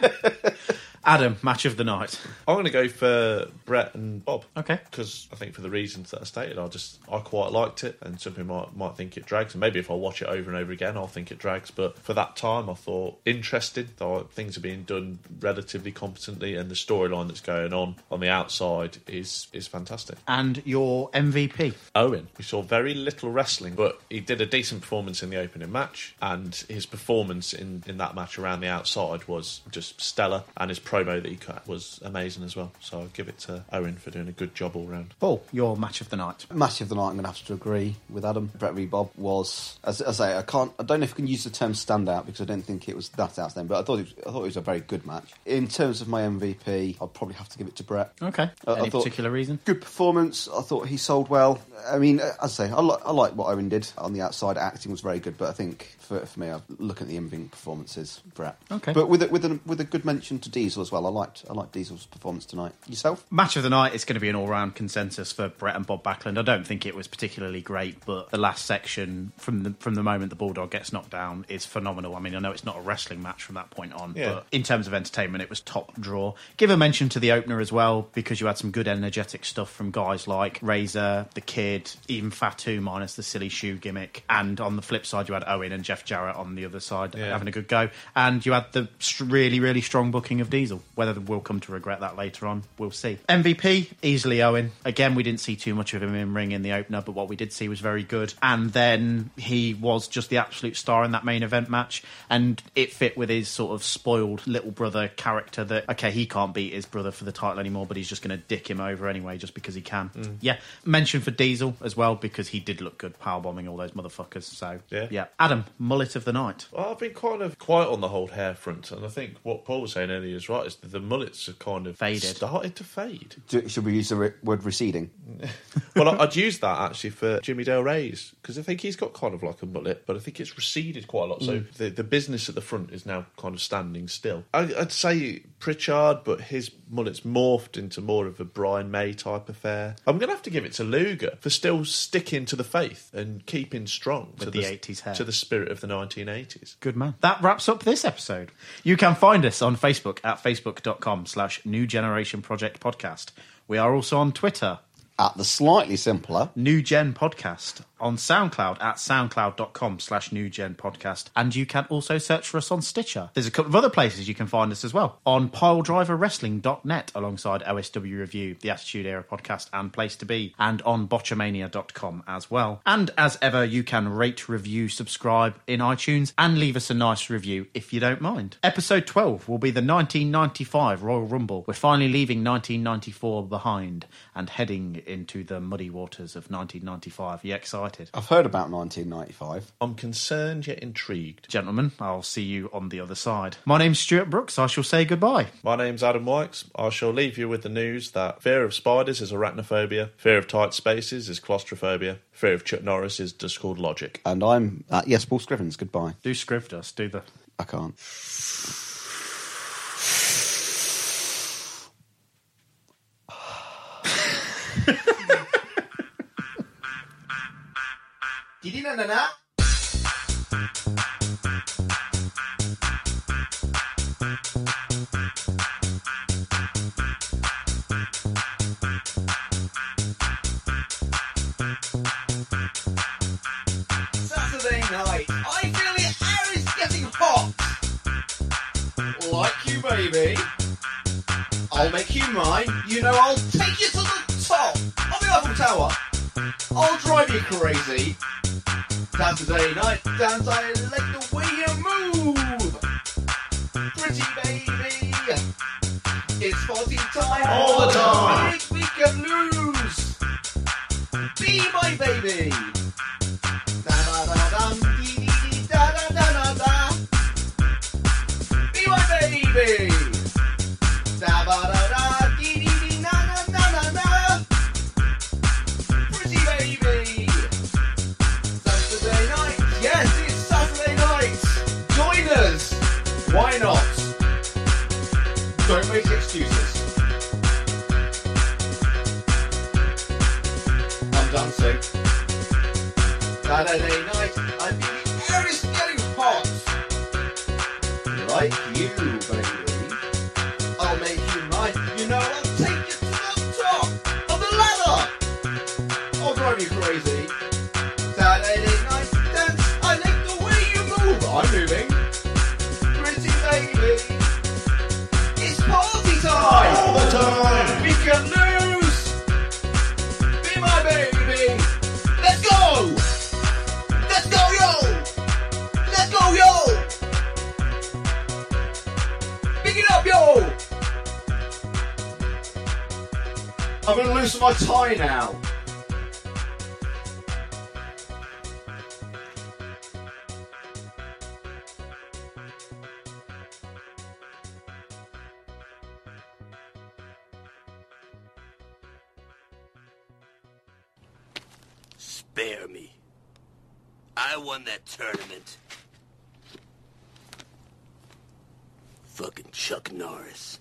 C: Adam, match of the night.
B: I'm going to go for Brett and Bob.
C: Okay.
B: Because I think for the reasons that I stated, I just I quite liked it, and some people might might think it drags. And maybe if I watch it over and over again, I'll think it drags. But for that time, I thought interested. Thought things are being done relatively competently, and the storyline that's going on on the outside is is fantastic.
C: And your MVP.
B: Owen. We saw very little wrestling, but he did a decent performance in the opening match, and his performance in, in that match around the outside was just stellar, and his promo that he cut was amazing as well. So I'll give it to Owen for doing a good job all round.
C: Paul, your match of the night.
D: Match of the night. I'm going to have to agree with Adam. Brett v Bob was, as, as I say, I can't. I don't know if I can use the term standout because I don't think it was that outstanding. But I thought it was, I thought it was a very good match. In terms of my MVP, I'll probably have to give it to Brett.
C: Okay.
D: I-
C: Any
D: I thought-
C: particular reason?
D: Good performance. I thought he sold well. I mean, uh, as I say, I, li- I like what Owen did on the outside. Acting was very good, but I think for, for me, I look at the in-ring performances, Brett.
C: Okay.
D: But with a, with a, with a good mention to Diesel as well. I liked I liked Diesel's performance tonight. Yourself?
C: Match of the night is going to be an all round consensus for Brett and Bob Backlund. I don't think it was particularly great, but the last section from the from the moment the Bulldog gets knocked down is phenomenal. I mean, I know it's not a wrestling match from that point on,
B: Yeah.
C: but in terms of entertainment, it was top draw. Give a mention to the opener as well because you had some good energetic stuff from guys like Razor, the Kid, even Fatu minus the silly shoe gimmick, and on the flip side you had Owen and Jeff Jarrett on the other side
B: Yeah.
C: having a good go, and you had the st- really really strong booking of Diesel. Whether we'll come to regret that later on, we'll see. MVP easily Owen. Again, we didn't see too much of him in ring in the opener, but what we did see was very good. And then he was just the absolute star in that main event match, and it fit with his sort of spoiled little brother character. That okay, he can't beat his brother for the title anymore, but he's just going to dick him over anyway, just because he can. Yeah, mention for Diesel as well because he did look good power bombing all those motherfuckers. So
B: Yeah.
C: yeah. Adam mullet of the night.
B: Well, I've been kind of quiet on the whole hair front, and I think what Paul was saying earlier is right. Is that the mullets have kind of
C: Faded.
B: started to fade.
D: Do, should we use the re- word receding?
B: well, I- I'd use that actually for Jimmy Del Rey's because I think he's got kind of like a mullet, but I think it's receded quite a lot. So
C: Mm.
B: the, the business at the front is now kind of standing still. I, I'd say Pritchard, but his mullet's morphed into more of a Brian May type affair. I'm going to have to give it to Luger for still sticking to the faith and keeping strong to
C: the 80s hair.
B: to the spirit of the 1980s.
C: Good man. That wraps up this episode. You can find us on Facebook at facebook.com slash New Generation Project Podcast. We are also on Twitter,
D: At the slightly simpler,
C: New Gen Podcast, on SoundCloud at soundcloud.com slash New Gen Podcast. And you can also search for us on Stitcher. There's a couple of other places you can find us as well. On piledriverwrestling.net alongside OSW Review, the Attitude Era Podcast and Place to Be, and on botchamania.com as well. And as ever, you can rate, review, subscribe in iTunes, and leave us a nice review if you don't mind. Episode 12 will be the 1995 Royal Rumble. We're finally leaving 1994 behind and heading into the muddy waters of 1995. Are you excited?
D: I've heard about 1995.
B: I'm concerned yet intrigued.
C: Gentlemen, I'll see you on the other side. My name's Stuart Brooks. I shall say goodbye.
B: My name's Adam Wykes. I shall leave you with the news that fear of spiders is arachnophobia, fear of tight spaces is claustrophobia, fear of Chuck Norris is just called logic.
D: And I'm uh, yes, Paul Scrivens. Goodbye.
C: Do script us, do the.
D: I can't. Did you know that? Saturday night. I feel the air is getting hot. Like you, baby. I'll make you mine. You know, I'll take you to the top of the Eiffel Tower. I'll drive you crazy. Down Saturday night, down I like the way you move. Pretty baby, it's party time all the time. Big we can lose. Be my baby. Da da da dum, dee dee dee, da da da da da. Be my baby. Da ba da da, dee dee dee, na na na na na. Pretty baby. Saturday night, yes, it's Saturday night. Join us. Why not? Don't make excuses. I'm dancing. Saturday night, I mean the air is getting hot. Like you, baby. I'll make you mine. You know, I'll take you to the top of the ladder. I'll drive you crazy. Saturday night, dance. I like the way you move. I'm moving. Pretty baby. It's party time. All the time. We can lose. Be my baby. Let's go. Let's go, yo! Let's go, yo! Pick it up, yo!
F: I'm going to loosen my tie now.
D: Spare me. I won that tournament. Fucking Chuck Norris.